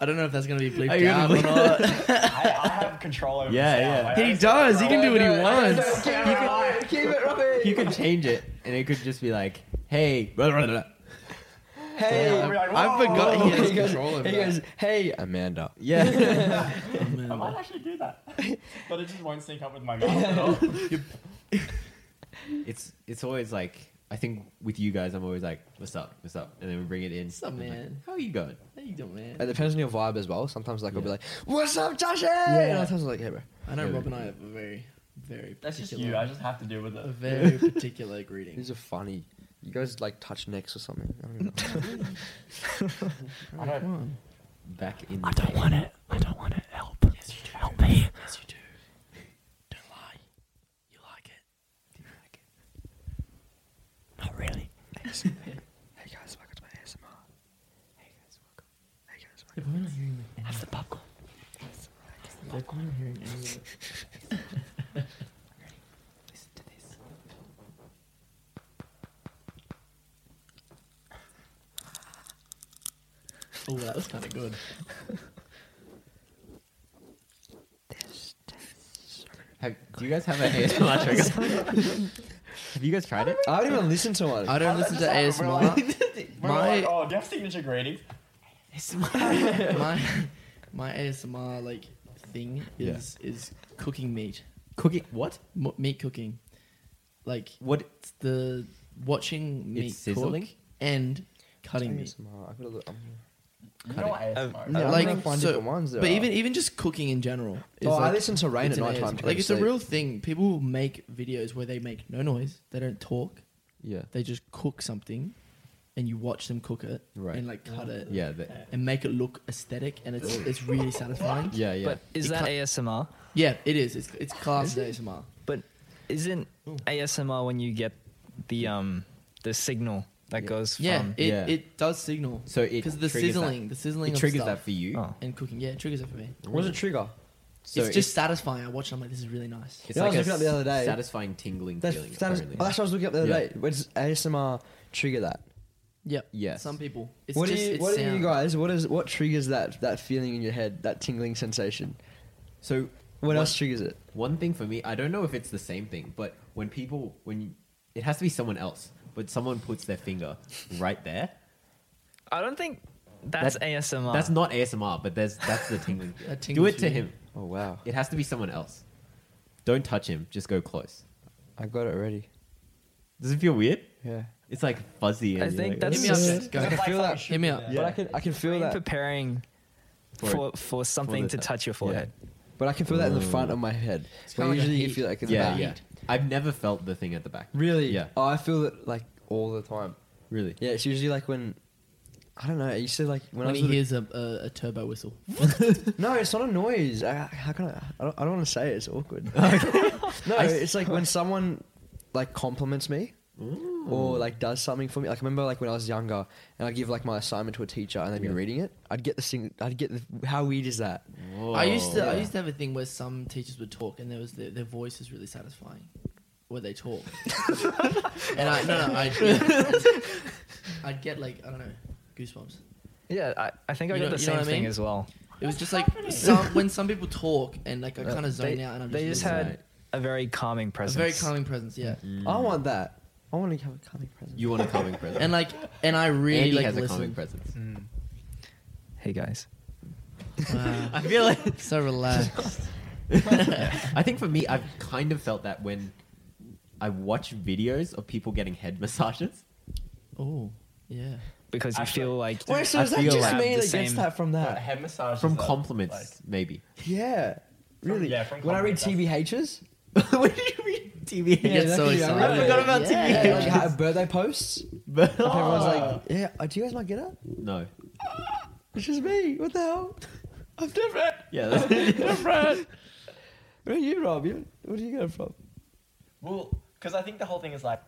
[SPEAKER 3] I don't know if that's gonna be
[SPEAKER 2] Are
[SPEAKER 3] bleeped
[SPEAKER 2] you
[SPEAKER 3] out or
[SPEAKER 2] gonna
[SPEAKER 3] not.
[SPEAKER 4] I, I have control over
[SPEAKER 2] Yeah,
[SPEAKER 4] this now.
[SPEAKER 2] yeah.
[SPEAKER 4] Like, I
[SPEAKER 3] He
[SPEAKER 4] just-
[SPEAKER 3] does. He can do what he
[SPEAKER 1] no, I
[SPEAKER 3] wants.
[SPEAKER 4] Keep it-
[SPEAKER 1] Keep it, Robbie.
[SPEAKER 2] You could change it, and it could just be like, "Hey, blah, blah, blah, blah."
[SPEAKER 1] hey,
[SPEAKER 4] We're like,
[SPEAKER 3] I
[SPEAKER 4] "Whoa."
[SPEAKER 3] forgot he has
[SPEAKER 1] he goes,
[SPEAKER 3] control over
[SPEAKER 1] he
[SPEAKER 3] that.
[SPEAKER 1] goes, hey, Amanda.
[SPEAKER 2] yeah."
[SPEAKER 4] I might actually do that. But it just won't sync up with my mouth at all.
[SPEAKER 2] it's it's always like I think with you guys, I'm always like, "What's up? What's up?" And then we bring it in.
[SPEAKER 3] What's up,
[SPEAKER 2] I'm like,
[SPEAKER 3] man?
[SPEAKER 2] How are you going?
[SPEAKER 3] How you doing, man?
[SPEAKER 1] It depends on your vibe as well. Sometimes like I'll be
[SPEAKER 2] Yeah.
[SPEAKER 1] like, what's up, Josh? And other times I'm like, hey, bro.
[SPEAKER 3] I know
[SPEAKER 2] Yeah,
[SPEAKER 3] Rob
[SPEAKER 2] we-
[SPEAKER 3] and I have a very, very
[SPEAKER 4] That's just
[SPEAKER 3] particular-
[SPEAKER 4] you. I just have to deal with
[SPEAKER 3] a
[SPEAKER 4] it.
[SPEAKER 3] very particular greeting.
[SPEAKER 1] These are funny. You guys like touch necks or something. I don't know.
[SPEAKER 4] I don't,
[SPEAKER 2] Back in.
[SPEAKER 6] I don't want it. I don't want it. Help. Yes, you do. Help me. Yes, you do. Don't lie. You like it. Do you like it? Not really.
[SPEAKER 1] hey guys, welcome to my ASMR. Hey guys, welcome. Hey guys, welcome.
[SPEAKER 6] Have the popcorn.
[SPEAKER 2] Listen to this.
[SPEAKER 3] Oh, that was kind of good.
[SPEAKER 2] Have, do you guys have an ASMR trigger? have you guys tried it?
[SPEAKER 1] I don't even listen to one.
[SPEAKER 3] I don't listen to
[SPEAKER 4] just like,
[SPEAKER 3] ASMR.
[SPEAKER 4] We're all
[SPEAKER 3] My-
[SPEAKER 4] like, oh, do you have signature greetings?
[SPEAKER 3] my my ASMR like thing is is cooking meat,
[SPEAKER 2] Cooking what?
[SPEAKER 3] M- meat cooking, like
[SPEAKER 2] What?
[SPEAKER 3] it's the watching meat
[SPEAKER 2] sizzling?
[SPEAKER 3] cook and cutting meat.
[SPEAKER 1] ASMR. I've got um, to look. I'm-
[SPEAKER 4] You know what ASMR is?
[SPEAKER 1] no, Yeah, I'm
[SPEAKER 3] like
[SPEAKER 1] gonna find
[SPEAKER 3] so,
[SPEAKER 1] different ones that
[SPEAKER 3] but
[SPEAKER 1] are-
[SPEAKER 3] even even just cooking in general. is,
[SPEAKER 1] Oh, I
[SPEAKER 3] like-
[SPEAKER 1] listen to rain
[SPEAKER 3] it's
[SPEAKER 1] at
[SPEAKER 3] an
[SPEAKER 1] night time.
[SPEAKER 3] ASMR. Like it's a real thing. People make videos where they make no noise, they don't talk,
[SPEAKER 2] Yeah.
[SPEAKER 3] they just cook something, and you watch them cook it
[SPEAKER 2] Right.
[SPEAKER 3] and like cut it
[SPEAKER 2] Yeah. The,
[SPEAKER 3] and make it look aesthetic, and it's it's really satisfying.
[SPEAKER 2] yeah. Yeah.
[SPEAKER 5] But is
[SPEAKER 3] You
[SPEAKER 5] that
[SPEAKER 3] can't-
[SPEAKER 5] ASMR?
[SPEAKER 3] Yeah, it is. It's it's classed as ASMR.
[SPEAKER 5] But isn't ASMR when you get the um the signal that goes
[SPEAKER 3] Yeah,
[SPEAKER 5] from
[SPEAKER 3] it,
[SPEAKER 2] yeah.
[SPEAKER 3] it does signal.
[SPEAKER 2] so it
[SPEAKER 3] because the
[SPEAKER 2] triggers that-
[SPEAKER 3] sizzling, the sizzling
[SPEAKER 2] It
[SPEAKER 3] of
[SPEAKER 2] triggers
[SPEAKER 3] stuff
[SPEAKER 2] that for you.
[SPEAKER 5] Oh.
[SPEAKER 3] and cooking. Yeah, it triggers it for me.
[SPEAKER 1] What's a trigger?
[SPEAKER 2] So
[SPEAKER 3] it's just satisfying. I watch it. I'm like, this is really nice.
[SPEAKER 2] it's
[SPEAKER 1] You know, I was
[SPEAKER 2] a
[SPEAKER 1] looking up the other day.
[SPEAKER 2] satisfying tingling
[SPEAKER 1] That's,
[SPEAKER 2] feeling.
[SPEAKER 1] that is-
[SPEAKER 2] apparently.
[SPEAKER 1] oh, that's what I was looking up the other
[SPEAKER 2] Yeah.
[SPEAKER 1] day. What does ASMR trigger that?
[SPEAKER 3] Yep.
[SPEAKER 2] Yes.
[SPEAKER 3] Some people. It's
[SPEAKER 1] what
[SPEAKER 3] just,
[SPEAKER 1] do you,
[SPEAKER 3] it's
[SPEAKER 1] what do
[SPEAKER 3] sound.
[SPEAKER 1] you guys? What is what triggers that that feeling in your head? That tingling sensation.
[SPEAKER 2] so
[SPEAKER 1] What,
[SPEAKER 2] one-
[SPEAKER 1] else triggers it?
[SPEAKER 2] One thing for me, I don't know if it's the same thing, but when people when you, it has to be someone else, but someone puts their finger right there.
[SPEAKER 5] I don't think that's
[SPEAKER 2] That-
[SPEAKER 3] Ah.
[SPEAKER 5] ASMR.
[SPEAKER 2] That's not ASMR, but there's that's the tingling.
[SPEAKER 3] That
[SPEAKER 2] Do
[SPEAKER 3] tingles
[SPEAKER 2] it to
[SPEAKER 3] you.
[SPEAKER 2] him.
[SPEAKER 1] Oh wow,
[SPEAKER 2] It has to be someone else. Don't touch him. Just go close.
[SPEAKER 1] I got it already.
[SPEAKER 2] Does it feel weird?
[SPEAKER 1] Yeah,
[SPEAKER 2] It's like fuzzy. And
[SPEAKER 5] I
[SPEAKER 2] you're
[SPEAKER 5] think
[SPEAKER 2] like,
[SPEAKER 5] that's
[SPEAKER 3] Hit me up,
[SPEAKER 5] just-
[SPEAKER 3] Jess. Go.
[SPEAKER 1] I can feel that.
[SPEAKER 3] Hit me up.
[SPEAKER 1] But I can I can feel
[SPEAKER 5] Brain
[SPEAKER 1] that.
[SPEAKER 5] preparing
[SPEAKER 2] For
[SPEAKER 5] for
[SPEAKER 2] it.
[SPEAKER 5] for, something
[SPEAKER 2] the
[SPEAKER 5] to
[SPEAKER 2] touch.
[SPEAKER 5] touch your forehead.
[SPEAKER 1] But I can feel that in the front of my head. Where
[SPEAKER 3] kinda like a
[SPEAKER 1] usually you
[SPEAKER 3] heat.
[SPEAKER 1] feel like in the
[SPEAKER 2] yeah,
[SPEAKER 1] back.
[SPEAKER 2] yeah. I've never felt the thing at the back.
[SPEAKER 1] Really?
[SPEAKER 2] Yeah.
[SPEAKER 1] Oh, I feel it like all the time.
[SPEAKER 2] Really?
[SPEAKER 1] Yeah, it's usually like when I don't know. You said like when,
[SPEAKER 3] When,
[SPEAKER 1] I was
[SPEAKER 3] he
[SPEAKER 1] little-
[SPEAKER 3] hears a, a, a turbo whistle.
[SPEAKER 1] No, it's not a noise. I, I- how can I? I don't, I don't want to say it. It's awkward. no, it's like when someone like compliments me or like does something for me. Like I remember like when I was younger and I give like my assignment to a teacher and they'd be
[SPEAKER 2] Yeah.
[SPEAKER 1] reading it. I'd get the thing. I'd get the, how weird is that?
[SPEAKER 3] I used to. I
[SPEAKER 2] Whoa.
[SPEAKER 3] used to have a thing where some teachers would talk, and there was their, their voice is really satisfying, where they talk. and I no, no I. I'd get like I don't know goosebumps.
[SPEAKER 5] Yeah, I, I think I
[SPEAKER 3] You
[SPEAKER 5] got
[SPEAKER 3] know-
[SPEAKER 5] the
[SPEAKER 3] you know
[SPEAKER 5] same
[SPEAKER 3] what I
[SPEAKER 5] thing
[SPEAKER 3] mean?
[SPEAKER 5] as well.
[SPEAKER 3] It was just like some when some people talk and like I
[SPEAKER 5] Uh,
[SPEAKER 3] kind of zone
[SPEAKER 5] they,
[SPEAKER 3] out and I'm just.
[SPEAKER 5] they just
[SPEAKER 3] really
[SPEAKER 5] had
[SPEAKER 3] sad.
[SPEAKER 5] a very calming
[SPEAKER 3] a
[SPEAKER 5] presence.
[SPEAKER 3] very calming presence, yeah.
[SPEAKER 1] I want that. I want to have a coming present.
[SPEAKER 2] Mm. You want a calming presence?
[SPEAKER 3] And like, and I really
[SPEAKER 2] Andy
[SPEAKER 3] like
[SPEAKER 2] has a
[SPEAKER 3] listen.
[SPEAKER 2] calming presence.
[SPEAKER 3] Hmm.
[SPEAKER 5] Hey guys,
[SPEAKER 3] Wow.
[SPEAKER 2] I feel like
[SPEAKER 3] so relaxed.
[SPEAKER 2] I think for me, I've kind of felt that when I watch videos of people getting head massages.
[SPEAKER 3] oh, yeah.
[SPEAKER 5] because you
[SPEAKER 4] Actually-
[SPEAKER 5] feel like
[SPEAKER 1] Wait, so
[SPEAKER 2] I
[SPEAKER 1] is that
[SPEAKER 2] feel
[SPEAKER 1] just
[SPEAKER 2] like
[SPEAKER 1] me
[SPEAKER 5] the
[SPEAKER 1] that gets
[SPEAKER 5] same-
[SPEAKER 1] that from
[SPEAKER 4] But
[SPEAKER 1] that?
[SPEAKER 4] head massage
[SPEAKER 2] From
[SPEAKER 4] is a-
[SPEAKER 2] compliments,
[SPEAKER 4] like-
[SPEAKER 2] maybe.
[SPEAKER 1] Yeah, really.
[SPEAKER 4] yeah, from
[SPEAKER 1] when I read
[SPEAKER 4] compliment,
[SPEAKER 1] TBHs,
[SPEAKER 2] what do you mean, TV
[SPEAKER 3] He gets
[SPEAKER 1] that
[SPEAKER 3] so
[SPEAKER 1] could be
[SPEAKER 3] excited.
[SPEAKER 1] alright. I forgot
[SPEAKER 2] about
[SPEAKER 3] yeah.
[SPEAKER 1] yeah, like how- birthday posts.
[SPEAKER 2] head?
[SPEAKER 1] Like, everyone's
[SPEAKER 2] Ah.
[SPEAKER 1] like, yeah. uh, Do you guys not get it?
[SPEAKER 2] no.
[SPEAKER 1] It's just me. What the hell? I'm different.
[SPEAKER 2] Yeah, that's
[SPEAKER 1] Where are you, Rob? You, where do you go from?
[SPEAKER 4] Well, because I think the whole thing is like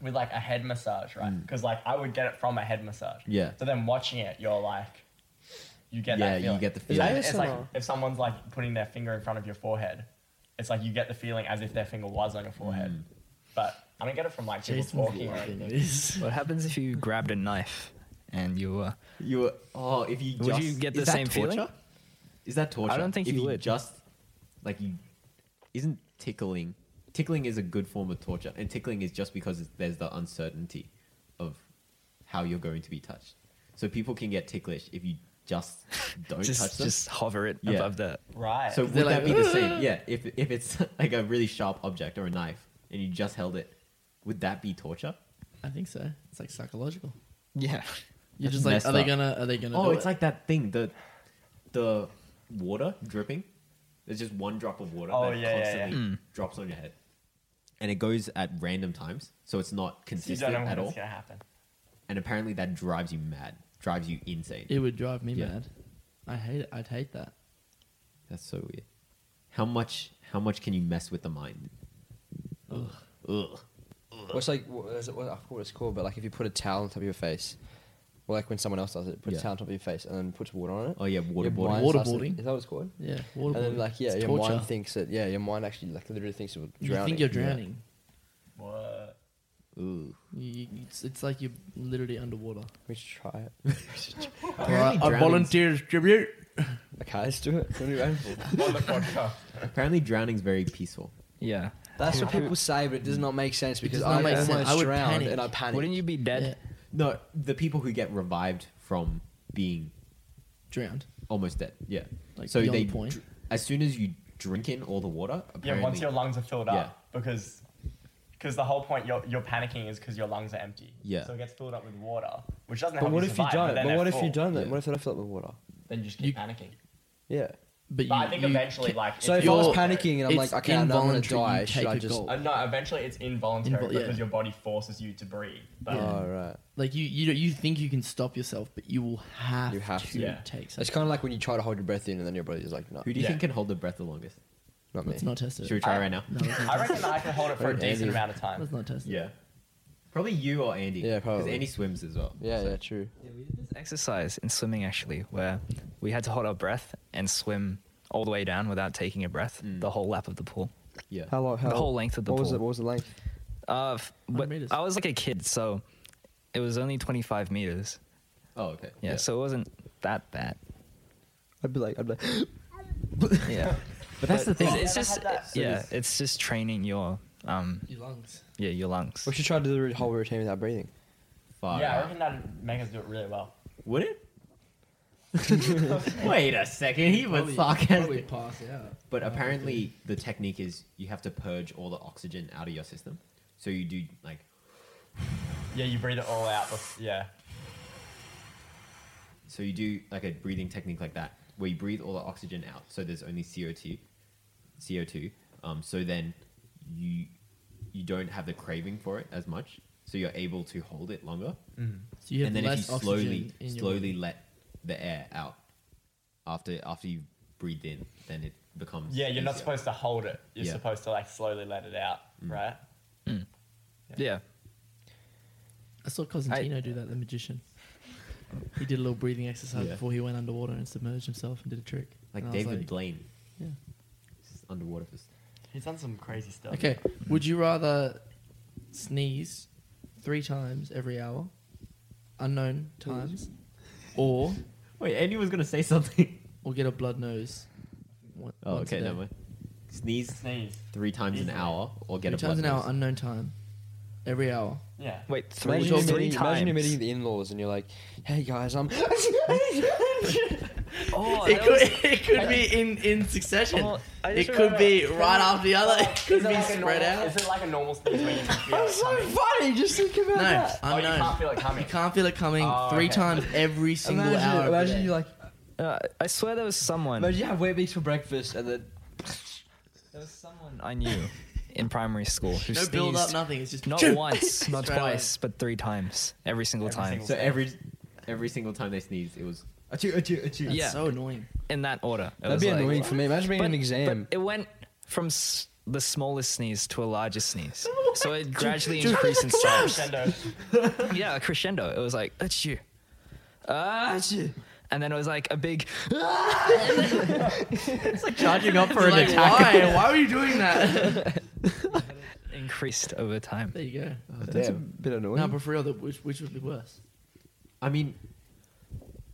[SPEAKER 4] with like a head massage, right? Because like I would get it from a head massage.
[SPEAKER 2] Mm. Yeah.
[SPEAKER 4] So then watching it, you're like, you get
[SPEAKER 2] yeah.
[SPEAKER 4] that feeling.
[SPEAKER 2] You get the
[SPEAKER 1] Is
[SPEAKER 2] feeling.
[SPEAKER 1] that
[SPEAKER 4] And It's like
[SPEAKER 1] ASMR?
[SPEAKER 4] if someone's like putting their finger in front of your forehead, it's like you get the feeling as if their finger was on your forehead.
[SPEAKER 2] Mm.
[SPEAKER 4] But I don't get it from like people
[SPEAKER 3] Jason's
[SPEAKER 4] talking. or
[SPEAKER 3] loving
[SPEAKER 4] anything.
[SPEAKER 3] this.
[SPEAKER 5] what happens if you grabbed a knife and you uh, were?
[SPEAKER 2] You were, oh, if you just
[SPEAKER 5] Would you get the
[SPEAKER 2] is that
[SPEAKER 5] same feeling?
[SPEAKER 2] torture? Is that torture?
[SPEAKER 5] I don't think
[SPEAKER 2] if
[SPEAKER 5] you would.
[SPEAKER 2] Just like you, isn't tickling? Tickling is a good form of torture, and tickling is just because it's- there's the uncertainty of how you're going to be touched. So people can get ticklish if you just
[SPEAKER 3] Oh,
[SPEAKER 2] don't touch
[SPEAKER 5] Just
[SPEAKER 2] them.
[SPEAKER 5] just hover it
[SPEAKER 2] Yeah.
[SPEAKER 5] above the.
[SPEAKER 4] Right.
[SPEAKER 2] so
[SPEAKER 4] So
[SPEAKER 2] would
[SPEAKER 3] They're
[SPEAKER 2] that
[SPEAKER 3] like,
[SPEAKER 2] be the same? Yeah. If if it's like a really sharp object or a knife, and you just held it, would that be torture?
[SPEAKER 3] I think so. It's like psychological.
[SPEAKER 5] Yeah.
[SPEAKER 3] You're
[SPEAKER 2] That's
[SPEAKER 3] just like,
[SPEAKER 2] messed
[SPEAKER 3] are they
[SPEAKER 2] up.
[SPEAKER 3] gonna? Are they gonna?
[SPEAKER 2] Oh,
[SPEAKER 3] do
[SPEAKER 4] uh
[SPEAKER 2] it's
[SPEAKER 3] it?
[SPEAKER 2] like that thing the the water dripping. There's just one drop of water
[SPEAKER 4] Oh,
[SPEAKER 2] that
[SPEAKER 4] yeah, yeah,
[SPEAKER 2] constantly drops on your head, and it goes at random times, so it's not
[SPEAKER 4] you
[SPEAKER 2] consistent
[SPEAKER 4] don't know
[SPEAKER 2] at all.
[SPEAKER 4] what's gonna happen.
[SPEAKER 2] And apparently, that drives you mad, drives you insane.
[SPEAKER 3] It would drive me
[SPEAKER 2] Yeah.
[SPEAKER 3] mad. I hate it. I'd hate that.
[SPEAKER 2] That's so weird. How much? How much can you mess with the mind? Ugh. Ugh.
[SPEAKER 1] What's like? What is it, what, I forgot what it's called, but like if you put a towel on top of your face, or like when someone else does it, put
[SPEAKER 2] Yeah.
[SPEAKER 1] a towel on top of your face and then puts water on it.
[SPEAKER 2] Oh yeah,
[SPEAKER 1] your
[SPEAKER 2] waterboarding.
[SPEAKER 1] mind starts to-
[SPEAKER 3] Waterboarding?
[SPEAKER 1] Is that what it's called?
[SPEAKER 3] Yeah,
[SPEAKER 1] And
[SPEAKER 3] waterboarding.
[SPEAKER 1] then like yeah,
[SPEAKER 3] It's
[SPEAKER 1] your
[SPEAKER 3] torture.
[SPEAKER 1] mind thinks that yeah, your mind actually like literally thinks you're drowning.
[SPEAKER 3] You think you're
[SPEAKER 1] Yeah.
[SPEAKER 3] drowning.
[SPEAKER 4] What?
[SPEAKER 2] Ooh.
[SPEAKER 3] You, you- it's, it's like you're literally underwater.
[SPEAKER 1] We should try it.
[SPEAKER 2] Apparently,
[SPEAKER 3] I
[SPEAKER 2] drowning's,
[SPEAKER 3] volunteer to distribute.
[SPEAKER 1] Okay, let's do it. It's gonna be painful.
[SPEAKER 4] On the podcast.
[SPEAKER 2] apparently drowning's very peaceful.
[SPEAKER 5] Yeah.
[SPEAKER 1] That's what people say, but it does not make sense because
[SPEAKER 3] does
[SPEAKER 1] I
[SPEAKER 3] not make sense.
[SPEAKER 1] almost
[SPEAKER 3] I would
[SPEAKER 1] drowned
[SPEAKER 3] panic.
[SPEAKER 1] and I panicked.
[SPEAKER 5] Wouldn't you be dead?
[SPEAKER 3] Yeah.
[SPEAKER 2] No, the people who get revived from being
[SPEAKER 3] Drowned.
[SPEAKER 2] almost dead. Yeah.
[SPEAKER 3] Like,
[SPEAKER 2] so
[SPEAKER 3] beyond
[SPEAKER 2] they
[SPEAKER 3] the point.
[SPEAKER 2] dr- as soon as you drink in all the water, apparently,
[SPEAKER 4] Yeah, once your lungs are filled up,
[SPEAKER 2] Yeah.
[SPEAKER 4] because because the whole point you're, you're panicking is because your lungs are empty.
[SPEAKER 2] Yeah.
[SPEAKER 4] So it gets filled up with water, which doesn't
[SPEAKER 1] But
[SPEAKER 4] help
[SPEAKER 1] what
[SPEAKER 4] you
[SPEAKER 1] if you
[SPEAKER 4] survive,
[SPEAKER 1] don't?
[SPEAKER 4] then
[SPEAKER 1] But
[SPEAKER 4] they're
[SPEAKER 1] what if you
[SPEAKER 4] full.
[SPEAKER 1] don't?
[SPEAKER 2] Yeah.
[SPEAKER 1] Then what if they're filled with water?
[SPEAKER 4] Then you just keep panicking.
[SPEAKER 1] Yeah.
[SPEAKER 3] But,
[SPEAKER 4] But
[SPEAKER 3] you,
[SPEAKER 4] I think
[SPEAKER 3] you
[SPEAKER 4] eventually,
[SPEAKER 3] ca-
[SPEAKER 4] like,
[SPEAKER 1] So if I
[SPEAKER 4] you're-
[SPEAKER 1] was
[SPEAKER 3] you're-
[SPEAKER 1] panicking and I'm
[SPEAKER 3] it's
[SPEAKER 1] like, okay, I know I'm gonna
[SPEAKER 3] involuntary, you
[SPEAKER 1] die, should
[SPEAKER 3] take
[SPEAKER 1] I
[SPEAKER 3] a
[SPEAKER 1] just?
[SPEAKER 3] gulp.
[SPEAKER 4] Uh, no, eventually it's involuntary
[SPEAKER 3] Invol- yeah.
[SPEAKER 4] because your body forces you to breathe. But
[SPEAKER 1] Oh right.
[SPEAKER 3] like you, you, don't- you think you can stop yourself, but you will have,
[SPEAKER 1] You have
[SPEAKER 3] to
[SPEAKER 1] to.
[SPEAKER 4] Yeah.
[SPEAKER 3] take.
[SPEAKER 1] It's
[SPEAKER 3] Something.
[SPEAKER 1] kind of like when you try to hold your breath in and then your body's like, no,
[SPEAKER 2] who do you
[SPEAKER 4] Yeah.
[SPEAKER 2] think can hold their breath the longest?
[SPEAKER 1] not me.
[SPEAKER 3] Let's not test it.
[SPEAKER 2] Should we try right now?
[SPEAKER 3] No, let's
[SPEAKER 4] I
[SPEAKER 3] not,
[SPEAKER 4] reckon that I can hold it for a
[SPEAKER 1] Wait,
[SPEAKER 4] decent
[SPEAKER 1] Andy.
[SPEAKER 4] amount of time.
[SPEAKER 3] let's not test it.
[SPEAKER 2] Yeah. Probably you or Andy.
[SPEAKER 1] Yeah, probably.
[SPEAKER 2] Andy swims as well.
[SPEAKER 1] Yeah,
[SPEAKER 2] so-
[SPEAKER 1] yeah, true.
[SPEAKER 5] Exercise in swimming actually, where we had to hold our breath and swim all the way down without taking a breath,
[SPEAKER 2] Mm.
[SPEAKER 5] the whole lap of the pool.
[SPEAKER 2] Yeah.
[SPEAKER 1] How long? How,
[SPEAKER 5] the whole length of the
[SPEAKER 1] what
[SPEAKER 5] pool.
[SPEAKER 1] was it? What was the length?
[SPEAKER 5] Uh, f- but
[SPEAKER 3] meters.
[SPEAKER 5] I was like a kid, so it was only 25 meters.
[SPEAKER 2] Oh, okay.
[SPEAKER 5] Yeah, so it wasn't that bad.
[SPEAKER 1] I'd be like, I'd be like,
[SPEAKER 5] Yeah,
[SPEAKER 2] but that's the
[SPEAKER 5] it's,
[SPEAKER 2] thing.
[SPEAKER 5] it's just yeah, it's just training your um
[SPEAKER 3] Your lungs.
[SPEAKER 5] yeah your lungs.
[SPEAKER 1] we should try to do the whole routine without breathing.
[SPEAKER 2] Far
[SPEAKER 4] yeah, I
[SPEAKER 2] out.
[SPEAKER 4] reckon that'd make us do it really well.
[SPEAKER 2] Would it? Wait a second. He was
[SPEAKER 3] Probably
[SPEAKER 2] sarcastic.
[SPEAKER 3] pass out.
[SPEAKER 2] But apparently, the technique is you have to purge all the oxygen out of your system. So you do like
[SPEAKER 4] Yeah, you breathe it all out. bef- Yeah.
[SPEAKER 2] so you do like a breathing technique like that where you breathe all the oxygen out. So there's only CO two, CO two. Um, so then you you don't have the craving for it as much. So you're able to hold it longer.
[SPEAKER 3] So you have
[SPEAKER 2] and then if you
[SPEAKER 3] less
[SPEAKER 2] slowly
[SPEAKER 3] oxygen in your
[SPEAKER 2] slowly
[SPEAKER 3] body.
[SPEAKER 2] let the air out after after you breathe in, then it becomes
[SPEAKER 4] Yeah, you're not
[SPEAKER 2] easier.
[SPEAKER 4] supposed to hold it. You're
[SPEAKER 2] Yeah.
[SPEAKER 4] supposed to like slowly let it out, right?
[SPEAKER 5] yeah,
[SPEAKER 3] I saw Cosentino do that, the magician. He did a little breathing exercise
[SPEAKER 2] Yeah.
[SPEAKER 3] before he went underwater and submerged himself and did a trick.
[SPEAKER 2] like
[SPEAKER 3] And I was
[SPEAKER 2] David Blaine.
[SPEAKER 3] Yeah.
[SPEAKER 2] He's underwater for
[SPEAKER 4] He's done some crazy stuff.
[SPEAKER 3] Okay.
[SPEAKER 2] Mm.
[SPEAKER 3] Would you rather sneeze three times every hour, unknown times, or
[SPEAKER 2] Wait, Andy was gonna say something.
[SPEAKER 3] or get a blood nose? on-
[SPEAKER 2] Oh,
[SPEAKER 3] once a
[SPEAKER 2] okay,
[SPEAKER 3] day?
[SPEAKER 2] never mind. Sneeze
[SPEAKER 4] Sneeze.
[SPEAKER 2] three times an
[SPEAKER 4] Easily.
[SPEAKER 2] hour or get
[SPEAKER 3] Three
[SPEAKER 2] a
[SPEAKER 3] times an
[SPEAKER 2] blood
[SPEAKER 3] hour,
[SPEAKER 2] nose.
[SPEAKER 3] unknown time, every hour.
[SPEAKER 4] Yeah.
[SPEAKER 5] wait three
[SPEAKER 1] Imagine you're,
[SPEAKER 5] three
[SPEAKER 1] meeting, imagine you're
[SPEAKER 5] times.
[SPEAKER 1] meeting the in-laws and you're like, "Hey guys, I'm."
[SPEAKER 5] oh,
[SPEAKER 3] It
[SPEAKER 5] that
[SPEAKER 3] could,
[SPEAKER 5] was-
[SPEAKER 3] it could be in, in succession.
[SPEAKER 5] Well, I
[SPEAKER 3] it
[SPEAKER 5] just
[SPEAKER 3] could be
[SPEAKER 5] remember- Oh,
[SPEAKER 3] right after the other. It could
[SPEAKER 4] Is it
[SPEAKER 3] be
[SPEAKER 4] like a
[SPEAKER 3] spread
[SPEAKER 4] normal-
[SPEAKER 3] out.
[SPEAKER 4] Is it like a normal sneeze where you can feel
[SPEAKER 1] I'm
[SPEAKER 4] it
[SPEAKER 1] so
[SPEAKER 4] coming?
[SPEAKER 1] funny. Just think about
[SPEAKER 3] No,
[SPEAKER 1] that.
[SPEAKER 4] Oh, you
[SPEAKER 3] unknown.
[SPEAKER 4] can't feel it coming.
[SPEAKER 3] You can't feel it coming
[SPEAKER 4] Oh,
[SPEAKER 3] three
[SPEAKER 4] okay.
[SPEAKER 3] times every single
[SPEAKER 1] imagine,
[SPEAKER 3] hour. of the
[SPEAKER 1] imagine
[SPEAKER 3] day.
[SPEAKER 1] you like,
[SPEAKER 5] uh, I swear there was someone.
[SPEAKER 1] imagine you have Wheaties for breakfast and then
[SPEAKER 5] There was someone I knew in primary school who
[SPEAKER 3] no
[SPEAKER 5] sneezed
[SPEAKER 3] build up, nothing. It's just
[SPEAKER 5] not once, not
[SPEAKER 3] Straight away.
[SPEAKER 5] twice, but three times every single
[SPEAKER 4] Every
[SPEAKER 5] time.
[SPEAKER 4] single-
[SPEAKER 2] So every every single time they sneeze, it was achoo, achoo, achoo.
[SPEAKER 3] That's
[SPEAKER 5] Yeah.
[SPEAKER 3] so annoying.
[SPEAKER 5] in that order. It
[SPEAKER 1] that'd
[SPEAKER 5] was
[SPEAKER 1] be
[SPEAKER 5] like-
[SPEAKER 1] annoying for me. Imagine being
[SPEAKER 5] But-
[SPEAKER 1] an exam.
[SPEAKER 5] But it went from s- the smallest sneeze to a larger sneeze. so it gradually increased in size.
[SPEAKER 4] Crescendo.
[SPEAKER 5] Yeah, a crescendo. It was like, that's you. Ah, achoo." and then it was like a big,
[SPEAKER 2] Charging up for an
[SPEAKER 3] Like,
[SPEAKER 2] attack.
[SPEAKER 3] why? Why were you doing that?
[SPEAKER 5] increased over time.
[SPEAKER 3] there you
[SPEAKER 2] Oh,
[SPEAKER 3] go.
[SPEAKER 1] That's a bit annoying.
[SPEAKER 3] No, but for real, the- which, which would be worse?
[SPEAKER 2] I mean,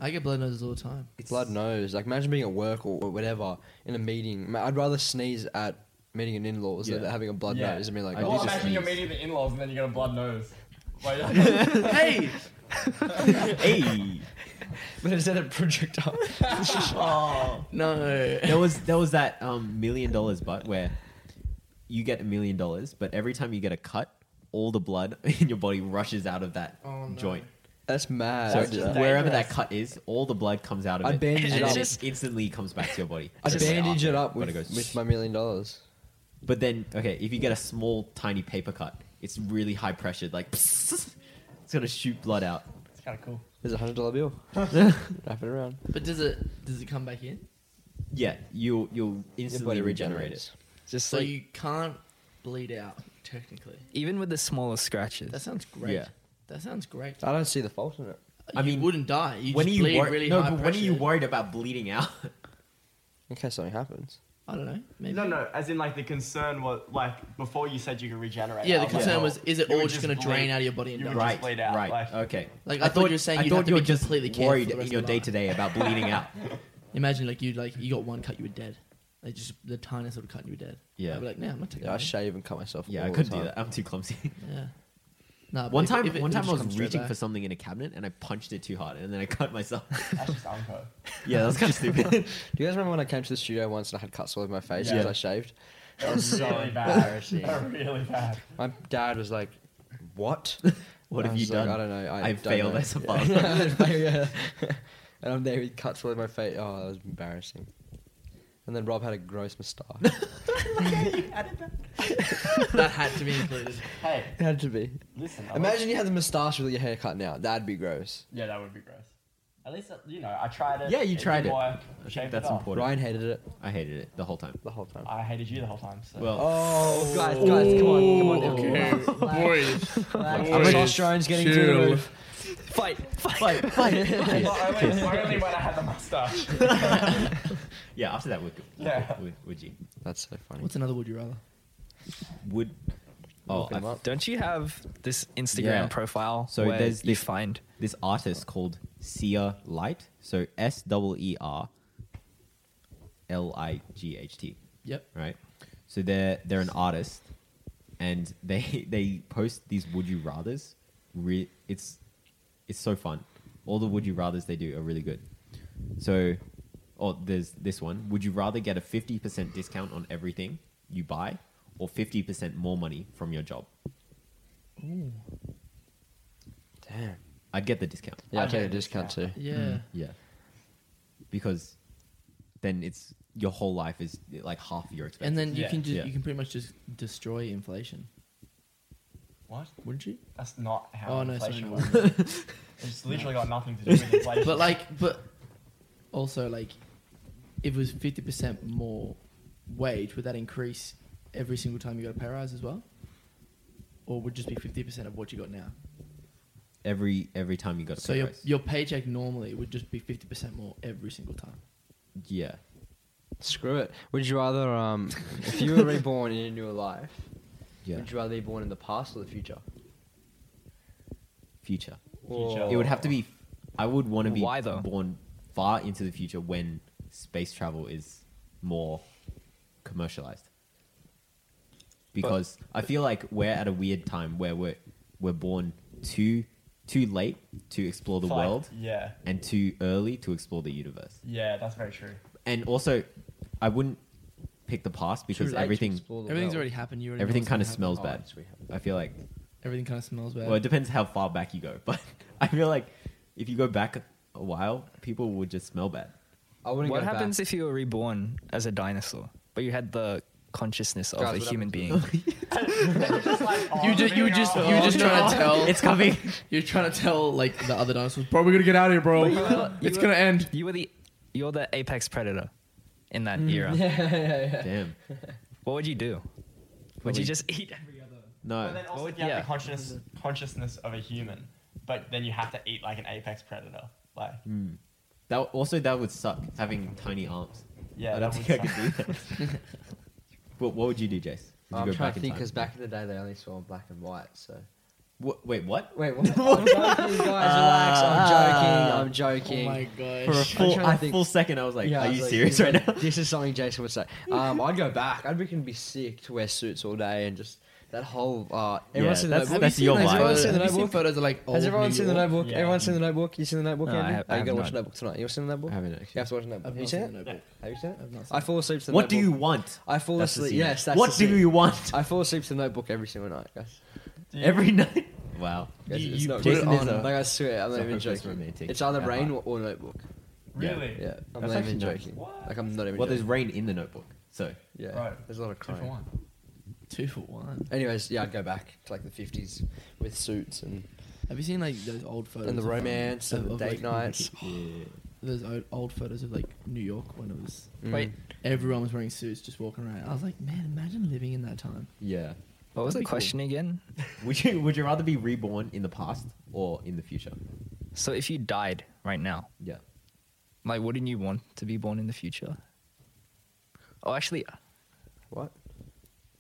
[SPEAKER 3] I get blood noses all the time.
[SPEAKER 2] it's
[SPEAKER 1] Blood nose. Like imagine being at work or or whatever in a meeting. Ma- I'd rather sneeze at meeting an in-laws than
[SPEAKER 2] Yeah.
[SPEAKER 1] having a blood
[SPEAKER 4] Yeah.
[SPEAKER 1] nose and being like,
[SPEAKER 2] I
[SPEAKER 1] "Oh,
[SPEAKER 4] Or
[SPEAKER 2] just
[SPEAKER 1] this is-
[SPEAKER 4] imagine you're
[SPEAKER 2] sneeze.
[SPEAKER 4] meeting the in-laws and then you get a blood nose. Wait,
[SPEAKER 3] hey,
[SPEAKER 2] Hey,
[SPEAKER 1] but instead of projectile,
[SPEAKER 4] Oh.
[SPEAKER 3] no.
[SPEAKER 2] there was there was that um, million dollars butt where you get a million dollars, but every time you get a cut, all the blood in your body rushes out of that
[SPEAKER 3] Oh, no.
[SPEAKER 2] joint.
[SPEAKER 1] that's mad."
[SPEAKER 2] So
[SPEAKER 1] I'd do that.
[SPEAKER 2] wherever that cut is, all the blood comes out of
[SPEAKER 1] I
[SPEAKER 2] it,
[SPEAKER 1] bandage
[SPEAKER 2] and
[SPEAKER 1] it
[SPEAKER 2] then
[SPEAKER 1] up.
[SPEAKER 2] it instantly comes back to your body.
[SPEAKER 1] I
[SPEAKER 2] Just
[SPEAKER 1] bandage
[SPEAKER 2] after
[SPEAKER 1] it up
[SPEAKER 2] when
[SPEAKER 1] with,
[SPEAKER 2] it goes-
[SPEAKER 1] with my million dollars.
[SPEAKER 2] But then, okay, if you get a small, tiny paper cut, it's really high pressured. Like, it's gonna shoot blood out.
[SPEAKER 4] It's kind of cool.
[SPEAKER 1] There's a hundred dollar bill. Wrap it around.
[SPEAKER 3] But does it does it come back in?
[SPEAKER 2] Yeah, you'll you'll instantly regenerate it.
[SPEAKER 5] Just
[SPEAKER 3] So
[SPEAKER 5] like,
[SPEAKER 3] you can't bleed out technically.
[SPEAKER 5] even with the smallest scratches.
[SPEAKER 3] That sounds great.
[SPEAKER 2] Yeah.
[SPEAKER 3] That sounds great.
[SPEAKER 1] I don't see the fault in it.
[SPEAKER 2] I
[SPEAKER 3] I mean,
[SPEAKER 2] mean,
[SPEAKER 3] you wouldn't die. You
[SPEAKER 2] when are
[SPEAKER 3] just
[SPEAKER 2] you
[SPEAKER 3] bleed
[SPEAKER 2] wor-
[SPEAKER 3] really
[SPEAKER 2] no?
[SPEAKER 3] high
[SPEAKER 2] But when are you
[SPEAKER 3] pressure.
[SPEAKER 2] worried about bleeding out?
[SPEAKER 1] In case something happens.
[SPEAKER 3] I don't know. Maybe.
[SPEAKER 4] No, no. As in, like the concern was like before you said you could regenerate.
[SPEAKER 3] Yeah,
[SPEAKER 4] I
[SPEAKER 3] the
[SPEAKER 4] like,
[SPEAKER 3] concern
[SPEAKER 4] oh,
[SPEAKER 3] was, is it
[SPEAKER 4] you
[SPEAKER 3] all
[SPEAKER 4] would
[SPEAKER 3] just going to
[SPEAKER 4] bleed.
[SPEAKER 3] drain out of your body and
[SPEAKER 4] You
[SPEAKER 3] die?
[SPEAKER 4] would just bleed out,
[SPEAKER 2] right.
[SPEAKER 4] like-
[SPEAKER 2] okay.
[SPEAKER 3] Like, I thought you were saying
[SPEAKER 2] I
[SPEAKER 3] you'd
[SPEAKER 2] thought
[SPEAKER 3] have to
[SPEAKER 2] you were
[SPEAKER 3] be
[SPEAKER 2] just
[SPEAKER 3] completely careful
[SPEAKER 2] worried
[SPEAKER 3] the rest
[SPEAKER 2] in
[SPEAKER 3] of
[SPEAKER 2] your
[SPEAKER 3] your
[SPEAKER 2] day
[SPEAKER 3] life.
[SPEAKER 2] to day about bleeding out.
[SPEAKER 3] Imagine like you like you got one cut, you were dead. Like just the tiniest little cut, and you were dead.
[SPEAKER 2] Yeah.
[SPEAKER 3] I'd be like, nah, I'm not taking
[SPEAKER 1] Yeah, I
[SPEAKER 3] that.
[SPEAKER 1] shave and cut myself.
[SPEAKER 2] Yeah,
[SPEAKER 1] all
[SPEAKER 2] I
[SPEAKER 1] the
[SPEAKER 2] couldn't do
[SPEAKER 1] time.
[SPEAKER 2] that. I'm too clumsy.
[SPEAKER 3] Yeah. Nah, but
[SPEAKER 2] one
[SPEAKER 3] if-
[SPEAKER 2] time,
[SPEAKER 3] if it-
[SPEAKER 2] one
[SPEAKER 3] if it
[SPEAKER 2] time I
[SPEAKER 3] just
[SPEAKER 2] was
[SPEAKER 3] comes straight
[SPEAKER 2] reaching
[SPEAKER 3] back-
[SPEAKER 2] for something in a cabinet and I punched it too hard, and then I cut myself.
[SPEAKER 4] That's just unco.
[SPEAKER 2] yeah, that's kind of stupid.
[SPEAKER 1] Do you guys remember when I came to the studio once and I had cuts all over my face
[SPEAKER 4] Yeah.
[SPEAKER 1] because I shaved?
[SPEAKER 4] That was
[SPEAKER 1] so
[SPEAKER 4] really bad.
[SPEAKER 1] embarrassing.
[SPEAKER 4] That was really bad.
[SPEAKER 1] My dad was like, "What?
[SPEAKER 2] what
[SPEAKER 1] I
[SPEAKER 3] Oh,
[SPEAKER 2] have you
[SPEAKER 1] was like,
[SPEAKER 2] done?
[SPEAKER 1] Uh, I don't know. I,
[SPEAKER 2] I
[SPEAKER 1] don't
[SPEAKER 2] failed
[SPEAKER 1] know.
[SPEAKER 2] as a
[SPEAKER 1] Yeah.
[SPEAKER 2] father.
[SPEAKER 1] I failed, yeah. and I'm there with cuts all over my face. Oh, that was embarrassing. And then Rob had a gross moustache.
[SPEAKER 3] that had to be included.
[SPEAKER 4] Hey,
[SPEAKER 1] it had to be.
[SPEAKER 4] listen. I
[SPEAKER 1] Imagine you had the moustache with your haircut now. That'd be gross.
[SPEAKER 4] Yeah, that would be gross. At least uh, you know I tried it.
[SPEAKER 2] Yeah, you tried
[SPEAKER 4] didn't
[SPEAKER 2] it.
[SPEAKER 4] Work,
[SPEAKER 2] I think
[SPEAKER 4] shaved
[SPEAKER 2] that's
[SPEAKER 4] it off.
[SPEAKER 2] important.
[SPEAKER 1] Ryan hated it
[SPEAKER 2] I hated it the whole time.
[SPEAKER 1] the whole
[SPEAKER 2] Oh.
[SPEAKER 1] time.
[SPEAKER 4] I hated you the whole time. So.
[SPEAKER 2] Well,
[SPEAKER 1] Oh, guys, guys, come on, come on. everyone.
[SPEAKER 7] Boys,
[SPEAKER 1] How much Australians getting to the roof?
[SPEAKER 5] Fight, fight.
[SPEAKER 2] Like, like,
[SPEAKER 4] But only, only when I had the mustache.
[SPEAKER 2] yeah, after that, we're good.
[SPEAKER 4] Yeah.
[SPEAKER 2] Would, would you?
[SPEAKER 1] That's so funny.
[SPEAKER 3] What's another would you rather?
[SPEAKER 2] Would. Oh,
[SPEAKER 1] Look 'em
[SPEAKER 2] I-
[SPEAKER 1] up.
[SPEAKER 5] Don't you have this Instagram
[SPEAKER 2] Yeah.
[SPEAKER 5] profile
[SPEAKER 2] So
[SPEAKER 5] where
[SPEAKER 2] there's
[SPEAKER 5] you
[SPEAKER 2] this-
[SPEAKER 5] find?
[SPEAKER 2] this artist called Sia Light. So S E E R L I G H T.
[SPEAKER 3] Yep.
[SPEAKER 2] Right. So they're they're an artist, and they they post these would you rather's. Re- it's it's so fun. All the would you rather's they do are really good. So, oh, there's this one. Would you rather get a fifty percent discount on everything you buy, or fifty percent more money from your job?
[SPEAKER 1] Damn.
[SPEAKER 2] I'd get the discount.
[SPEAKER 1] Yeah, I'll
[SPEAKER 4] I'd
[SPEAKER 1] take a
[SPEAKER 4] get a
[SPEAKER 1] discount
[SPEAKER 2] Mm.
[SPEAKER 1] too.
[SPEAKER 3] Yeah.
[SPEAKER 2] Yeah. Because then it's your whole life is like half of your expenses.
[SPEAKER 3] And then you
[SPEAKER 4] Yeah.
[SPEAKER 3] can just
[SPEAKER 2] Yeah.
[SPEAKER 3] you can pretty much just destroy inflation,
[SPEAKER 4] What?
[SPEAKER 3] wouldn't you?
[SPEAKER 4] That's not how
[SPEAKER 3] Oh no, sorry,
[SPEAKER 4] inflation
[SPEAKER 3] no.
[SPEAKER 4] works. It's literally got nothing to do with inflation.
[SPEAKER 3] but like, but also like, if it was fifty percent more wage, would that increase every single time you got a pay rise as well, or would it just be fifty percent of what you got now?
[SPEAKER 2] every every time you got a
[SPEAKER 3] So
[SPEAKER 2] pay
[SPEAKER 3] your
[SPEAKER 2] raise.
[SPEAKER 3] your paycheck normally would just be fifty percent more every single time.
[SPEAKER 2] yeah.
[SPEAKER 1] Screw it. Would you rather, um, if you were reborn in a new life,
[SPEAKER 2] Yeah.
[SPEAKER 1] would you rather be born in the past or the future?
[SPEAKER 2] Future.
[SPEAKER 1] Or-
[SPEAKER 2] It would have to be I would want to be
[SPEAKER 5] Why, though?
[SPEAKER 2] born far into the future when space travel is more commercialized. Because I feel like we're at a weird time where we're we're born too too late to explore the
[SPEAKER 4] Fuck.
[SPEAKER 2] world
[SPEAKER 4] Yeah.
[SPEAKER 2] and too early to explore the universe.
[SPEAKER 4] Yeah, that's very true.
[SPEAKER 2] and also I wouldn't pick the past because
[SPEAKER 1] Too late to
[SPEAKER 2] everything
[SPEAKER 1] explore the
[SPEAKER 3] Everything's
[SPEAKER 1] world.
[SPEAKER 3] already happened. You already know
[SPEAKER 2] everything
[SPEAKER 3] what's
[SPEAKER 2] kind
[SPEAKER 3] gonna happen.
[SPEAKER 2] of
[SPEAKER 3] Oh.
[SPEAKER 2] smells
[SPEAKER 1] Oh,
[SPEAKER 2] bad.
[SPEAKER 1] yes, we have.
[SPEAKER 2] I feel like
[SPEAKER 3] Everything kind of smells bad.
[SPEAKER 2] well, it depends how far back you go, but I feel like if you go back a- a while, people would just smell bad.
[SPEAKER 1] I wouldn't
[SPEAKER 5] What
[SPEAKER 1] go back.
[SPEAKER 5] happens if you were reborn as a dinosaur, but you had the consciousness of
[SPEAKER 1] Guys,
[SPEAKER 5] a
[SPEAKER 1] what
[SPEAKER 5] human being?
[SPEAKER 1] happens
[SPEAKER 3] you just you were just you were just trying to tell
[SPEAKER 2] It's coming.
[SPEAKER 3] you're trying to tell like the other dinosaurs, bro. We're gonna get out of here, bro. it's
[SPEAKER 5] you
[SPEAKER 3] gonna
[SPEAKER 5] were-
[SPEAKER 3] end.
[SPEAKER 5] You were the you're the apex predator in that era.
[SPEAKER 2] Damn.
[SPEAKER 5] What would you do? Would
[SPEAKER 2] Probably-
[SPEAKER 5] you just eat every other?
[SPEAKER 4] But
[SPEAKER 2] No.
[SPEAKER 4] then also,
[SPEAKER 5] Well,
[SPEAKER 4] if you have
[SPEAKER 5] yeah.
[SPEAKER 4] the consciousness, consciousness of a human, but then you have to eat like an apex predator. Like,
[SPEAKER 2] That also that would suck having tiny arms.
[SPEAKER 4] yeah,
[SPEAKER 2] I don't
[SPEAKER 4] that
[SPEAKER 2] think
[SPEAKER 4] would
[SPEAKER 2] I
[SPEAKER 4] suck.
[SPEAKER 2] could do that. But what would you do, Jace? Would you
[SPEAKER 1] I'm trying to
[SPEAKER 2] in
[SPEAKER 1] think
[SPEAKER 2] time?
[SPEAKER 1] because back in the day they only saw black and white. So
[SPEAKER 2] Wha- wait, what?
[SPEAKER 1] wait, what? I'm joking, Uh, guys. Relax. I'm
[SPEAKER 3] Oh
[SPEAKER 1] joking. I'm
[SPEAKER 3] my
[SPEAKER 1] joking.
[SPEAKER 2] For a
[SPEAKER 3] gosh.
[SPEAKER 1] I'm
[SPEAKER 2] full,
[SPEAKER 1] trying to
[SPEAKER 2] a
[SPEAKER 1] think.
[SPEAKER 2] full second, I was like,
[SPEAKER 1] I
[SPEAKER 2] "Are
[SPEAKER 1] was
[SPEAKER 2] you
[SPEAKER 1] like,
[SPEAKER 2] serious right now?"
[SPEAKER 1] This is something Jason would say. Um, I'd go back. I'd reckon it'd be sick to wear suits all day and just that whole. Uh, everyone
[SPEAKER 2] Yeah,
[SPEAKER 1] seen
[SPEAKER 2] that's-
[SPEAKER 1] the notebook?
[SPEAKER 2] that's your
[SPEAKER 1] Has everyone
[SPEAKER 2] vibe.
[SPEAKER 1] seen the
[SPEAKER 3] Have you seen
[SPEAKER 1] notebook?
[SPEAKER 3] photos of like old
[SPEAKER 1] Has everyone
[SPEAKER 3] New
[SPEAKER 1] seen the
[SPEAKER 3] York?
[SPEAKER 1] notebook?
[SPEAKER 4] Yeah.
[SPEAKER 1] Everyone seen the notebook? You seen the notebook?
[SPEAKER 5] No, I
[SPEAKER 1] Andy?
[SPEAKER 5] have- I
[SPEAKER 1] Are you
[SPEAKER 5] have
[SPEAKER 1] gonna watch
[SPEAKER 5] not.
[SPEAKER 1] the notebook tonight? You seen the notebook?
[SPEAKER 2] I haven't actually.
[SPEAKER 1] You have to watch the notebook.
[SPEAKER 3] I've
[SPEAKER 1] you
[SPEAKER 3] not
[SPEAKER 1] seen
[SPEAKER 3] seen the
[SPEAKER 1] it?
[SPEAKER 3] notebook.
[SPEAKER 1] Have you seen it?
[SPEAKER 3] I've not seen
[SPEAKER 1] I
[SPEAKER 3] it.
[SPEAKER 1] fall asleep to the
[SPEAKER 2] What do
[SPEAKER 1] notebook.
[SPEAKER 2] you want?
[SPEAKER 1] I fall
[SPEAKER 2] That's the
[SPEAKER 1] asleep.
[SPEAKER 2] scene.
[SPEAKER 1] Yes, that's
[SPEAKER 2] what
[SPEAKER 1] the
[SPEAKER 2] do
[SPEAKER 1] scene.
[SPEAKER 2] you want?
[SPEAKER 1] I fall asleep to the notebook every single night, guys.
[SPEAKER 4] Do you-
[SPEAKER 2] Every night. Wow.
[SPEAKER 1] Guys,
[SPEAKER 2] You-
[SPEAKER 1] it's
[SPEAKER 2] you
[SPEAKER 1] not
[SPEAKER 2] put
[SPEAKER 1] good.
[SPEAKER 2] it on a-
[SPEAKER 1] like I swear, I'm
[SPEAKER 2] it's
[SPEAKER 1] not
[SPEAKER 2] a
[SPEAKER 1] even
[SPEAKER 2] hopeless
[SPEAKER 1] joking.
[SPEAKER 2] romantic
[SPEAKER 1] It's either
[SPEAKER 2] at
[SPEAKER 1] rain or,
[SPEAKER 2] heart.
[SPEAKER 1] or notebook.
[SPEAKER 4] really?
[SPEAKER 1] Yeah, I'm not
[SPEAKER 2] That's
[SPEAKER 1] even
[SPEAKER 2] actually nice.
[SPEAKER 1] joking.
[SPEAKER 4] What?
[SPEAKER 1] Like I'm not even.
[SPEAKER 2] Well, there's
[SPEAKER 1] joking.
[SPEAKER 2] rain in the notebook, so
[SPEAKER 1] yeah,
[SPEAKER 4] Right.
[SPEAKER 1] there's a lot of
[SPEAKER 4] Two for
[SPEAKER 1] crying.
[SPEAKER 4] one.
[SPEAKER 3] Two for one.
[SPEAKER 1] Anyways, yeah, I'd go back to like the 50s with suits and
[SPEAKER 3] Have you seen like those old photos
[SPEAKER 1] and the
[SPEAKER 3] of, um,
[SPEAKER 1] romance and
[SPEAKER 3] of-
[SPEAKER 1] the
[SPEAKER 3] of,
[SPEAKER 1] date
[SPEAKER 3] like,
[SPEAKER 1] nights.
[SPEAKER 3] Those old, old photos of like New York when it was
[SPEAKER 1] Mm.
[SPEAKER 2] Mm.
[SPEAKER 5] Wait,
[SPEAKER 3] everyone was wearing suits, just walking around. I was like, man, imagine living in that time.
[SPEAKER 2] yeah.
[SPEAKER 5] what was
[SPEAKER 3] That'd be
[SPEAKER 5] the
[SPEAKER 3] cool.
[SPEAKER 5] question again?
[SPEAKER 2] Would you would you rather be reborn in the past or in the future?
[SPEAKER 5] So if you died right now,
[SPEAKER 2] Yeah.
[SPEAKER 5] like, wouldn't you want to be born in the future? Oh, actually,
[SPEAKER 1] What?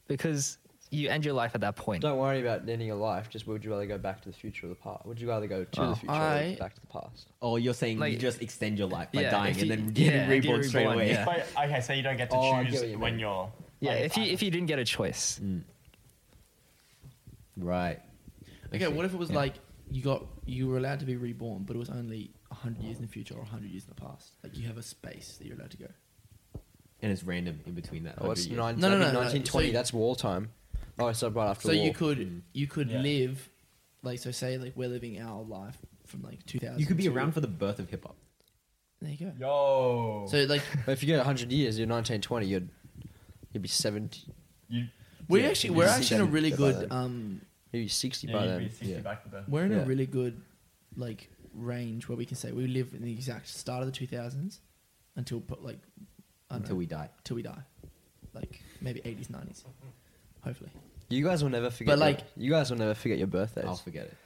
[SPEAKER 5] because you end your life at that point.
[SPEAKER 1] Don't worry about ending your life. Just would you rather go back to the future or the past? Would you rather go to
[SPEAKER 2] Oh.
[SPEAKER 1] the future
[SPEAKER 3] I-
[SPEAKER 1] or back to the past?
[SPEAKER 2] Or Oh, you're saying you
[SPEAKER 5] Like-
[SPEAKER 2] just extend your life by
[SPEAKER 5] Yeah,
[SPEAKER 2] dying
[SPEAKER 5] if
[SPEAKER 2] and
[SPEAKER 5] you-
[SPEAKER 2] then getting
[SPEAKER 5] yeah,
[SPEAKER 2] reborn
[SPEAKER 5] get
[SPEAKER 2] straight
[SPEAKER 5] reborn,
[SPEAKER 2] away.
[SPEAKER 5] yeah.
[SPEAKER 4] But, okay, so you don't get to
[SPEAKER 1] Oh, I get
[SPEAKER 4] choose
[SPEAKER 1] what you
[SPEAKER 4] when
[SPEAKER 1] mean.
[SPEAKER 4] you're.
[SPEAKER 5] yeah,
[SPEAKER 4] like,
[SPEAKER 5] if you
[SPEAKER 4] I-
[SPEAKER 5] if you didn't get a choice,
[SPEAKER 2] Hmm. Right.
[SPEAKER 3] Okay, what if it was
[SPEAKER 2] Yeah.
[SPEAKER 3] like you got you were allowed to be reborn, but it was only hundred years in the future or hundred years in the past? Like you have a space that you're allowed to go.
[SPEAKER 2] And it's random in between that.
[SPEAKER 1] Oh, it's
[SPEAKER 2] 100 years.
[SPEAKER 1] nine,
[SPEAKER 3] No, no,
[SPEAKER 1] that'd be
[SPEAKER 3] no, no.
[SPEAKER 1] 1920.
[SPEAKER 3] So you-
[SPEAKER 1] that's war time. Oh, so right after
[SPEAKER 3] so
[SPEAKER 1] war.
[SPEAKER 3] you could you could
[SPEAKER 4] Yeah.
[SPEAKER 3] live like so say like we're living our life from like 2000
[SPEAKER 2] You could be
[SPEAKER 3] to-
[SPEAKER 2] around for the birth of hip hop.
[SPEAKER 3] there you go
[SPEAKER 4] Yo.
[SPEAKER 3] so like
[SPEAKER 1] But if you get 100 years, you're 1920. You'd you'd be 70.
[SPEAKER 4] you,
[SPEAKER 3] we're
[SPEAKER 1] Yeah,
[SPEAKER 3] actually
[SPEAKER 1] you
[SPEAKER 3] we're
[SPEAKER 1] just
[SPEAKER 3] actually in a
[SPEAKER 1] send
[SPEAKER 3] really
[SPEAKER 1] it by
[SPEAKER 3] good
[SPEAKER 1] then.
[SPEAKER 3] um
[SPEAKER 1] You'd be 60
[SPEAKER 4] yeah,
[SPEAKER 1] by
[SPEAKER 4] you'd
[SPEAKER 1] then.
[SPEAKER 4] be 60
[SPEAKER 2] yeah.
[SPEAKER 4] back to the.
[SPEAKER 3] we're in
[SPEAKER 1] Yeah.
[SPEAKER 3] a really good like range where we can say we live in the exact start of the 2000s until pro- like I don't
[SPEAKER 2] until
[SPEAKER 3] know,
[SPEAKER 2] we die.
[SPEAKER 3] till we die like maybe 80s 90s hopefully
[SPEAKER 1] You guys will never forget.
[SPEAKER 3] But,
[SPEAKER 1] your-
[SPEAKER 3] like-
[SPEAKER 1] you guys will never forget your birthdays.
[SPEAKER 2] I'll forget it.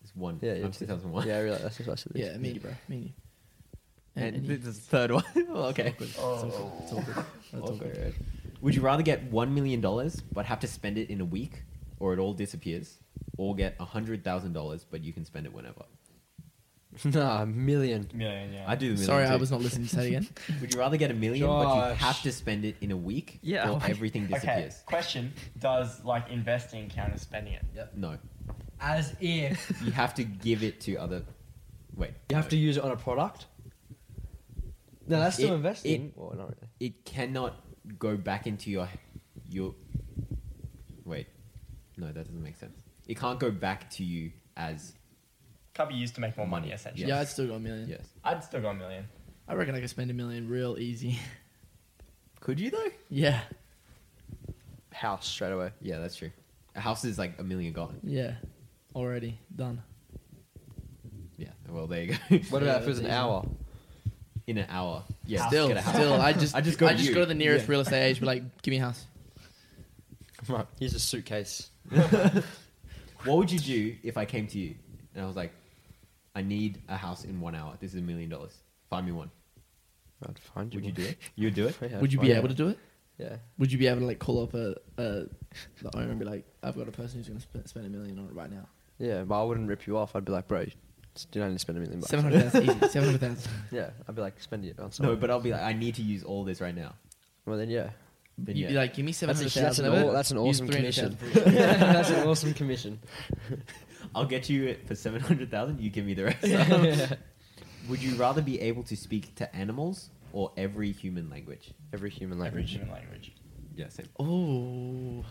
[SPEAKER 2] It's one.
[SPEAKER 1] Yeah,
[SPEAKER 2] I'm
[SPEAKER 1] yeah,
[SPEAKER 2] 2001.
[SPEAKER 1] Yeah, I realize that's what I said.
[SPEAKER 3] Yeah, me and you, bro. Me and you.
[SPEAKER 2] And,
[SPEAKER 3] you.
[SPEAKER 2] this is the Oh. third one. okay.
[SPEAKER 3] It's awkward. It's awkward. That's awkward.
[SPEAKER 2] Awkward. Would you rather get one million dollars but have to spend it in a week, or it all disappears, or get hundred thousand dollars but you can spend it whenever?
[SPEAKER 1] nah, a million.
[SPEAKER 4] Million, yeah.
[SPEAKER 2] I do. The million
[SPEAKER 3] Sorry, I
[SPEAKER 2] too.
[SPEAKER 3] was not listening to that again.
[SPEAKER 2] Would you rather get a million but you
[SPEAKER 1] Josh.
[SPEAKER 2] have to spend it in a week, or
[SPEAKER 5] Yeah, like-
[SPEAKER 2] everything
[SPEAKER 4] Okay.
[SPEAKER 2] disappears?
[SPEAKER 4] Question: Does like investing count as spending it?
[SPEAKER 2] No,
[SPEAKER 7] As if.
[SPEAKER 2] you have to give it to other. Wait,
[SPEAKER 1] You have to use it on a product. No, that's still
[SPEAKER 2] It-
[SPEAKER 1] investing.
[SPEAKER 2] it-
[SPEAKER 1] well, not really.
[SPEAKER 2] It cannot go back into your your. Wait, no, that doesn't make sense. It can't go back to you as
[SPEAKER 4] Can't be used to make more money, essentially.
[SPEAKER 3] Yeah, I'd still got a million.
[SPEAKER 2] yes.
[SPEAKER 4] I'd still go a million.
[SPEAKER 3] I reckon I could spend a million real easy.
[SPEAKER 2] Could you though?
[SPEAKER 3] yeah,
[SPEAKER 1] House straight away.
[SPEAKER 2] Yeah, that's true. A house is like a million gone.
[SPEAKER 3] yeah. Already done.
[SPEAKER 2] Yeah. Well, there you go.
[SPEAKER 1] What
[SPEAKER 3] Yeah,
[SPEAKER 1] about if it was an
[SPEAKER 3] that's easy.
[SPEAKER 1] hour?
[SPEAKER 2] In an hour. Yeah.
[SPEAKER 3] Still,
[SPEAKER 2] get a house.
[SPEAKER 3] still, I just,
[SPEAKER 2] I
[SPEAKER 3] I just
[SPEAKER 2] just go
[SPEAKER 3] go,
[SPEAKER 2] to you.
[SPEAKER 3] to the nearest
[SPEAKER 2] Yeah.
[SPEAKER 3] real estate agent, be like, give me a house.
[SPEAKER 1] Right, here's a suitcase.
[SPEAKER 2] What would you do if I came to you and I was like, I need a house in one hour. This is a million dollars. Find me one.
[SPEAKER 1] I'd find you.
[SPEAKER 2] Would you do it? You'd do it.
[SPEAKER 1] Yeah,
[SPEAKER 3] Would you
[SPEAKER 1] fine,
[SPEAKER 3] be
[SPEAKER 1] yeah.
[SPEAKER 3] able to do it?
[SPEAKER 1] Yeah.
[SPEAKER 3] Would you be able to like call up a, a the owner and be like, I've got a person who's gonna sp- spend a million on it right now.
[SPEAKER 1] Yeah, but I wouldn't rip you off. I'd be like, bro, you don't need to spend a million bucks.
[SPEAKER 3] Seven hundred thousand, easy. Seven hundred thousand.
[SPEAKER 1] Yeah, I'd be like, spend it on
[SPEAKER 2] No,
[SPEAKER 1] something.
[SPEAKER 2] but I'll be like, I need to use all this right now.
[SPEAKER 1] well, then, yeah.
[SPEAKER 2] Then
[SPEAKER 3] You'd be
[SPEAKER 2] yeah.
[SPEAKER 3] like, give me seven
[SPEAKER 1] That's,
[SPEAKER 3] hundred
[SPEAKER 1] a, that's,
[SPEAKER 3] thousand.
[SPEAKER 1] an, aw- that's an awesome commission. that's an awesome commission.
[SPEAKER 2] I'll get you it for seven hundred thousand. You give me the rest. Would you rather be able to speak to animals or every human language?
[SPEAKER 1] Every human
[SPEAKER 4] Every
[SPEAKER 1] language.
[SPEAKER 4] human language.
[SPEAKER 2] Yeah, same.
[SPEAKER 3] Oh,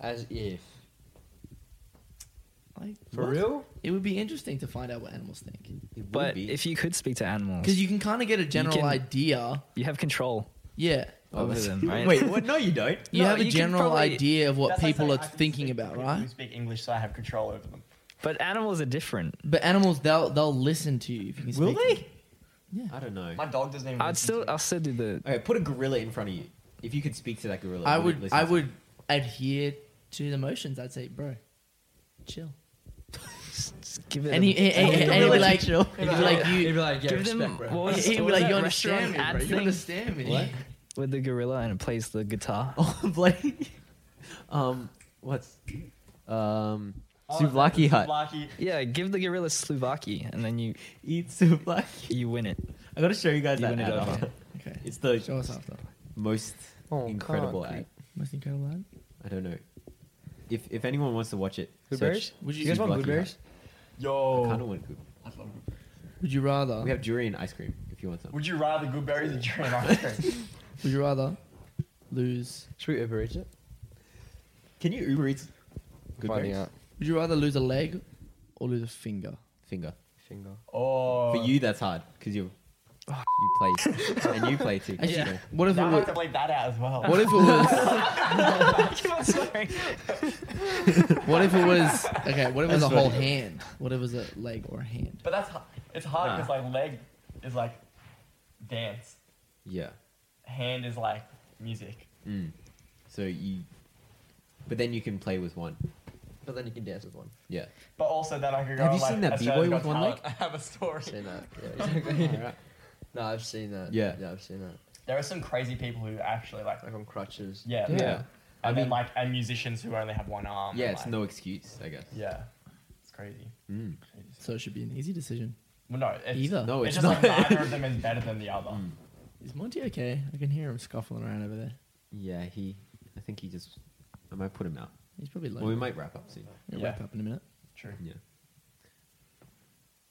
[SPEAKER 1] As if.
[SPEAKER 3] like
[SPEAKER 1] For
[SPEAKER 3] what?
[SPEAKER 1] real?
[SPEAKER 3] It would be interesting to find out what animals think
[SPEAKER 2] It would
[SPEAKER 5] But
[SPEAKER 2] be.
[SPEAKER 5] if you could speak to animals,
[SPEAKER 3] because you can kind of get a general
[SPEAKER 5] can-
[SPEAKER 3] idea.
[SPEAKER 5] you have control
[SPEAKER 3] Yeah.
[SPEAKER 5] over
[SPEAKER 3] Obviously.
[SPEAKER 5] them, right?
[SPEAKER 2] wait, what? No, you don't.
[SPEAKER 3] You
[SPEAKER 5] No,
[SPEAKER 3] have a
[SPEAKER 5] you can
[SPEAKER 3] general
[SPEAKER 5] probably-
[SPEAKER 3] idea of what
[SPEAKER 4] That's like
[SPEAKER 3] people
[SPEAKER 4] saying
[SPEAKER 3] are
[SPEAKER 4] I can
[SPEAKER 3] thinking
[SPEAKER 4] speak-
[SPEAKER 3] about,
[SPEAKER 4] people
[SPEAKER 3] right?
[SPEAKER 4] who speak English, so I have control over them.
[SPEAKER 5] But animals are different.
[SPEAKER 3] But animals, they'll they'll listen to you if you can
[SPEAKER 2] Will
[SPEAKER 3] speak. to
[SPEAKER 2] they?
[SPEAKER 3] them. Yeah.
[SPEAKER 2] I don't know.
[SPEAKER 4] My dog doesn't even.
[SPEAKER 5] I'd
[SPEAKER 4] listen
[SPEAKER 5] still,
[SPEAKER 4] to me.
[SPEAKER 5] I'll still do the.
[SPEAKER 2] Okay, put a gorilla in front of you. If you could speak to that gorilla,
[SPEAKER 3] I
[SPEAKER 2] it
[SPEAKER 3] would
[SPEAKER 2] listen
[SPEAKER 3] I
[SPEAKER 2] to you?
[SPEAKER 3] would adhere to the motions. I'd say, bro, chill.
[SPEAKER 5] Just give it.
[SPEAKER 3] And he
[SPEAKER 5] a,
[SPEAKER 3] and, and, and he'd be like, he'd be like
[SPEAKER 1] He'd
[SPEAKER 3] you.
[SPEAKER 1] be like, yeah,
[SPEAKER 5] give
[SPEAKER 1] respect,
[SPEAKER 5] them.
[SPEAKER 1] bro.
[SPEAKER 5] What was,
[SPEAKER 3] He'd
[SPEAKER 5] what
[SPEAKER 3] be
[SPEAKER 5] was
[SPEAKER 3] like,
[SPEAKER 5] that
[SPEAKER 3] you
[SPEAKER 5] restaurant
[SPEAKER 3] understand me,
[SPEAKER 5] ad
[SPEAKER 3] bro. You
[SPEAKER 5] thing
[SPEAKER 3] understand me.
[SPEAKER 2] What?
[SPEAKER 5] with the gorilla and it plays the guitar.
[SPEAKER 2] Oh, Blake. um, what's um,
[SPEAKER 4] Oh,
[SPEAKER 2] souvlaki hut?
[SPEAKER 4] Souvlaki.
[SPEAKER 5] Yeah, give the gorilla Slovaki, and then you
[SPEAKER 2] Eat souvlaki.
[SPEAKER 5] you win it.
[SPEAKER 2] I gotta show you guys
[SPEAKER 5] You
[SPEAKER 2] that
[SPEAKER 5] win it
[SPEAKER 2] ad.
[SPEAKER 5] over.
[SPEAKER 2] after.
[SPEAKER 3] Okay.
[SPEAKER 2] It's the
[SPEAKER 3] Show us after.
[SPEAKER 2] most
[SPEAKER 1] Oh,
[SPEAKER 2] incredible
[SPEAKER 1] can't.
[SPEAKER 2] ad.
[SPEAKER 3] Most incredible ad.
[SPEAKER 2] I don't know. If if anyone wants to watch it,
[SPEAKER 1] Blueberries?
[SPEAKER 2] search
[SPEAKER 1] Would you, you guys want
[SPEAKER 2] souvlaki hut.
[SPEAKER 1] blueberries?
[SPEAKER 2] I kind
[SPEAKER 4] Yo.
[SPEAKER 2] of want. good-
[SPEAKER 3] Would you rather?
[SPEAKER 2] We have durian ice cream. If you want some,
[SPEAKER 4] Would you rather good berries or durian ice cream?
[SPEAKER 3] Would you rather lose?
[SPEAKER 1] Should we Uber Eats it?
[SPEAKER 2] can you Uber Eats? Good
[SPEAKER 1] Finding
[SPEAKER 2] berries?
[SPEAKER 1] out.
[SPEAKER 3] Would you rather lose a leg or lose a finger?
[SPEAKER 2] Finger.
[SPEAKER 1] Finger.
[SPEAKER 4] Oh.
[SPEAKER 2] For you, that's hard because you
[SPEAKER 1] Oh.
[SPEAKER 2] you play and you play too.
[SPEAKER 3] Actually,
[SPEAKER 2] so-
[SPEAKER 3] What if it
[SPEAKER 4] Now I have
[SPEAKER 3] was?
[SPEAKER 4] to bleep that out as well.
[SPEAKER 3] What if it was?
[SPEAKER 5] Sorry.
[SPEAKER 3] What if it was? Okay. What if it was a
[SPEAKER 2] That's
[SPEAKER 3] whole
[SPEAKER 2] funny.
[SPEAKER 3] hand? What if it was a leg or a hand?
[SPEAKER 4] But that's h- it's hard because
[SPEAKER 2] Nah.
[SPEAKER 4] like leg is like dance,
[SPEAKER 2] Yeah.
[SPEAKER 4] hand is like music.
[SPEAKER 2] Mm. So you, but then you can play with one.
[SPEAKER 1] But then you can dance with one.
[SPEAKER 2] Yeah.
[SPEAKER 4] But also then I could go.
[SPEAKER 2] Have
[SPEAKER 4] on,
[SPEAKER 2] you
[SPEAKER 4] like,
[SPEAKER 2] seen that
[SPEAKER 4] Australia's
[SPEAKER 2] B-boy
[SPEAKER 4] Got
[SPEAKER 2] with one
[SPEAKER 4] Talent.
[SPEAKER 2] leg?
[SPEAKER 4] I have a story.
[SPEAKER 1] Seen that. Yeah, exactly. No, I've seen that.
[SPEAKER 2] Yeah.
[SPEAKER 1] Yeah, I've seen that.
[SPEAKER 4] There are some crazy people who actually like.
[SPEAKER 1] Like on crutches.
[SPEAKER 4] Yeah.
[SPEAKER 2] Yeah.
[SPEAKER 4] And
[SPEAKER 2] I
[SPEAKER 4] then
[SPEAKER 2] mean-
[SPEAKER 4] like and musicians who only have one arm.
[SPEAKER 2] Yeah.
[SPEAKER 4] and,
[SPEAKER 2] It's
[SPEAKER 4] like-
[SPEAKER 2] no excuse, I guess.
[SPEAKER 4] Yeah. It's crazy.
[SPEAKER 2] Mm.
[SPEAKER 3] So it should be an easy decision.
[SPEAKER 4] Well, no, it's,
[SPEAKER 3] Either.
[SPEAKER 2] No,
[SPEAKER 4] It's,
[SPEAKER 2] it's not.
[SPEAKER 4] just
[SPEAKER 2] Mm.
[SPEAKER 4] like neither of them is better than the other.
[SPEAKER 3] Is Monty okay? I can hear him scuffling around over there.
[SPEAKER 2] Yeah. He. I think he just. I might put him out.
[SPEAKER 3] He's probably
[SPEAKER 2] Well, we
[SPEAKER 3] lonely.
[SPEAKER 2] might wrap up soon.
[SPEAKER 3] We'll
[SPEAKER 4] Yeah.
[SPEAKER 3] wrap up in a minute.
[SPEAKER 4] True.
[SPEAKER 2] Yeah.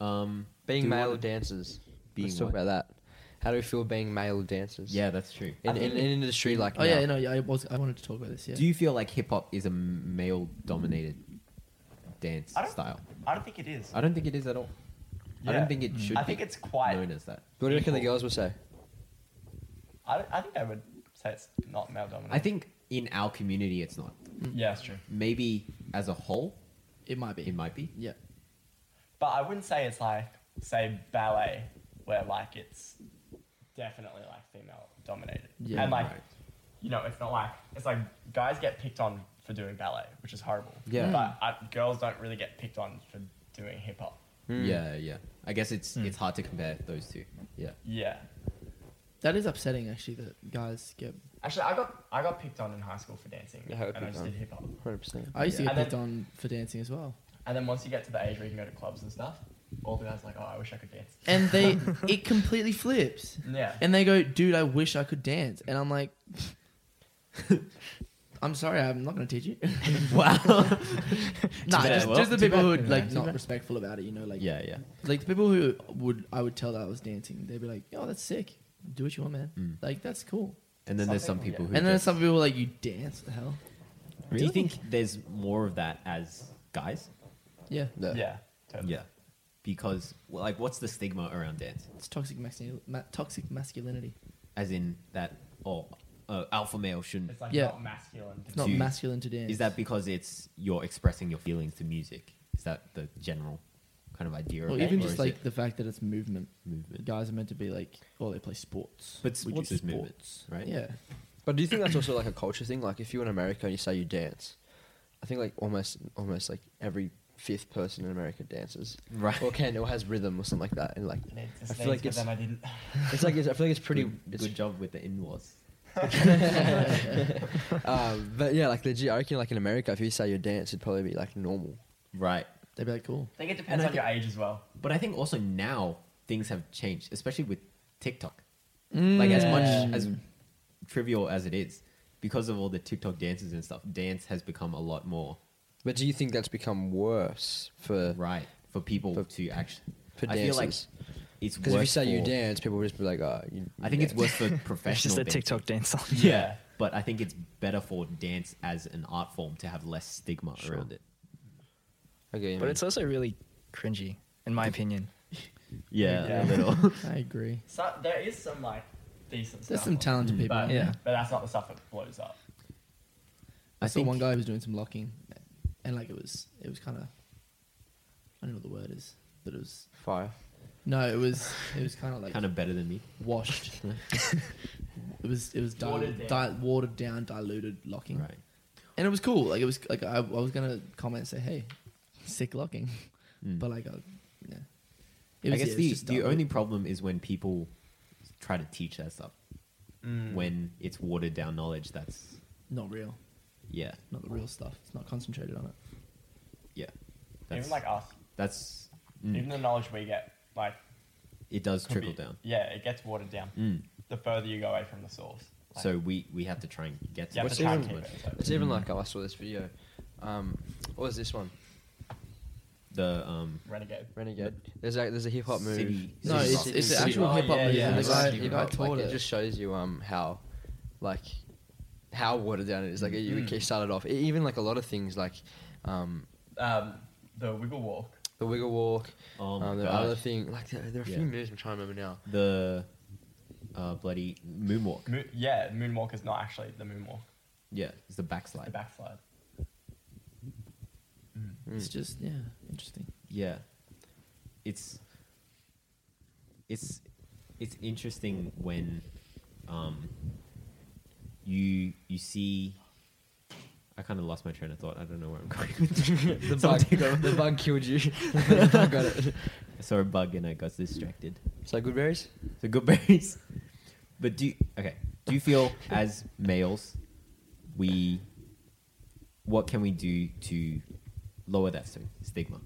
[SPEAKER 2] Um.
[SPEAKER 1] Being
[SPEAKER 2] do we
[SPEAKER 1] male
[SPEAKER 2] wanna-
[SPEAKER 1] dancers.
[SPEAKER 2] Being
[SPEAKER 1] Let's talk
[SPEAKER 2] what?
[SPEAKER 1] about that. How do we feel being male dancers?
[SPEAKER 2] Yeah, that's true.
[SPEAKER 1] In, in, in an industry like
[SPEAKER 3] Oh
[SPEAKER 1] now?
[SPEAKER 3] yeah, no, yeah, I was. I wanted to talk about this. Yeah.
[SPEAKER 2] Do you feel like hip hop is a male-dominated dance
[SPEAKER 4] I don't-
[SPEAKER 2] style?
[SPEAKER 4] I don't think it is.
[SPEAKER 2] I don't think it is at all. I
[SPEAKER 4] Yeah.
[SPEAKER 2] don't think it should.
[SPEAKER 4] I think
[SPEAKER 2] be
[SPEAKER 4] it's quite.
[SPEAKER 2] known as that.
[SPEAKER 1] What do you reckon the girls would say?
[SPEAKER 4] I, don't- I think I would say it's not male dominated.
[SPEAKER 2] I think in our community, it's not.
[SPEAKER 4] Yeah, it's true.
[SPEAKER 2] Maybe as a whole,
[SPEAKER 3] it might be.
[SPEAKER 2] it might be.
[SPEAKER 3] Yeah.
[SPEAKER 4] But I wouldn't say it's like, say, ballet, where like it's definitely like female dominated.
[SPEAKER 3] Yeah,
[SPEAKER 4] and like,
[SPEAKER 2] right.
[SPEAKER 4] you know, it's not like, it's like guys get picked on for doing ballet, which is horrible. uh,
[SPEAKER 2] Yeah.
[SPEAKER 4] But I, girls don't really get picked on for doing hip hop.
[SPEAKER 2] Yeah, yeah. I guess it's it's hard to compare those two. Yeah.
[SPEAKER 4] Yeah.
[SPEAKER 3] That is upsetting, actually, that guys get.
[SPEAKER 4] Actually, I got I got picked on in high school for dancing,
[SPEAKER 1] Yeah, I got
[SPEAKER 4] and I
[SPEAKER 1] picked
[SPEAKER 4] just
[SPEAKER 1] on.
[SPEAKER 4] did hip hop.
[SPEAKER 1] Hundred percent.
[SPEAKER 3] I used to get
[SPEAKER 4] And then-
[SPEAKER 3] picked on for dancing as well.
[SPEAKER 4] And then once you get to the age where you can go to clubs and stuff, all the guys are like, oh, I wish I could dance.
[SPEAKER 3] And they, it completely flips.
[SPEAKER 4] Yeah.
[SPEAKER 3] And they go, dude, I wish I could dance. And I'm like, I'm sorry, I'm not going to teach you.
[SPEAKER 2] Wow.
[SPEAKER 3] nah,
[SPEAKER 2] bad.
[SPEAKER 3] just,
[SPEAKER 2] Well,
[SPEAKER 3] just the
[SPEAKER 2] too
[SPEAKER 3] people
[SPEAKER 2] bad.
[SPEAKER 3] who are like
[SPEAKER 2] Too
[SPEAKER 3] not
[SPEAKER 2] bad.
[SPEAKER 3] respectful about it, you know, like
[SPEAKER 2] yeah, yeah.
[SPEAKER 3] like the people who would I would tell that I was dancing, they'd be like, "Oh, that's sick. Do what you want, man.
[SPEAKER 2] Mm.
[SPEAKER 3] Like that's cool."
[SPEAKER 2] And then there's some
[SPEAKER 4] Something-
[SPEAKER 2] people who.
[SPEAKER 3] and then
[SPEAKER 2] just-
[SPEAKER 3] some people were like, "You dance? What the hell?
[SPEAKER 2] Do you think there's more of that as guys?
[SPEAKER 3] Yeah,
[SPEAKER 4] yeah. Totally.
[SPEAKER 2] Yeah. Because well, like, what's the stigma around dance?
[SPEAKER 3] it's toxic masculinity. Ma- toxic masculinity.
[SPEAKER 2] As in that, oh, uh, alpha male shouldn't.
[SPEAKER 4] It's like
[SPEAKER 3] Yeah.
[SPEAKER 4] not masculine.
[SPEAKER 3] It's not
[SPEAKER 2] Dude,
[SPEAKER 3] masculine to dance.
[SPEAKER 2] Is that because it's you're expressing your feelings to music? Is that the general kind of idea?
[SPEAKER 3] or
[SPEAKER 2] of
[SPEAKER 3] even
[SPEAKER 2] it,
[SPEAKER 3] just
[SPEAKER 2] is
[SPEAKER 3] like
[SPEAKER 2] it
[SPEAKER 3] the fact that it's movement.
[SPEAKER 2] movement,
[SPEAKER 3] Guys are meant to be like, oh, they play sports.
[SPEAKER 2] But
[SPEAKER 3] We do
[SPEAKER 2] sports is movement, right?
[SPEAKER 3] Yeah,
[SPEAKER 1] But do you think that's also like a culture thing? Like, if you're in America and you say you dance, I think like almost almost like every fifth person in America dances,
[SPEAKER 2] right?
[SPEAKER 1] or can or has rhythm or something like that. And like,
[SPEAKER 4] And it
[SPEAKER 1] I
[SPEAKER 4] just
[SPEAKER 1] feel like
[SPEAKER 4] but
[SPEAKER 1] it's-
[SPEAKER 4] then I didn't.
[SPEAKER 1] it's like it's, I feel like it's pretty.
[SPEAKER 2] Good,
[SPEAKER 1] it's,
[SPEAKER 2] good job with the in-laws.
[SPEAKER 1] um, but yeah, like legit, I reckon like in America, if you say you dance, it'd probably be like normal.
[SPEAKER 2] Right.
[SPEAKER 3] they'd be like, cool.
[SPEAKER 4] I think it depends
[SPEAKER 2] I
[SPEAKER 4] on your age as well.
[SPEAKER 2] But I think also now things have changed, especially with TikTok. Like as
[SPEAKER 1] Mm.
[SPEAKER 2] much as trivial as it is, because of all the TikTok dances and stuff, dance has become a lot more
[SPEAKER 1] But do you think that's become worse for?
[SPEAKER 2] right for people
[SPEAKER 1] For-
[SPEAKER 2] to actually.
[SPEAKER 1] for
[SPEAKER 2] I feel like
[SPEAKER 1] dances.
[SPEAKER 2] it's
[SPEAKER 1] Because if you
[SPEAKER 2] worse
[SPEAKER 1] say you
[SPEAKER 2] for-
[SPEAKER 1] dance, people will just be like, "Oh, you,
[SPEAKER 2] I think it's worse for professional.
[SPEAKER 5] It's just a
[SPEAKER 2] dancing.
[SPEAKER 5] TikTok dance song.
[SPEAKER 2] Yeah, but I think it's better for dance as an art form to have less stigma
[SPEAKER 1] Sure.
[SPEAKER 2] around it.
[SPEAKER 1] Okay,
[SPEAKER 5] But it's also really cringy, in my opinion.
[SPEAKER 2] Yeah,
[SPEAKER 4] Yeah.
[SPEAKER 2] a little.
[SPEAKER 3] I agree.
[SPEAKER 4] So there is some like decent
[SPEAKER 3] There's
[SPEAKER 4] stuff.
[SPEAKER 3] some
[SPEAKER 4] on it,
[SPEAKER 3] talented people.
[SPEAKER 4] But,
[SPEAKER 5] Yeah.
[SPEAKER 4] but that's not the stuff that blows up.
[SPEAKER 3] I
[SPEAKER 2] I
[SPEAKER 3] saw
[SPEAKER 2] think
[SPEAKER 3] one guy who was doing some locking, and like it was, it was kind of, I don't know what the word is, but it was
[SPEAKER 1] fire.
[SPEAKER 3] no, it was, it was kind of like
[SPEAKER 2] kind of better than me.
[SPEAKER 3] washed. it was, it was dil-
[SPEAKER 4] Watered
[SPEAKER 3] di-
[SPEAKER 4] down.
[SPEAKER 3] watered down, diluted locking,
[SPEAKER 2] Right.
[SPEAKER 3] and it was cool. Like it was like I, I was gonna comment and say, hey, sick locking,
[SPEAKER 2] Mm.
[SPEAKER 3] but like, I, yeah, it
[SPEAKER 2] I guess
[SPEAKER 3] yeah,
[SPEAKER 2] the,
[SPEAKER 3] just
[SPEAKER 2] the
[SPEAKER 3] diluted.
[SPEAKER 2] only problem is when people try to teach that stuff.
[SPEAKER 4] Mm.
[SPEAKER 2] When it's watered down knowledge, that's
[SPEAKER 3] not real,
[SPEAKER 2] yeah,
[SPEAKER 3] not the real stuff. It's not concentrated on it.
[SPEAKER 2] yeah. That's
[SPEAKER 4] Even like us,
[SPEAKER 2] that's mm,
[SPEAKER 4] even the knowledge we get, like
[SPEAKER 2] it does
[SPEAKER 4] could
[SPEAKER 2] trickle
[SPEAKER 4] be-
[SPEAKER 2] down.
[SPEAKER 4] Yeah, it gets watered down
[SPEAKER 2] Mm.
[SPEAKER 4] the further you go away from the source. Like,
[SPEAKER 2] So we we have to try and get to
[SPEAKER 4] you have
[SPEAKER 1] What's
[SPEAKER 4] to try and
[SPEAKER 1] even-
[SPEAKER 4] keep it. So.
[SPEAKER 1] It's even like oh, I saw this video. Um, what was this one?
[SPEAKER 2] the um
[SPEAKER 4] Renegade.
[SPEAKER 1] Renegade. There's a there's a hip hop move.
[SPEAKER 2] City-
[SPEAKER 3] No,
[SPEAKER 2] City
[SPEAKER 3] it's
[SPEAKER 2] pop.
[SPEAKER 3] it's an
[SPEAKER 1] City
[SPEAKER 3] actual
[SPEAKER 4] pop.
[SPEAKER 3] hip hop
[SPEAKER 4] Yeah,
[SPEAKER 3] movie.
[SPEAKER 4] yeah,
[SPEAKER 3] and The
[SPEAKER 1] it's
[SPEAKER 3] guy,
[SPEAKER 1] like
[SPEAKER 3] the
[SPEAKER 1] hip
[SPEAKER 3] guy
[SPEAKER 1] hop, like,
[SPEAKER 3] taught
[SPEAKER 1] it.
[SPEAKER 3] it.
[SPEAKER 1] just shows you um how like how watered down it is. Like you
[SPEAKER 4] Mm.
[SPEAKER 1] started off. E- even like a lot of things like um
[SPEAKER 4] Um, the wiggle walk.
[SPEAKER 1] the wiggle walk.
[SPEAKER 2] oh my
[SPEAKER 1] um, the
[SPEAKER 2] gosh.
[SPEAKER 1] other thing like there, there are a few
[SPEAKER 2] Yeah.
[SPEAKER 1] moves I'm trying to remember now.
[SPEAKER 2] the uh, bloody moonwalk.
[SPEAKER 4] Mo- yeah, moonwalk is not actually the moonwalk.
[SPEAKER 2] Yeah, it's the
[SPEAKER 4] It's the
[SPEAKER 2] backslide.
[SPEAKER 4] backslide.
[SPEAKER 3] It's just yeah, interesting.
[SPEAKER 2] yeah it's it's it's interesting when um you you see I kind of lost my train of thought. I don't know where I'm going. With
[SPEAKER 1] The
[SPEAKER 2] bug-
[SPEAKER 1] the bug killed you. got it.
[SPEAKER 2] I saw a bug and I got distracted.
[SPEAKER 1] So good berries.
[SPEAKER 2] So good berries. But do you, okay. Do you feel as males, we what can we do to lower that st- stigma?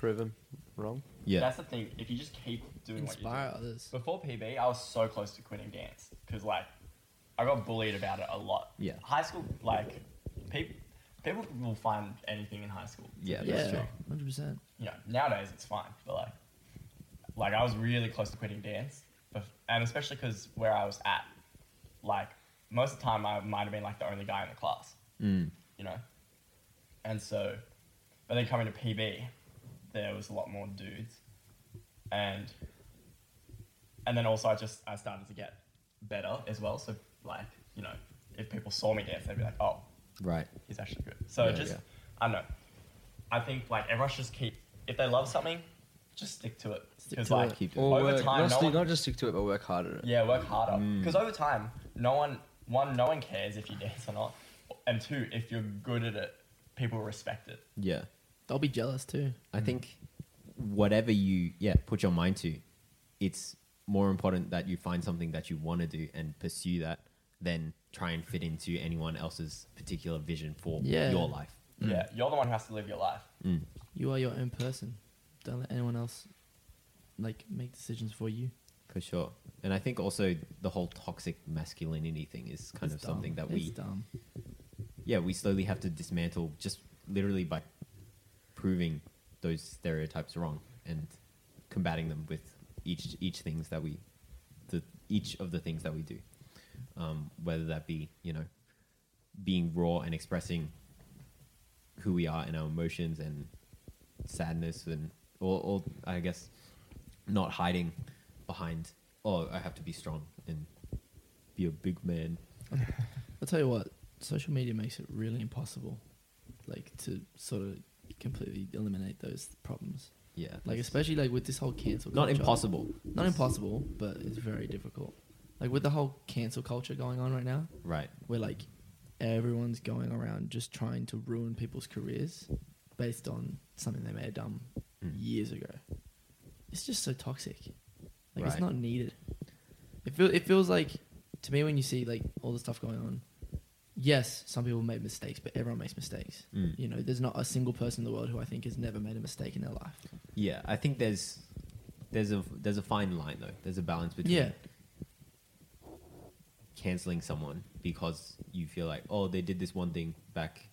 [SPEAKER 1] Prove them wrong.
[SPEAKER 2] Yeah.
[SPEAKER 4] That's the thing. If you just keep doing what you
[SPEAKER 3] Inspire others.
[SPEAKER 2] Oh,
[SPEAKER 4] do. Before PB, I was so close to quitting dance because like I got bullied about it a lot.
[SPEAKER 2] Yeah.
[SPEAKER 4] High school, like people, people will find anything in high school.
[SPEAKER 2] yeah, that's
[SPEAKER 3] Yeah,
[SPEAKER 2] true.
[SPEAKER 3] hundred percent.
[SPEAKER 4] You know, nowadays it's fine, but like, like I was really close to quitting dance, but, and especially because where I was at, like most of the time I might have been like the only guy in the class.
[SPEAKER 2] Mm.
[SPEAKER 4] you know. And so, but then coming to PB, there was a lot more dudes, and and then also I just I started to get better as well. So like you know, if people saw me dance, they'd be like, oh,
[SPEAKER 2] Right.
[SPEAKER 4] he's actually good. So
[SPEAKER 2] Yeah,
[SPEAKER 4] just
[SPEAKER 2] yeah.
[SPEAKER 4] I don't know. I think like everyone should just keep if they love something, just stick to it.
[SPEAKER 3] Stick
[SPEAKER 4] 'Cause,
[SPEAKER 3] to
[SPEAKER 4] like,
[SPEAKER 3] it.
[SPEAKER 2] Keep doing
[SPEAKER 1] Or
[SPEAKER 4] Over
[SPEAKER 1] work,
[SPEAKER 4] time,
[SPEAKER 1] not,
[SPEAKER 4] no
[SPEAKER 1] stick-
[SPEAKER 4] one-
[SPEAKER 1] not just stick to it, but work harder. at it.
[SPEAKER 4] Yeah, work harder.
[SPEAKER 3] Mm.
[SPEAKER 4] Because over time, no one, one, no one cares if you dance or not, and two, if you're good at it, people respect it.
[SPEAKER 2] Yeah.
[SPEAKER 3] I'll be jealous too.
[SPEAKER 2] I think whatever you yeah put your mind to, it's more important that you find something that you want to do and pursue that than try and fit into anyone else's particular vision for
[SPEAKER 3] Yeah. Hmm.
[SPEAKER 2] your life.
[SPEAKER 3] Mm.
[SPEAKER 2] Hmm.
[SPEAKER 4] Yeah, you're the one who has to live your life.
[SPEAKER 3] You are your own person. Don't let anyone else like make decisions for you.
[SPEAKER 2] For sure. And I think also the whole toxic masculinity thing is kind
[SPEAKER 3] It's
[SPEAKER 2] of
[SPEAKER 3] dumb.
[SPEAKER 2] something that
[SPEAKER 3] It's
[SPEAKER 2] we
[SPEAKER 3] dumb.
[SPEAKER 2] yeah, we slowly have to dismantle just literally by proving those stereotypes wrong and combating them with each each things that we the each of the things that we do. Um, whether that be, you know, being raw and expressing who we are and our emotions and sadness and or, or I guess not hiding behind oh I have to be strong and be a big man.
[SPEAKER 3] I'll tell you what, social media makes it really impossible, like to sort of completely eliminate those problems.
[SPEAKER 2] Yeah.
[SPEAKER 3] Like
[SPEAKER 2] that's-
[SPEAKER 3] especially like with this whole cancel.
[SPEAKER 2] not
[SPEAKER 3] culture.
[SPEAKER 2] impossible.
[SPEAKER 3] Not impossible, but it's very difficult. Like with the whole cancel culture going on right now,
[SPEAKER 2] Right.
[SPEAKER 3] where like everyone's going around just trying to ruin people's careers based on something they may have done
[SPEAKER 2] Mm.
[SPEAKER 3] years ago. It's just so toxic. Like
[SPEAKER 2] Right.
[SPEAKER 3] it's not needed. It feel, it feels like to me when you see like all the stuff going on. Yes, some people make mistakes, but everyone makes mistakes.
[SPEAKER 2] Mm.
[SPEAKER 3] You know, there's not a single person in the world who I think has never made a mistake in their life.
[SPEAKER 2] Yeah, I think there's there's a there's a fine line though. There's a balance between
[SPEAKER 3] Yeah.
[SPEAKER 2] canceling someone because you feel like oh they did this one thing back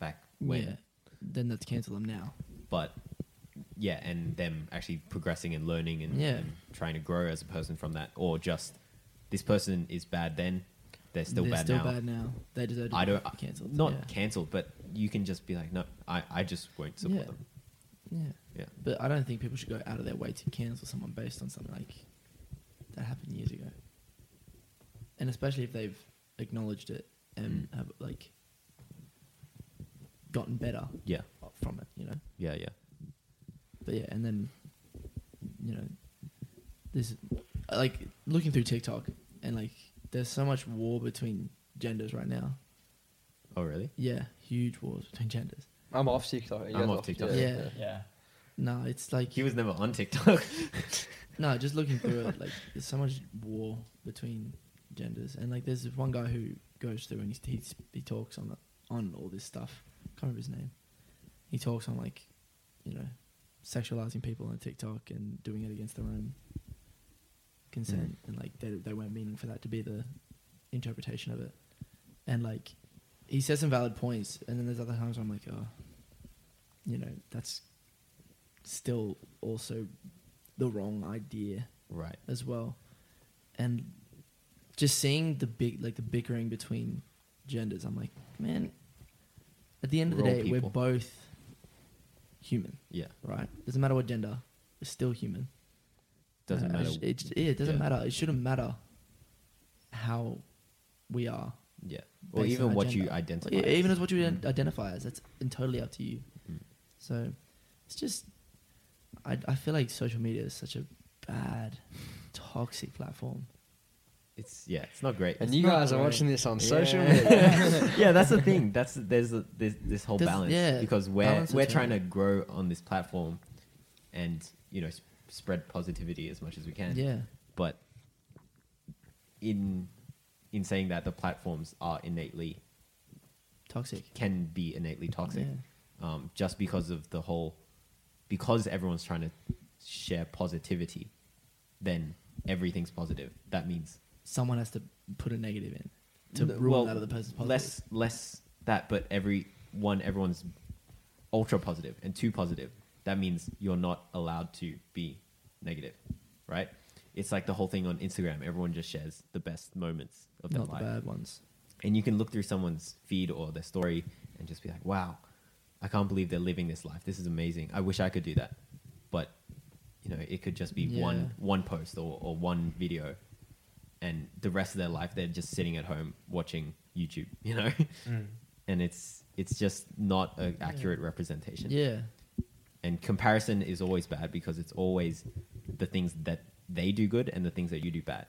[SPEAKER 2] back when,
[SPEAKER 3] Yeah. Then let's cancel them now.
[SPEAKER 2] but yeah, and them actually progressing and learning and,
[SPEAKER 3] Yeah.
[SPEAKER 2] and trying to grow as a person from that, or just this person is bad then they're still
[SPEAKER 3] They're
[SPEAKER 2] bad
[SPEAKER 3] still
[SPEAKER 2] now.
[SPEAKER 3] bad now. They deserve to
[SPEAKER 2] I don't
[SPEAKER 3] be cancelled.
[SPEAKER 2] not
[SPEAKER 3] yeah.
[SPEAKER 2] cancelled, but you can just be like no, I I just won't support
[SPEAKER 3] Yeah.
[SPEAKER 2] them.
[SPEAKER 3] yeah.
[SPEAKER 2] Yeah,
[SPEAKER 3] But I don't think people should go out of their way to cancel someone based on something like that happened years ago. And especially if they've acknowledged it and have like gotten better
[SPEAKER 2] yeah,
[SPEAKER 3] from it, you know.
[SPEAKER 2] yeah, yeah.
[SPEAKER 3] But yeah, and then you know, this like looking through TikTok and like there's so much war between genders right now.
[SPEAKER 2] Oh really?
[SPEAKER 3] Yeah, huge wars between genders.
[SPEAKER 1] I'm off TikTok. You
[SPEAKER 2] I'm
[SPEAKER 1] guys
[SPEAKER 2] off TikTok.
[SPEAKER 1] Yeah.
[SPEAKER 3] Yeah.
[SPEAKER 4] Yeah.
[SPEAKER 3] No, it's like
[SPEAKER 2] He was never on TikTok.
[SPEAKER 3] No, just looking through it, like there's so much war between genders, and like there's this one guy who goes through and he he, he talks on on all this stuff. Can't remember his name. He talks on like, you know, sexualizing people on TikTok and doing it against their own consent, and like they they weren't meaning for that to be the interpretation of it, and like he says some valid points, and then there's other times where I'm like, oh, you know, that's still also the wrong idea
[SPEAKER 2] right.
[SPEAKER 3] as well. And just seeing the big like the bickering between genders, I'm like, man, at the end of the
[SPEAKER 2] We're all
[SPEAKER 3] day,
[SPEAKER 2] people.
[SPEAKER 3] we're both human,
[SPEAKER 2] Yeah.
[SPEAKER 3] right? Doesn't matter what gender, we're still human.
[SPEAKER 2] Doesn't
[SPEAKER 3] Uh,
[SPEAKER 2] matter.
[SPEAKER 3] It, it, yeah, it doesn't
[SPEAKER 2] Yeah.
[SPEAKER 3] matter. It shouldn't matter how we are.
[SPEAKER 2] yeah. Or
[SPEAKER 3] based
[SPEAKER 2] even
[SPEAKER 3] on
[SPEAKER 2] what
[SPEAKER 3] gender.
[SPEAKER 2] you identify.
[SPEAKER 3] Yeah, E-, even
[SPEAKER 2] as.
[SPEAKER 3] as what you ident- identify as. That's entirely up to you.
[SPEAKER 2] Mm.
[SPEAKER 3] So it's just, I, I feel like social media is such a bad, toxic platform.
[SPEAKER 2] it's yeah, it's not great.
[SPEAKER 1] And
[SPEAKER 2] It's
[SPEAKER 1] you
[SPEAKER 2] not
[SPEAKER 1] guys are
[SPEAKER 2] great.
[SPEAKER 1] watching this on
[SPEAKER 2] Yeah.
[SPEAKER 1] social media.
[SPEAKER 2] yeah, that's the thing. That's there's a, there's this whole
[SPEAKER 3] There's-
[SPEAKER 2] balance
[SPEAKER 3] yeah,
[SPEAKER 2] because we're
[SPEAKER 3] balance
[SPEAKER 2] we're
[SPEAKER 3] between
[SPEAKER 2] trying to
[SPEAKER 3] it.
[SPEAKER 2] grow on this platform, and you know s- spread positivity as much as we can.
[SPEAKER 3] Yeah.
[SPEAKER 2] But in in saying that, the platforms are innately
[SPEAKER 3] Toxic.
[SPEAKER 2] can be innately toxic
[SPEAKER 3] Yeah.
[SPEAKER 2] um, just because of the whole because everyone's trying to share positivity then everything's positive that means
[SPEAKER 3] Someone has to put a negative in to
[SPEAKER 2] N-
[SPEAKER 3] rule
[SPEAKER 2] well,
[SPEAKER 3] out of the person's positive.
[SPEAKER 2] less less that but every one everyone's ultra positive and too positive that means you're not allowed to be negative right it's like the whole thing on instagram everyone just shares the best moments of their
[SPEAKER 3] not the
[SPEAKER 2] life
[SPEAKER 3] bad ones.
[SPEAKER 2] and you can look through someone's feed or their story and just be like, wow, I can't believe they're living this life. This is amazing. I wish I could do that. But, you know, it could just be one,
[SPEAKER 3] Yeah.
[SPEAKER 2] one post or, or one video. And the rest of their life, they're just sitting at home watching YouTube, you know?
[SPEAKER 3] Mm.
[SPEAKER 2] And it's, it's just not an accurate representation.
[SPEAKER 3] Yeah.
[SPEAKER 2] And comparison is always bad because it's always the things that they do good and the things that you do bad.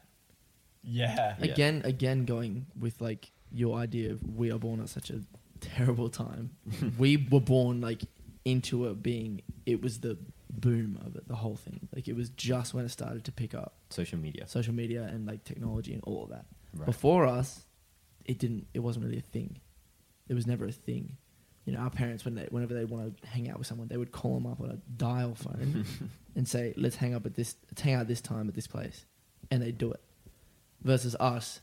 [SPEAKER 4] Yeah.
[SPEAKER 2] Oh, Yeah.
[SPEAKER 3] Again, again, going with like your idea of we are born at such a terrible time. we were born like into it being it was the boom of it, the whole thing. Like it was just when it started to pick up
[SPEAKER 2] Social media.
[SPEAKER 3] social media and like technology and all of that.
[SPEAKER 2] Right.
[SPEAKER 3] Before us, it didn't. It wasn't really a thing. It was never a thing. You know, our parents when they, whenever they want to hang out with someone, they would call them up on a dial phone and say, "Let's hang up at this. Let's hang out this time at this place," and they do it. Versus us,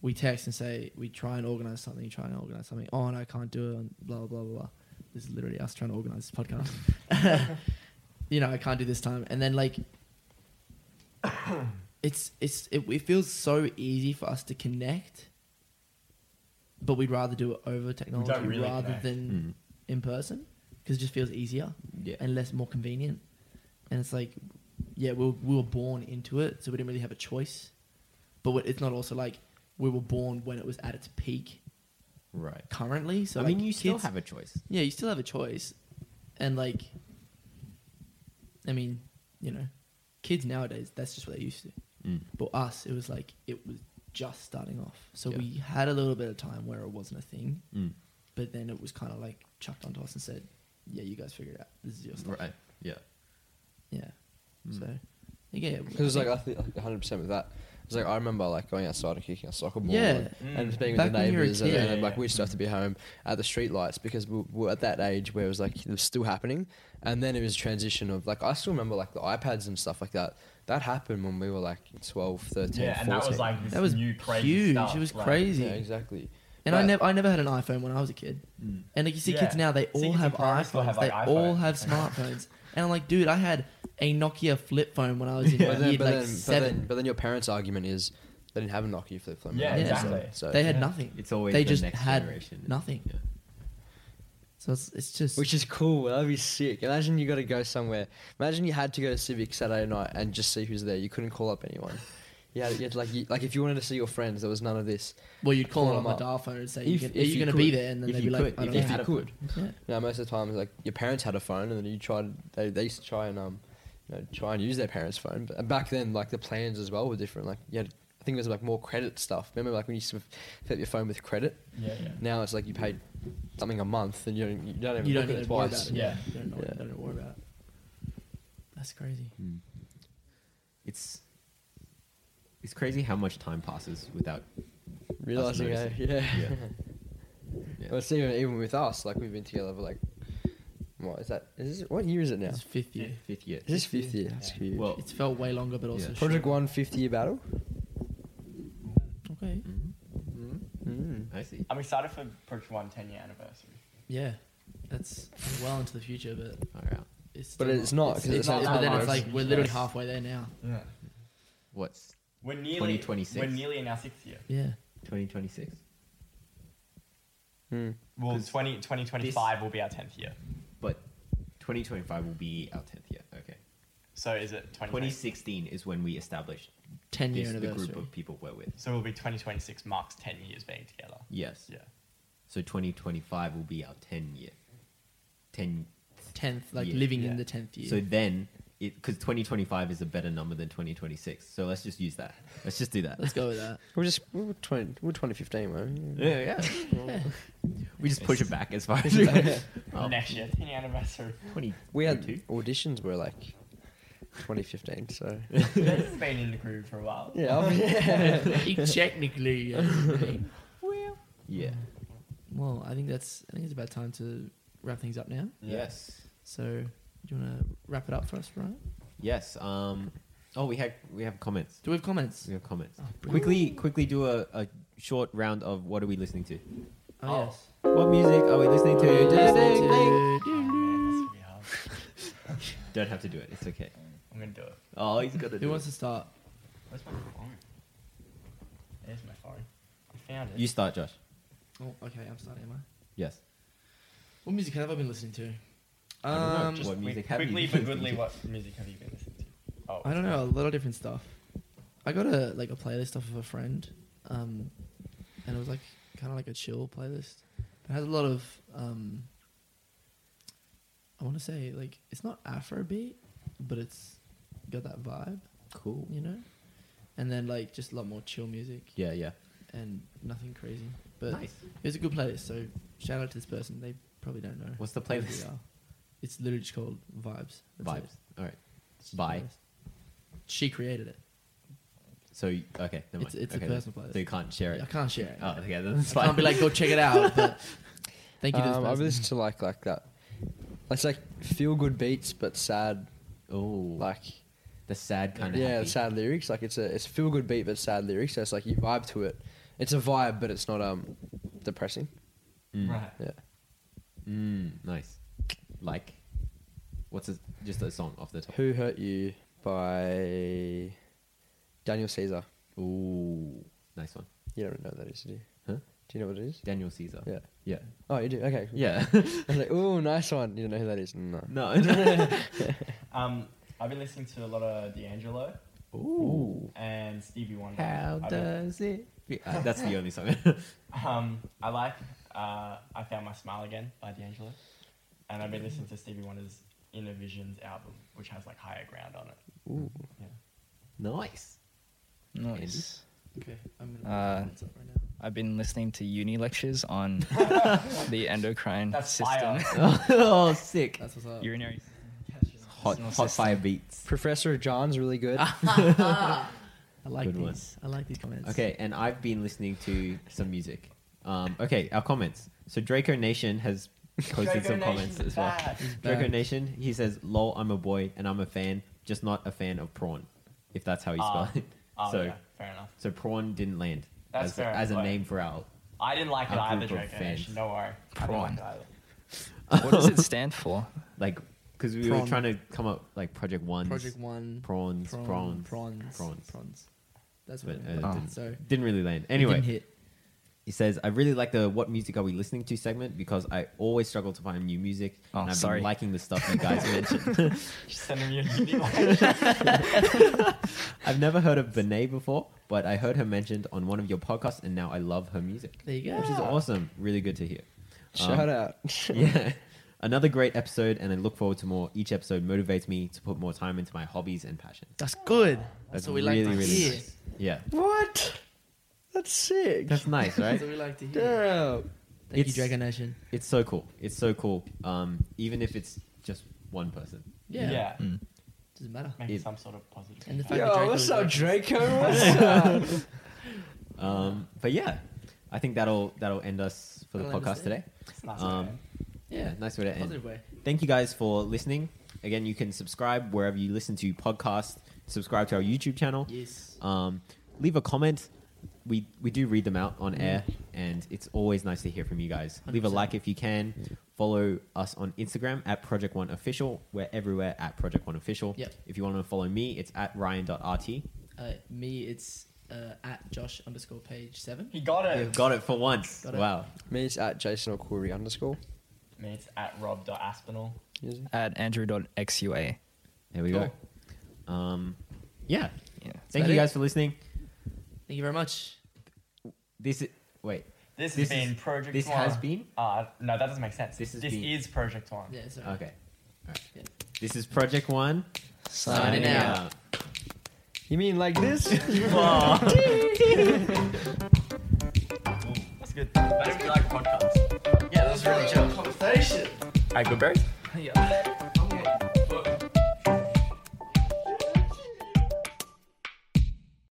[SPEAKER 3] we text and say we try and organize something, try and organize something. Oh, and no, I can't do it. And blah blah blah blah. This is literally us trying to organize this podcast. you know, I can't do this time, and then like it's it's it, it feels so easy for us to connect, but we'd rather do it over technology
[SPEAKER 4] really
[SPEAKER 3] rather
[SPEAKER 4] connect. Hmm.
[SPEAKER 3] than in person because it just feels easier
[SPEAKER 2] Mm. Yeah.
[SPEAKER 3] and less more convenient. And it's like, yeah, we were, we were born into it, so we didn't really have a choice. But we- it's not also like we were born when it was at its peak
[SPEAKER 2] Right.
[SPEAKER 3] currently. So
[SPEAKER 2] I mean,
[SPEAKER 3] like,
[SPEAKER 2] you still
[SPEAKER 3] kids-
[SPEAKER 2] have a choice.
[SPEAKER 3] yeah, you still have a choice, and like, I mean, you know, kids nowadays that's just what they used to.
[SPEAKER 2] Mm.
[SPEAKER 3] But us, it was like it was just starting off. So
[SPEAKER 2] Yeah.
[SPEAKER 3] we had a little bit of time where it wasn't a thing,
[SPEAKER 2] Mm.
[SPEAKER 3] but then it was kind of like chucked onto us and said, "Yeah, you guys figure it out. This is your stuff."
[SPEAKER 2] Right. Yeah.
[SPEAKER 3] Yeah.
[SPEAKER 2] Mm.
[SPEAKER 3] So yeah,
[SPEAKER 1] Because it's like I think like, 100% with that. It's like I remember like going outside and kicking a soccer ball
[SPEAKER 3] Yeah.
[SPEAKER 1] and,
[SPEAKER 4] Mm.
[SPEAKER 1] and being
[SPEAKER 3] Back
[SPEAKER 1] with the
[SPEAKER 3] when you were a
[SPEAKER 1] neighbours and,
[SPEAKER 3] kid.
[SPEAKER 1] and then,
[SPEAKER 4] Yeah,
[SPEAKER 1] like
[SPEAKER 4] yeah.
[SPEAKER 1] we used to have to be home at the streetlights because we we were at that age where it was like it was still happening and then it was a transition of like I still remember like the iPads and stuff like that. That happened when we were like 12, 13,
[SPEAKER 4] yeah, and that was
[SPEAKER 1] 14.
[SPEAKER 4] like this
[SPEAKER 3] that was
[SPEAKER 4] new crazy
[SPEAKER 3] huge.
[SPEAKER 4] stuff,
[SPEAKER 3] it was
[SPEAKER 4] like-
[SPEAKER 3] crazy.
[SPEAKER 1] Yeah, exactly.
[SPEAKER 3] And I
[SPEAKER 1] But-
[SPEAKER 3] never, I never had an iPhone when I was a kid.
[SPEAKER 2] Mm.
[SPEAKER 3] And like you see
[SPEAKER 4] Yeah.
[SPEAKER 3] kids now, they
[SPEAKER 4] See,
[SPEAKER 3] all
[SPEAKER 4] kids
[SPEAKER 3] have
[SPEAKER 4] in primary school
[SPEAKER 3] iPhones.
[SPEAKER 4] have,
[SPEAKER 3] they
[SPEAKER 4] like,
[SPEAKER 3] all
[SPEAKER 4] iPhones.
[SPEAKER 3] have smartphones. and I'm like, dude, I had a Nokia flip phone when I was in
[SPEAKER 1] But
[SPEAKER 3] year
[SPEAKER 1] then, but,
[SPEAKER 3] like
[SPEAKER 1] then, but,
[SPEAKER 3] seven.
[SPEAKER 1] then, but then your parents' argument is they didn't have a Nokia flip phone.
[SPEAKER 4] Yeah,
[SPEAKER 1] right?
[SPEAKER 4] exactly.
[SPEAKER 1] So, so-
[SPEAKER 3] they had nothing.
[SPEAKER 2] It's always
[SPEAKER 3] They
[SPEAKER 2] the
[SPEAKER 3] just
[SPEAKER 2] next
[SPEAKER 3] had
[SPEAKER 2] generation.
[SPEAKER 3] nothing.
[SPEAKER 2] Yeah.
[SPEAKER 3] So it's, it's just
[SPEAKER 1] Which is cool. That'd be sick. Imagine you got to go somewhere. Imagine you had to go to Civic Saturday night and just see who's there. You couldn't call up anyone. Yeah, you had, like you, like if you wanted to see your friends, there was none of this.
[SPEAKER 3] well, you'd call
[SPEAKER 1] call
[SPEAKER 3] them
[SPEAKER 1] them
[SPEAKER 3] on a
[SPEAKER 1] up.
[SPEAKER 3] dial phone and say,
[SPEAKER 1] If-
[SPEAKER 3] you can,
[SPEAKER 1] if
[SPEAKER 3] "Are you
[SPEAKER 1] you
[SPEAKER 3] going to
[SPEAKER 1] could.
[SPEAKER 3] be there?" And then
[SPEAKER 2] If
[SPEAKER 3] they'd be
[SPEAKER 2] you
[SPEAKER 3] like,
[SPEAKER 2] could.
[SPEAKER 3] "I
[SPEAKER 2] If
[SPEAKER 3] don't
[SPEAKER 2] you
[SPEAKER 3] know."
[SPEAKER 2] had a phone.
[SPEAKER 3] Yeah.
[SPEAKER 1] Now most of the time, like your parents had a phone, and then you tried. They, they used to try and um, you know, try and use their parents' phone. But back then, like the plans as well were different. Like you had, I think there was like more credit stuff. Remember, like when you used to fill up your phone with credit.
[SPEAKER 4] Yeah, yeah.
[SPEAKER 1] Now it's like you paid something a month, and you don't, you don't even
[SPEAKER 3] You
[SPEAKER 1] look
[SPEAKER 3] don't
[SPEAKER 1] at
[SPEAKER 3] need
[SPEAKER 1] it
[SPEAKER 3] to worry about
[SPEAKER 1] twice.
[SPEAKER 3] it.
[SPEAKER 4] Yeah.
[SPEAKER 3] You don't know-
[SPEAKER 1] Yeah.
[SPEAKER 3] don't need to worry about it. That's crazy.
[SPEAKER 2] Mm. It's it's crazy how much time passes without.
[SPEAKER 1] Realizing,
[SPEAKER 2] Us
[SPEAKER 1] uh,
[SPEAKER 2] noticing.
[SPEAKER 1] yeah.
[SPEAKER 2] Yeah. Yeah.
[SPEAKER 1] Well, it's even even with us, like we've been together for like, what is that? Is this, what year is it now?
[SPEAKER 3] It's
[SPEAKER 1] Is
[SPEAKER 3] fifth year.
[SPEAKER 2] Fifth year.
[SPEAKER 1] this fifth year? That's
[SPEAKER 4] Yeah.
[SPEAKER 1] huge.
[SPEAKER 2] Well,
[SPEAKER 3] It's felt way longer, but also
[SPEAKER 2] Yeah.
[SPEAKER 1] Project
[SPEAKER 3] shorter.
[SPEAKER 1] One 50 year battle.
[SPEAKER 3] Okay.
[SPEAKER 2] Mhm.
[SPEAKER 1] Mm.
[SPEAKER 2] I see.
[SPEAKER 4] I'm excited for Project One 10 year anniversary.
[SPEAKER 3] Yeah, that's well into the future, but
[SPEAKER 2] All right.
[SPEAKER 3] it's
[SPEAKER 1] But
[SPEAKER 3] still
[SPEAKER 1] it's not, 'cause
[SPEAKER 3] it's
[SPEAKER 1] it's
[SPEAKER 3] not
[SPEAKER 4] not
[SPEAKER 3] but then it's
[SPEAKER 4] that
[SPEAKER 3] like
[SPEAKER 4] much.
[SPEAKER 3] we're literally
[SPEAKER 4] Yes.
[SPEAKER 3] halfway there now.
[SPEAKER 4] Yeah.
[SPEAKER 2] What's
[SPEAKER 4] We're nearly
[SPEAKER 2] 2026.
[SPEAKER 4] We're nearly in our sixth year.
[SPEAKER 3] Yeah,
[SPEAKER 2] 2026?
[SPEAKER 1] Mm.
[SPEAKER 4] Well,
[SPEAKER 2] 'Cause
[SPEAKER 4] 20, 2025 will be our 10th year.
[SPEAKER 2] But 2025 will be our 10th year. Okay.
[SPEAKER 4] So is it 2020?
[SPEAKER 2] 2016 is when we established
[SPEAKER 3] ten year
[SPEAKER 2] this, the group
[SPEAKER 3] anniversary.
[SPEAKER 2] of people we're with.
[SPEAKER 4] So it'll be 2026 marks 10 years being together.
[SPEAKER 2] Yes.
[SPEAKER 4] Yeah.
[SPEAKER 2] So 2025 will be our 10 year. 10.
[SPEAKER 3] Tenth, like
[SPEAKER 2] Yeah.
[SPEAKER 3] living
[SPEAKER 4] Yeah.
[SPEAKER 3] in the tenth year.
[SPEAKER 2] So then, because 2025 is a better number than 2026. So let's just use that. Let's just do that.
[SPEAKER 3] Let's go with that.
[SPEAKER 1] We're just we're 20, we're 2015, man.
[SPEAKER 2] Yeah, yeah. we just push it back as far as we Oh.
[SPEAKER 4] Next year, 10 year anniversary.
[SPEAKER 2] 20.
[SPEAKER 1] We had
[SPEAKER 2] two.
[SPEAKER 1] auditions were like 2015, so
[SPEAKER 4] This has been in the groove for a while.
[SPEAKER 1] yeah, obvi-
[SPEAKER 3] Technically,
[SPEAKER 2] Yeah.
[SPEAKER 3] well, I think that's I think it's about time to wrap things up now.
[SPEAKER 2] Yes.
[SPEAKER 3] So, do you want to wrap it up for us, right?
[SPEAKER 2] Yes. Um. Oh, we had we have comments.
[SPEAKER 3] Do we have comments?
[SPEAKER 2] We have comments.
[SPEAKER 3] Oh, brilliant.
[SPEAKER 2] quickly, quickly do a, a short round of what are we listening to?
[SPEAKER 3] Oh, yes.
[SPEAKER 2] What music are we listening to? Ding, ding.
[SPEAKER 4] Oh, man, that's gonna be hard.
[SPEAKER 2] Don't have to do it. It's okay.
[SPEAKER 4] I'm going to do it.
[SPEAKER 2] Oh, he's got to
[SPEAKER 3] Who
[SPEAKER 2] do it.
[SPEAKER 3] wants to start?
[SPEAKER 4] Where's my phone? There's my phone. I found it.
[SPEAKER 2] You start, Josh.
[SPEAKER 3] Oh, okay, I'm starting. Am I?
[SPEAKER 2] Yes.
[SPEAKER 3] What music have I been listening to?
[SPEAKER 2] I don't know,
[SPEAKER 3] Um,
[SPEAKER 2] just- What
[SPEAKER 4] Quick-
[SPEAKER 2] music have you
[SPEAKER 4] quickly
[SPEAKER 2] been
[SPEAKER 4] but
[SPEAKER 2] listening
[SPEAKER 4] goodly,
[SPEAKER 2] to?
[SPEAKER 4] what music have you been listening to? Oh,
[SPEAKER 3] I don't know, a lot of different stuff. I got a like a playlist off of a friend, um, and it was like kind of like a chill playlist. It has a lot of um, I want to say like it's not Afrobeat, but it's got that vibe,
[SPEAKER 2] Cool.
[SPEAKER 3] you know. And then like just a lot more chill music
[SPEAKER 2] Yeah, yeah.
[SPEAKER 3] and nothing crazy, but
[SPEAKER 2] Nice.
[SPEAKER 3] it was a good playlist. So shout out to this person. They probably don't know
[SPEAKER 2] What's the
[SPEAKER 3] who we
[SPEAKER 2] playlist?
[SPEAKER 3] are. It's literally just called Vibes. That's it.
[SPEAKER 2] Vibes. All right.
[SPEAKER 3] It's just
[SPEAKER 2] Vi.
[SPEAKER 3] Vibes. She created it.
[SPEAKER 2] So you- okay, never
[SPEAKER 3] It's-
[SPEAKER 2] mind.
[SPEAKER 3] it's a
[SPEAKER 2] okay, then.
[SPEAKER 3] personal player.
[SPEAKER 2] So you can't share it.
[SPEAKER 3] I can't share it.
[SPEAKER 2] Oh, okay, then that's
[SPEAKER 3] I
[SPEAKER 2] fine.
[SPEAKER 3] can't be like, go check it out. But thank you to this
[SPEAKER 1] Um, I've
[SPEAKER 3] person.
[SPEAKER 1] listened to like like that. It's like feel good beats, but sad.
[SPEAKER 2] oh, like
[SPEAKER 1] Like
[SPEAKER 2] the sad kind of
[SPEAKER 1] yeah,
[SPEAKER 2] happy.
[SPEAKER 1] sad lyrics. Like it's a it's feel good beat, but sad lyrics. So it's like you vibe to it. It's a vibe, but it's not um depressing.
[SPEAKER 2] Mm.
[SPEAKER 4] Right.
[SPEAKER 1] Yeah.
[SPEAKER 2] Mm, nice. Like, what's a, just a song off the top?
[SPEAKER 1] Who hurt you by Daniel Caesar.
[SPEAKER 2] Ooh, nice one.
[SPEAKER 1] You don't know what that is, do you?
[SPEAKER 2] Huh?
[SPEAKER 1] Do you know what it is?
[SPEAKER 2] Daniel Caesar.
[SPEAKER 1] Yeah.
[SPEAKER 2] Yeah.
[SPEAKER 1] Oh, you do. Okay. cool.
[SPEAKER 2] Yeah.
[SPEAKER 1] I was like, ooh, nice one. You don't know who that is? No.
[SPEAKER 2] no.
[SPEAKER 4] Um, I've been listening to a lot of D'Angelo
[SPEAKER 2] Ooh.
[SPEAKER 4] and Stevie Wonder.
[SPEAKER 2] How
[SPEAKER 4] I've been-
[SPEAKER 2] does it? Be? Uh, that's the only song.
[SPEAKER 4] Um, I like uh, I Found My Smile Again by D'Angelo. And I've been listening to Stevie Wonder's Inner Visions album, which has like higher ground on it.
[SPEAKER 1] Ooh.
[SPEAKER 2] nice.
[SPEAKER 5] Nice.
[SPEAKER 3] Okay, I'm gonna
[SPEAKER 5] Uh,
[SPEAKER 3] put the comments up right now.
[SPEAKER 5] I've been listening to uni lectures on the endocrine
[SPEAKER 4] That's
[SPEAKER 5] system,
[SPEAKER 4] fire.
[SPEAKER 2] oh, sick.
[SPEAKER 3] That's what's up.
[SPEAKER 5] urinary.
[SPEAKER 2] Hot,
[SPEAKER 5] Personal
[SPEAKER 2] hot
[SPEAKER 5] system.
[SPEAKER 2] fire beats.
[SPEAKER 1] Professor John's really good.
[SPEAKER 3] I like
[SPEAKER 2] Good
[SPEAKER 3] these.
[SPEAKER 2] one.
[SPEAKER 3] I like these comments.
[SPEAKER 2] Okay, and I've been listening to some music. Um, okay, our comments. So Draco Nation has posted some comments as well. Draco
[SPEAKER 3] back.
[SPEAKER 2] Nation, he says, "Lol, I'm a boy and I'm a fan, just not a fan of prawn, if that's how you spell
[SPEAKER 4] Ah.
[SPEAKER 2] it."
[SPEAKER 4] Oh,
[SPEAKER 2] so,
[SPEAKER 4] yeah, fair enough.
[SPEAKER 2] so prawn didn't land
[SPEAKER 4] That's
[SPEAKER 2] as,
[SPEAKER 4] fair,
[SPEAKER 2] as a
[SPEAKER 4] but-
[SPEAKER 2] name for our.
[SPEAKER 4] I didn't like it
[SPEAKER 2] Our
[SPEAKER 4] either,
[SPEAKER 2] group of
[SPEAKER 4] Draco Nation.
[SPEAKER 2] fans.
[SPEAKER 4] Don't worry. I didn't like
[SPEAKER 5] Prawn.
[SPEAKER 4] it either.
[SPEAKER 5] What does it stand for?
[SPEAKER 2] Like, because we were
[SPEAKER 3] Prawn.
[SPEAKER 2] trying to come up like Project One,
[SPEAKER 3] Project One.
[SPEAKER 2] prawns,
[SPEAKER 3] prawn,
[SPEAKER 2] prawns,
[SPEAKER 3] prawns,
[SPEAKER 2] prawns.
[SPEAKER 3] prawns. That's
[SPEAKER 2] But,
[SPEAKER 3] what. it
[SPEAKER 2] uh,
[SPEAKER 5] it
[SPEAKER 3] did,
[SPEAKER 5] didn't-
[SPEAKER 3] so it
[SPEAKER 2] Didn't really land. Anyway,
[SPEAKER 3] didn't hit.
[SPEAKER 2] He says, I really like the what music are we listening to segment because I always struggle to find new music.
[SPEAKER 5] Oh,
[SPEAKER 2] and I've
[SPEAKER 5] sorry.
[SPEAKER 2] been liking the stuff you guys mentioned.
[SPEAKER 4] She's sending me a video.
[SPEAKER 2] I've never heard of Benet before, but I heard her mentioned on one of your podcasts and now I love her music.
[SPEAKER 3] There you go.
[SPEAKER 2] Which is awesome. Really good to hear.
[SPEAKER 1] Shout
[SPEAKER 2] Um,
[SPEAKER 1] out.
[SPEAKER 2] Yeah. Another great episode, and I look forward to more. Each episode motivates me to put more time into my hobbies and passions.
[SPEAKER 3] That's good.
[SPEAKER 2] That's
[SPEAKER 3] That's what we
[SPEAKER 2] really,
[SPEAKER 3] like to
[SPEAKER 2] really
[SPEAKER 3] hear.
[SPEAKER 2] nice. Yeah.
[SPEAKER 1] What? That's sick.
[SPEAKER 2] That's nice, right?
[SPEAKER 3] That's what we like to hear.
[SPEAKER 1] Damn.
[SPEAKER 3] Thank you,
[SPEAKER 2] It's-
[SPEAKER 3] Dragon Nation.
[SPEAKER 2] it's so cool. It's so cool. Um, even if it's just one person.
[SPEAKER 3] Yeah.
[SPEAKER 4] yeah.
[SPEAKER 3] Doesn't matter.
[SPEAKER 4] Maybe
[SPEAKER 2] Mm, It-
[SPEAKER 4] some sort of positive.
[SPEAKER 3] And the fact-
[SPEAKER 4] impact.
[SPEAKER 3] Draco
[SPEAKER 1] Yo, what's
[SPEAKER 3] is
[SPEAKER 1] up,
[SPEAKER 3] like-
[SPEAKER 1] Draco? What's up?
[SPEAKER 2] Um, but yeah, I think that'll that'll end us for the
[SPEAKER 3] That'll end us
[SPEAKER 2] podcast
[SPEAKER 3] there.
[SPEAKER 2] today.
[SPEAKER 4] It's nice,
[SPEAKER 2] Um,
[SPEAKER 4] man.
[SPEAKER 2] Yeah, nice way to end.
[SPEAKER 3] Positive way.
[SPEAKER 2] Thank you guys for listening. Again, you can subscribe wherever you listen to podcasts. Subscribe to our YouTube channel.
[SPEAKER 3] Yes.
[SPEAKER 2] Um, leave a comment. We we do read them out on
[SPEAKER 3] Mm-hmm.
[SPEAKER 2] air, and it's always nice to hear from you guys. Leave a
[SPEAKER 3] 100%.
[SPEAKER 2] like if you can. Follow us on Instagram at Project One Official. We're everywhere at Project One Official.
[SPEAKER 3] Yep.
[SPEAKER 2] If you want to follow me, it's at ryan.rt.
[SPEAKER 3] Uh, me, it's uh, at Josh underscore page seven.
[SPEAKER 4] He got
[SPEAKER 2] You've
[SPEAKER 4] it.
[SPEAKER 2] got it for once.
[SPEAKER 3] Got it.
[SPEAKER 2] Wow.
[SPEAKER 1] Me, it's at Jason O'Quarry underscore.
[SPEAKER 4] Mates at rob.aspinall.
[SPEAKER 1] Using.
[SPEAKER 5] At andrew.xua.
[SPEAKER 2] There we
[SPEAKER 1] Cool.
[SPEAKER 2] go. Um, yeah.
[SPEAKER 5] Yeah.
[SPEAKER 2] Thank
[SPEAKER 3] that
[SPEAKER 2] you
[SPEAKER 3] it?
[SPEAKER 2] guys for listening.
[SPEAKER 3] Thank you very much.
[SPEAKER 2] This is wait.
[SPEAKER 4] This,
[SPEAKER 2] This
[SPEAKER 4] has been
[SPEAKER 2] is-
[SPEAKER 4] Project
[SPEAKER 2] this
[SPEAKER 4] One.
[SPEAKER 2] has been?
[SPEAKER 4] Uh, no, that doesn't make sense.
[SPEAKER 2] This
[SPEAKER 4] This
[SPEAKER 2] has
[SPEAKER 4] is,
[SPEAKER 2] been-
[SPEAKER 4] Project One.
[SPEAKER 3] Yeah. Sorry.
[SPEAKER 2] Okay. Alright.
[SPEAKER 3] Yeah.
[SPEAKER 2] This is Project One.
[SPEAKER 5] Signing
[SPEAKER 3] out.
[SPEAKER 1] You mean like this?
[SPEAKER 4] That's good. I don't really like podcasts. Yeah, that was really chill. Conversation. Hey, good, bro.
[SPEAKER 5] Yeah.